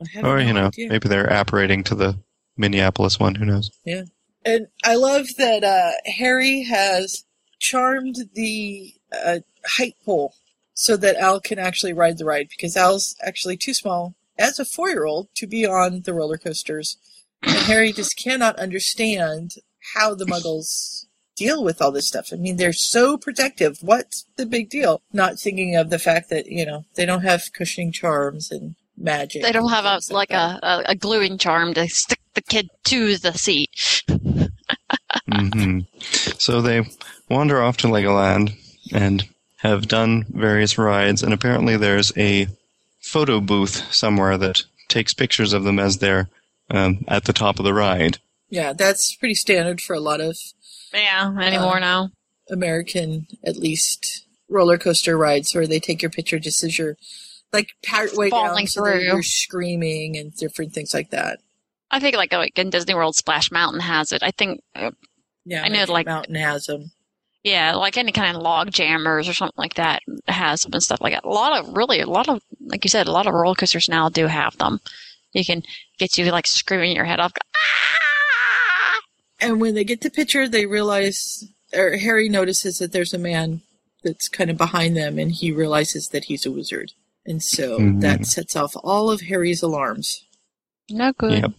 Speaker 2: I have
Speaker 17: Or,
Speaker 2: no
Speaker 17: you know,
Speaker 2: idea.
Speaker 17: maybe they're apparating to the Minneapolis one, who knows?
Speaker 2: Yeah. And I love that uh, Harry has charmed the uh, height pole so that Al can actually ride the ride because Al's actually too small as a four year old to be on the roller coasters. And Harry just cannot understand how the muggles deal with all this stuff. I mean, they're so protective. What's the big deal? Not thinking of the fact that, you know, they don't have cushioning charms and magic.
Speaker 4: They don't have a like a, a, a gluing charm to stick the kid to the seat.
Speaker 17: hmm So they wander off to Legoland and have done various rides, and apparently there's a photo booth somewhere that takes pictures of them as they're um, at the top of the ride.
Speaker 2: Yeah, that's pretty standard for a lot of
Speaker 4: yeah anymore now
Speaker 2: American at least roller coaster rides where they take your picture just as you're like part way down
Speaker 4: Falling
Speaker 2: so that
Speaker 4: through.
Speaker 2: you're screaming and different things like that.
Speaker 4: I think like like in Disney World, Splash Mountain has it. I think. uh,
Speaker 2: Yeah,
Speaker 4: I know
Speaker 2: Magic
Speaker 4: like
Speaker 2: Mountain has them.
Speaker 4: Yeah, like any kind of log jammers or something like that has them and stuff like that. A lot of really a lot of like you said, a lot of roller coasters now do have them. You can get you like screaming your head off. "Ah!"
Speaker 2: And when they get the picture, they realize, or Harry notices that there's a man that's kind of behind them, and he realizes that he's a wizard. And so
Speaker 17: Mhm.
Speaker 2: that sets off all of Harry's alarms.
Speaker 4: No good.
Speaker 17: Yep.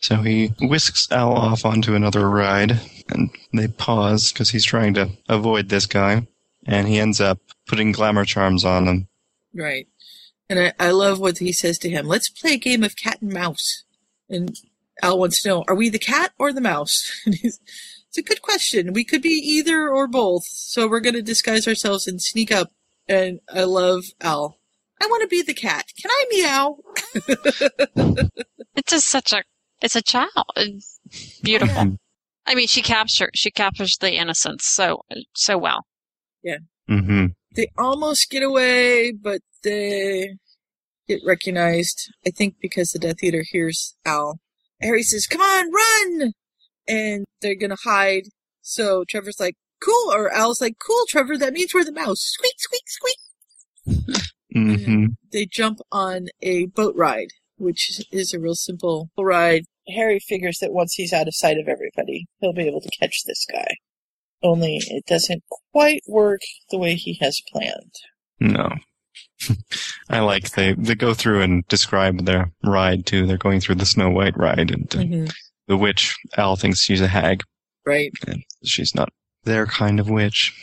Speaker 17: So he whisks Al off onto another ride, and they pause because he's trying to avoid this guy, and he ends up putting glamour charms on them.
Speaker 2: Right. And I, I love what he says to him. Let's play a game of cat and mouse. And Al wants to know, are we the cat or the mouse? And he's, it's a good question. We could be either or both. So we're going to disguise ourselves and sneak up. And I love Al. I want to be the cat. Can I meow?
Speaker 4: It's just such a it's a child. It's beautiful. I mean, she captures she captures the innocence so so well.
Speaker 2: Yeah.
Speaker 17: Mm-hmm.
Speaker 2: They almost get away, but they get recognized. I think because the Death Eater hears Al. Harry says, "Come on, run!" And they're gonna hide. So Trevor's like, "Cool," or Al's like, "Cool, Trevor. That means we're the mouse." Squeak, squeak, squeak.
Speaker 17: Mm-hmm.
Speaker 2: They jump on a boat ride which is a real simple ride. Harry figures that once he's out of sight of everybody, he'll be able to catch this guy. Only it doesn't quite work the way he has planned.
Speaker 17: No. I like they they go through and describe their ride too. They're going through the Snow White ride and uh,
Speaker 2: Mhm.
Speaker 17: the witch Al thinks she's a hag.
Speaker 2: Right.
Speaker 17: And she's not their kind of witch.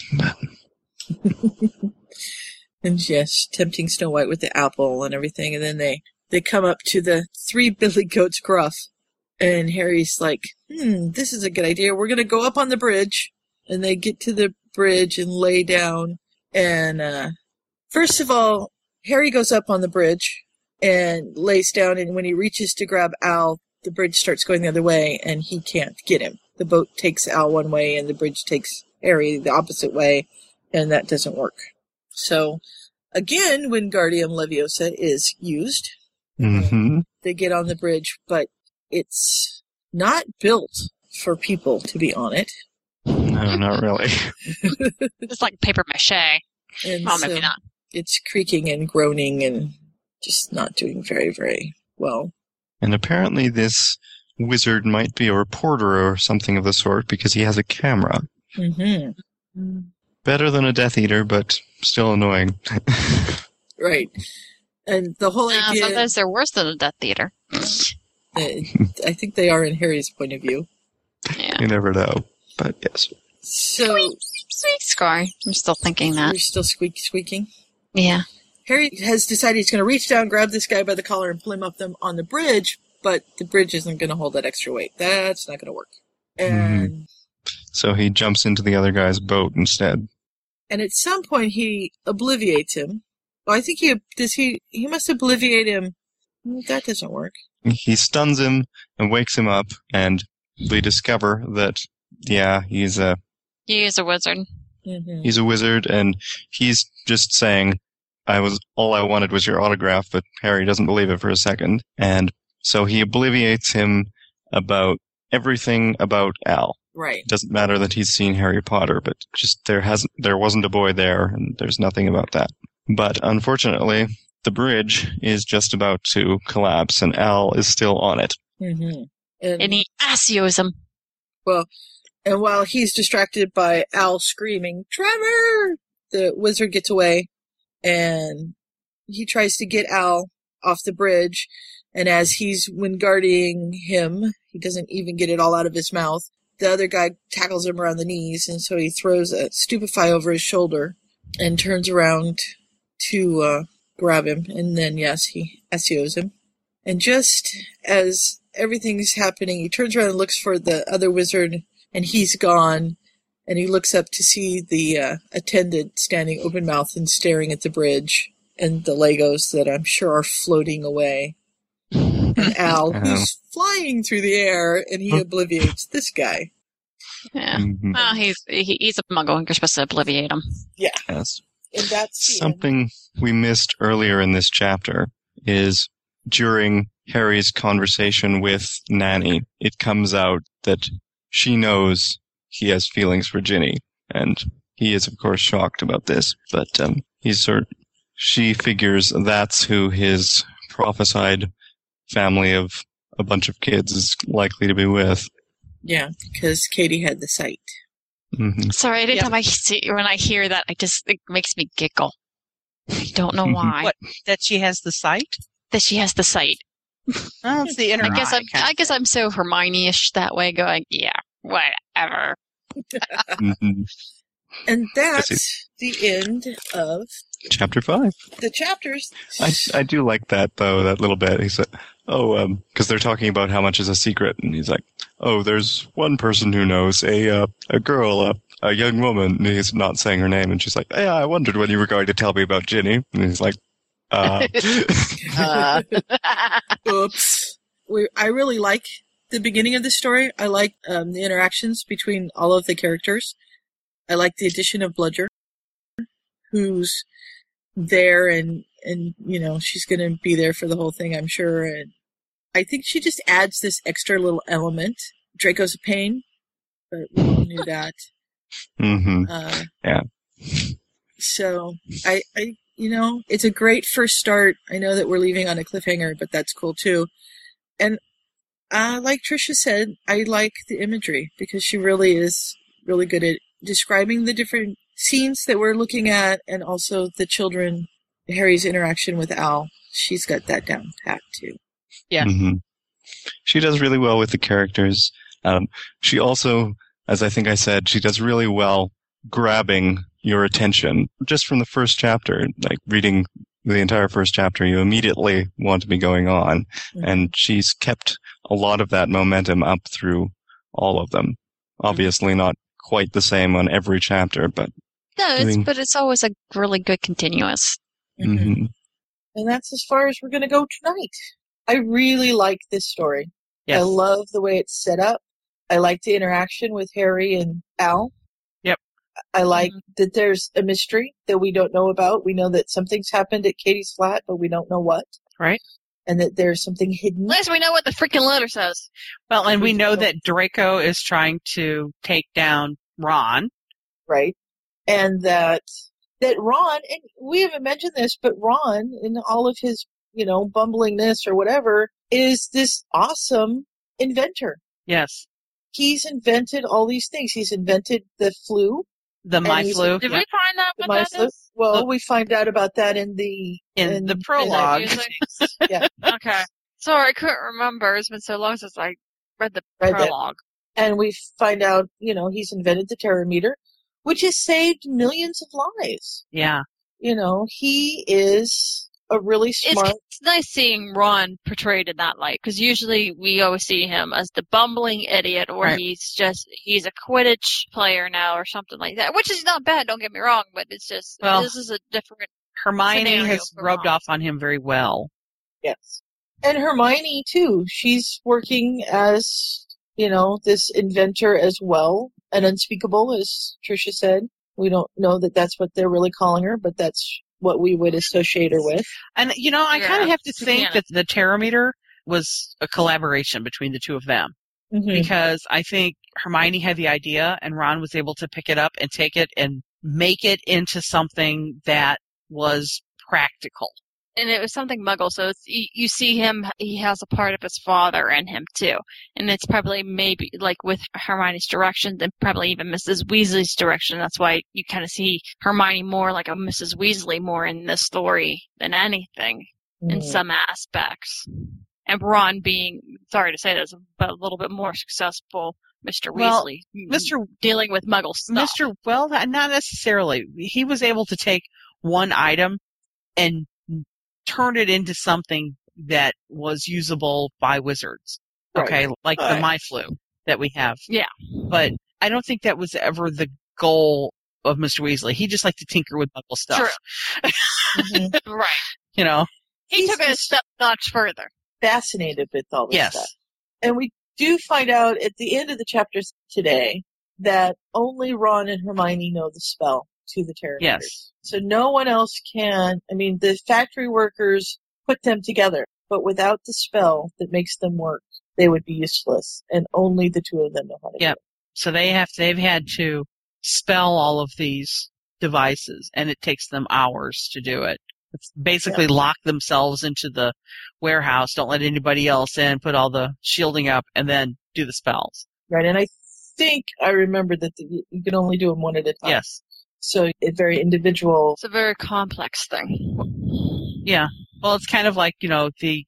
Speaker 2: And yes, tempting Snow White with the apple and everything. And then they, they come up to the three billy goats gruff. And Harry's like, hmm, this is a good idea. We're going to go up on the bridge. And they get to the bridge and lay down. And uh, first of all, Harry goes up on the bridge and lays down. And when he reaches to grab Al, the bridge starts going the other way and he can't get him. The boat takes Al one way and the bridge takes Harry the opposite way. And that doesn't work. So, again, when Guardian Leviosa is used,
Speaker 17: Mm-hmm.
Speaker 2: they get on the bridge, but it's not built for people to be on it.
Speaker 17: No, not really.
Speaker 4: It's like paper mache.
Speaker 2: And
Speaker 4: Well,
Speaker 2: so
Speaker 4: maybe not.
Speaker 2: It's creaking and groaning and just not doing very, very well.
Speaker 17: And apparently, this wizard might be a reporter or something of the sort because he has a camera.
Speaker 2: Mm-hmm.
Speaker 17: Better than a Death Eater, but still annoying.
Speaker 2: Right. And the whole
Speaker 4: No,
Speaker 2: idea.
Speaker 4: sometimes they're worse than a Death Theater.
Speaker 2: I think they are in Harry's point of view.
Speaker 17: You never know. But yes.
Speaker 2: So.
Speaker 4: Squeak, sorry. I'm still thinking that.
Speaker 2: You're still squeak, squeaking?
Speaker 4: Yeah.
Speaker 2: Harry has decided he's going to reach down, grab this guy by the collar, and pull him up them on the bridge, but the bridge isn't going to hold that extra weight. That's not going to work. And
Speaker 17: So he jumps into the other guy's boat instead.
Speaker 2: and at some point he obliviates him. Well, I think he does. He he must obliviate him. Mm, That doesn't work.
Speaker 17: He stuns him and wakes him up, and they discover that yeah, he's a
Speaker 4: He is a wizard.
Speaker 2: Mm-hmm.
Speaker 17: he's a wizard, and he's just saying, "I was all I wanted was your autograph," but Harry doesn't believe it for a second, and so he obliviates him about everything about Al.
Speaker 2: Right.
Speaker 17: It doesn't matter that he's seen Harry Potter, but just there hasn't there wasn't a boy there, and there's nothing about that. But unfortunately, the bridge is just about to collapse, and Al is still on it.
Speaker 2: Mm-hmm. And,
Speaker 4: he assio's him.
Speaker 2: Well, and while he's distracted by Al screaming, Trevor, the wizard gets away and he tries to get Al off the bridge. And as he's Wingardiing him, he doesn't even get it all out of his mouth. The other guy tackles him around the knees, and so he throws a stupefy over his shoulder and turns around to uh, grab him. And then, yes, he SEOs him. And just as everything's happening, he turns around and looks for the other wizard, and he's gone. And he looks up to see the uh, attendant standing open mouthed and staring at the bridge and the Legos that I'm sure are floating away. And Al,
Speaker 17: Oh.
Speaker 2: who's flying through the air, and he obliviates this guy.
Speaker 4: Yeah.
Speaker 17: Mhm.
Speaker 4: Well, he's he, he's a muggle, and you're supposed to obliviate him.
Speaker 2: Yeah.
Speaker 17: Yes.
Speaker 2: And that's
Speaker 17: Something we missed earlier in this chapter is during Harry's conversation with Nanny, it comes out that she knows he has feelings for Ginny, and he is, of course, shocked about this. But um, he's sort. She figures that's who his prophesied family of a bunch of kids is likely to be with.
Speaker 2: Yeah, because Katie had the sight.
Speaker 17: Mhm.
Speaker 4: Sorry, anytime I see when I hear that, I just it makes me giggle. I don't know why.
Speaker 1: What, that she has the sight?
Speaker 4: That she has the sight.
Speaker 1: Oh, it's the inner
Speaker 4: I guess
Speaker 1: eye
Speaker 4: I'm I guess I'm so Hermione-ish that way, going yeah, whatever.
Speaker 17: Mhm.
Speaker 2: And that's
Speaker 17: Yes,
Speaker 2: the end of
Speaker 17: Chapter five.
Speaker 2: the chapters.
Speaker 17: I, I do like that though that little bit. He said, "Oh, um, because they're talking about how much is a secret," and he's like, "Oh, there's one person who knows a uh, a girl, a, a young woman." And he's not saying her name, and she's like, "Yeah, I wondered when you were going to tell me about Ginny." And he's like, uh,
Speaker 2: Uh, oops. We, I really like the beginning of the story. I like um, the interactions between all of the characters. I like the addition of Bludger, who's there and and you know she's going to be there for the whole thing, I'm sure. And I think she just adds this extra little element. Draco's a pain, but we all knew that.
Speaker 17: mm-hmm.
Speaker 2: Uh,
Speaker 17: yeah,
Speaker 2: So I, I you know, it's a great first start. I know that we're leaving on a cliffhanger, but that's cool too. And uh, like Trisha said, I like the imagery because she really is really good at describing the different scenes that we're looking at and also the children, Harry's interaction with Al. She's got that down pat too.
Speaker 1: Yeah.
Speaker 17: Mhm. She does really well with the characters. Um, she also, as I think I said, she does really well grabbing your attention just from the first chapter. Like reading the entire first chapter, you immediately want to be going on. And she's kept a lot of that momentum up through all of them. Obviously, not quite the same on every chapter, but.
Speaker 22: No,
Speaker 17: I
Speaker 22: it's,
Speaker 17: think-
Speaker 22: but it's always a really good continuous.
Speaker 2: Mm-hmm.
Speaker 17: Mhm.
Speaker 2: And that's as far as we're going to go tonight. I really like this story.
Speaker 1: Yes.
Speaker 2: I love the way it's set up. I like the interaction with Harry and Al.
Speaker 1: Yep. Mm-hmm.
Speaker 2: I like that there's a mystery that we don't know about. We know that something's happened at Katie's flat, but we don't know what.
Speaker 1: Right.
Speaker 2: And that there's something hidden.
Speaker 4: At least we know what the freaking letter says.
Speaker 1: Well, and we know that Draco is trying to take down Ron.
Speaker 2: Right. and that that Ron and we haven't mentioned this, but Ron in all of his you know bumblingness or whatever is this awesome inventor.
Speaker 1: Yes.
Speaker 2: He's invented all these things. He's invented the flu,
Speaker 1: The
Speaker 2: and
Speaker 1: my
Speaker 2: he's-
Speaker 1: flu.
Speaker 4: Did we find out
Speaker 2: the
Speaker 4: what that
Speaker 2: my flu.
Speaker 4: is?
Speaker 2: Well, we find out about that in the
Speaker 1: In the prologue.
Speaker 2: yeah.
Speaker 4: Okay. Sorry, I couldn't remember. It's been so long since I read the
Speaker 2: Read that.
Speaker 4: prologue.
Speaker 2: and we find out you know he's invented the terror meter, which has saved millions of lives.
Speaker 1: Yeah.
Speaker 2: You know he is a really smart.
Speaker 4: It's, it's nice seeing Ron portrayed in that light because usually we always see him as the bumbling idiot, or
Speaker 1: Right.
Speaker 4: he's just he's a Quidditch player now, or something like that. Which is not bad. Don't get me wrong, but it's just
Speaker 1: Well,
Speaker 4: this is a different.
Speaker 1: Hermione
Speaker 4: scenario
Speaker 1: has
Speaker 4: for
Speaker 1: rubbed
Speaker 4: Ron.
Speaker 1: off on him very well.
Speaker 2: Yes. And Hermione too. She's working as, you know, this inventor as well, an unspeakable as Trisha said. We don't know that that's what they're really calling her, but that's what we would associate her with.
Speaker 1: And you know, I kind of
Speaker 2: Yeah.
Speaker 1: have to think
Speaker 2: Yeah.
Speaker 1: that the Terrameter was a collaboration between the two of them
Speaker 2: Mm-hmm.
Speaker 4: Mm-hmm.
Speaker 1: because I think Hermione had the idea and Ron was able to pick it up and take it and make it into something that was practical.
Speaker 4: And it was something Muggle, so it's, you, you see him. He has a part of his father in him too, and it's probably maybe like with Hermione's direction, and probably even Mrs. Weasley's direction. That's why you kind of see Hermione more like a Mrs. Weasley more in this story than anything. in some aspects. And Ron being, sorry to say this, but a little bit more successful, Mr.
Speaker 1: Well,
Speaker 4: Weasley. mm,
Speaker 1: Mr.
Speaker 4: Dealing with muggle stuff.
Speaker 1: Mr. Well, not necessarily. He was able to take one item and turn it into something that was usable by wizards. Okay,
Speaker 23: Right.
Speaker 1: like the
Speaker 23: Right.
Speaker 1: my flu that we have.
Speaker 4: Yeah.
Speaker 1: But I don't think that was ever the goal of Mr. Weasley. He just liked to tinker with muggle stuff.
Speaker 2: Mm-hmm.
Speaker 4: right.
Speaker 1: You know.
Speaker 4: He took it a step notch further.
Speaker 2: Fascinated with all this
Speaker 1: Yes.
Speaker 2: stuff. And we do find out at the end of the chapters today that only Ron and Hermione know the spell to the terror.
Speaker 1: Yes.
Speaker 2: So no one else can. I mean, the factory workers put them together, but without the spell that makes them work, they would be useless, and only the two of them know how to.
Speaker 1: Yep. So they have they've had to spell all of these devices, and it takes them hours to do it. It's basically
Speaker 23: Yeah.
Speaker 1: lock themselves into the warehouse, don't let anybody else in, put all the shielding up, and then do the spells.
Speaker 2: Right, and I think I remember that the, you can only do them one at a time.
Speaker 1: Yes.
Speaker 2: So it's very individual.
Speaker 4: It's a very complex thing.
Speaker 1: Yeah. Well, it's kind of like you know the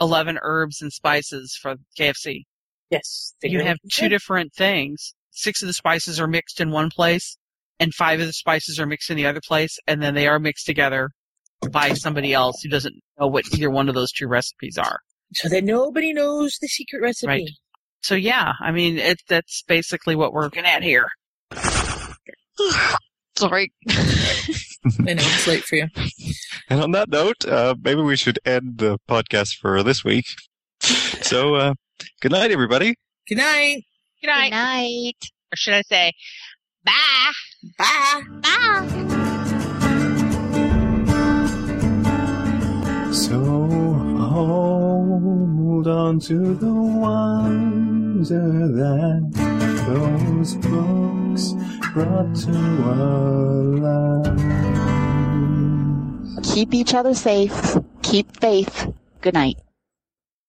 Speaker 1: eleven herbs and spices for KFC.
Speaker 2: Yes.
Speaker 1: You have two different things. Six of the spices are mixed in one place, and five of the spices are mixed in the other place, and then they are mixed together by somebody else who doesn't know what either one of those two recipes are.
Speaker 2: So that nobody knows the secret recipe.
Speaker 1: Right. So yeah, I mean, it, that's basically what we're looking at here.
Speaker 22: Sorry.
Speaker 2: I know it's late for you.
Speaker 17: And on that note, uh, maybe we should end the podcast for this week. So, uh, good night, everybody.
Speaker 2: Good night.
Speaker 6: Good night. Good
Speaker 22: night.
Speaker 6: Or should I say, bye.
Speaker 2: Bye.
Speaker 6: Bye.
Speaker 24: So hold on to the wonder that those books brought to our lives.
Speaker 25: Keep each other safe. Keep faith. Good night.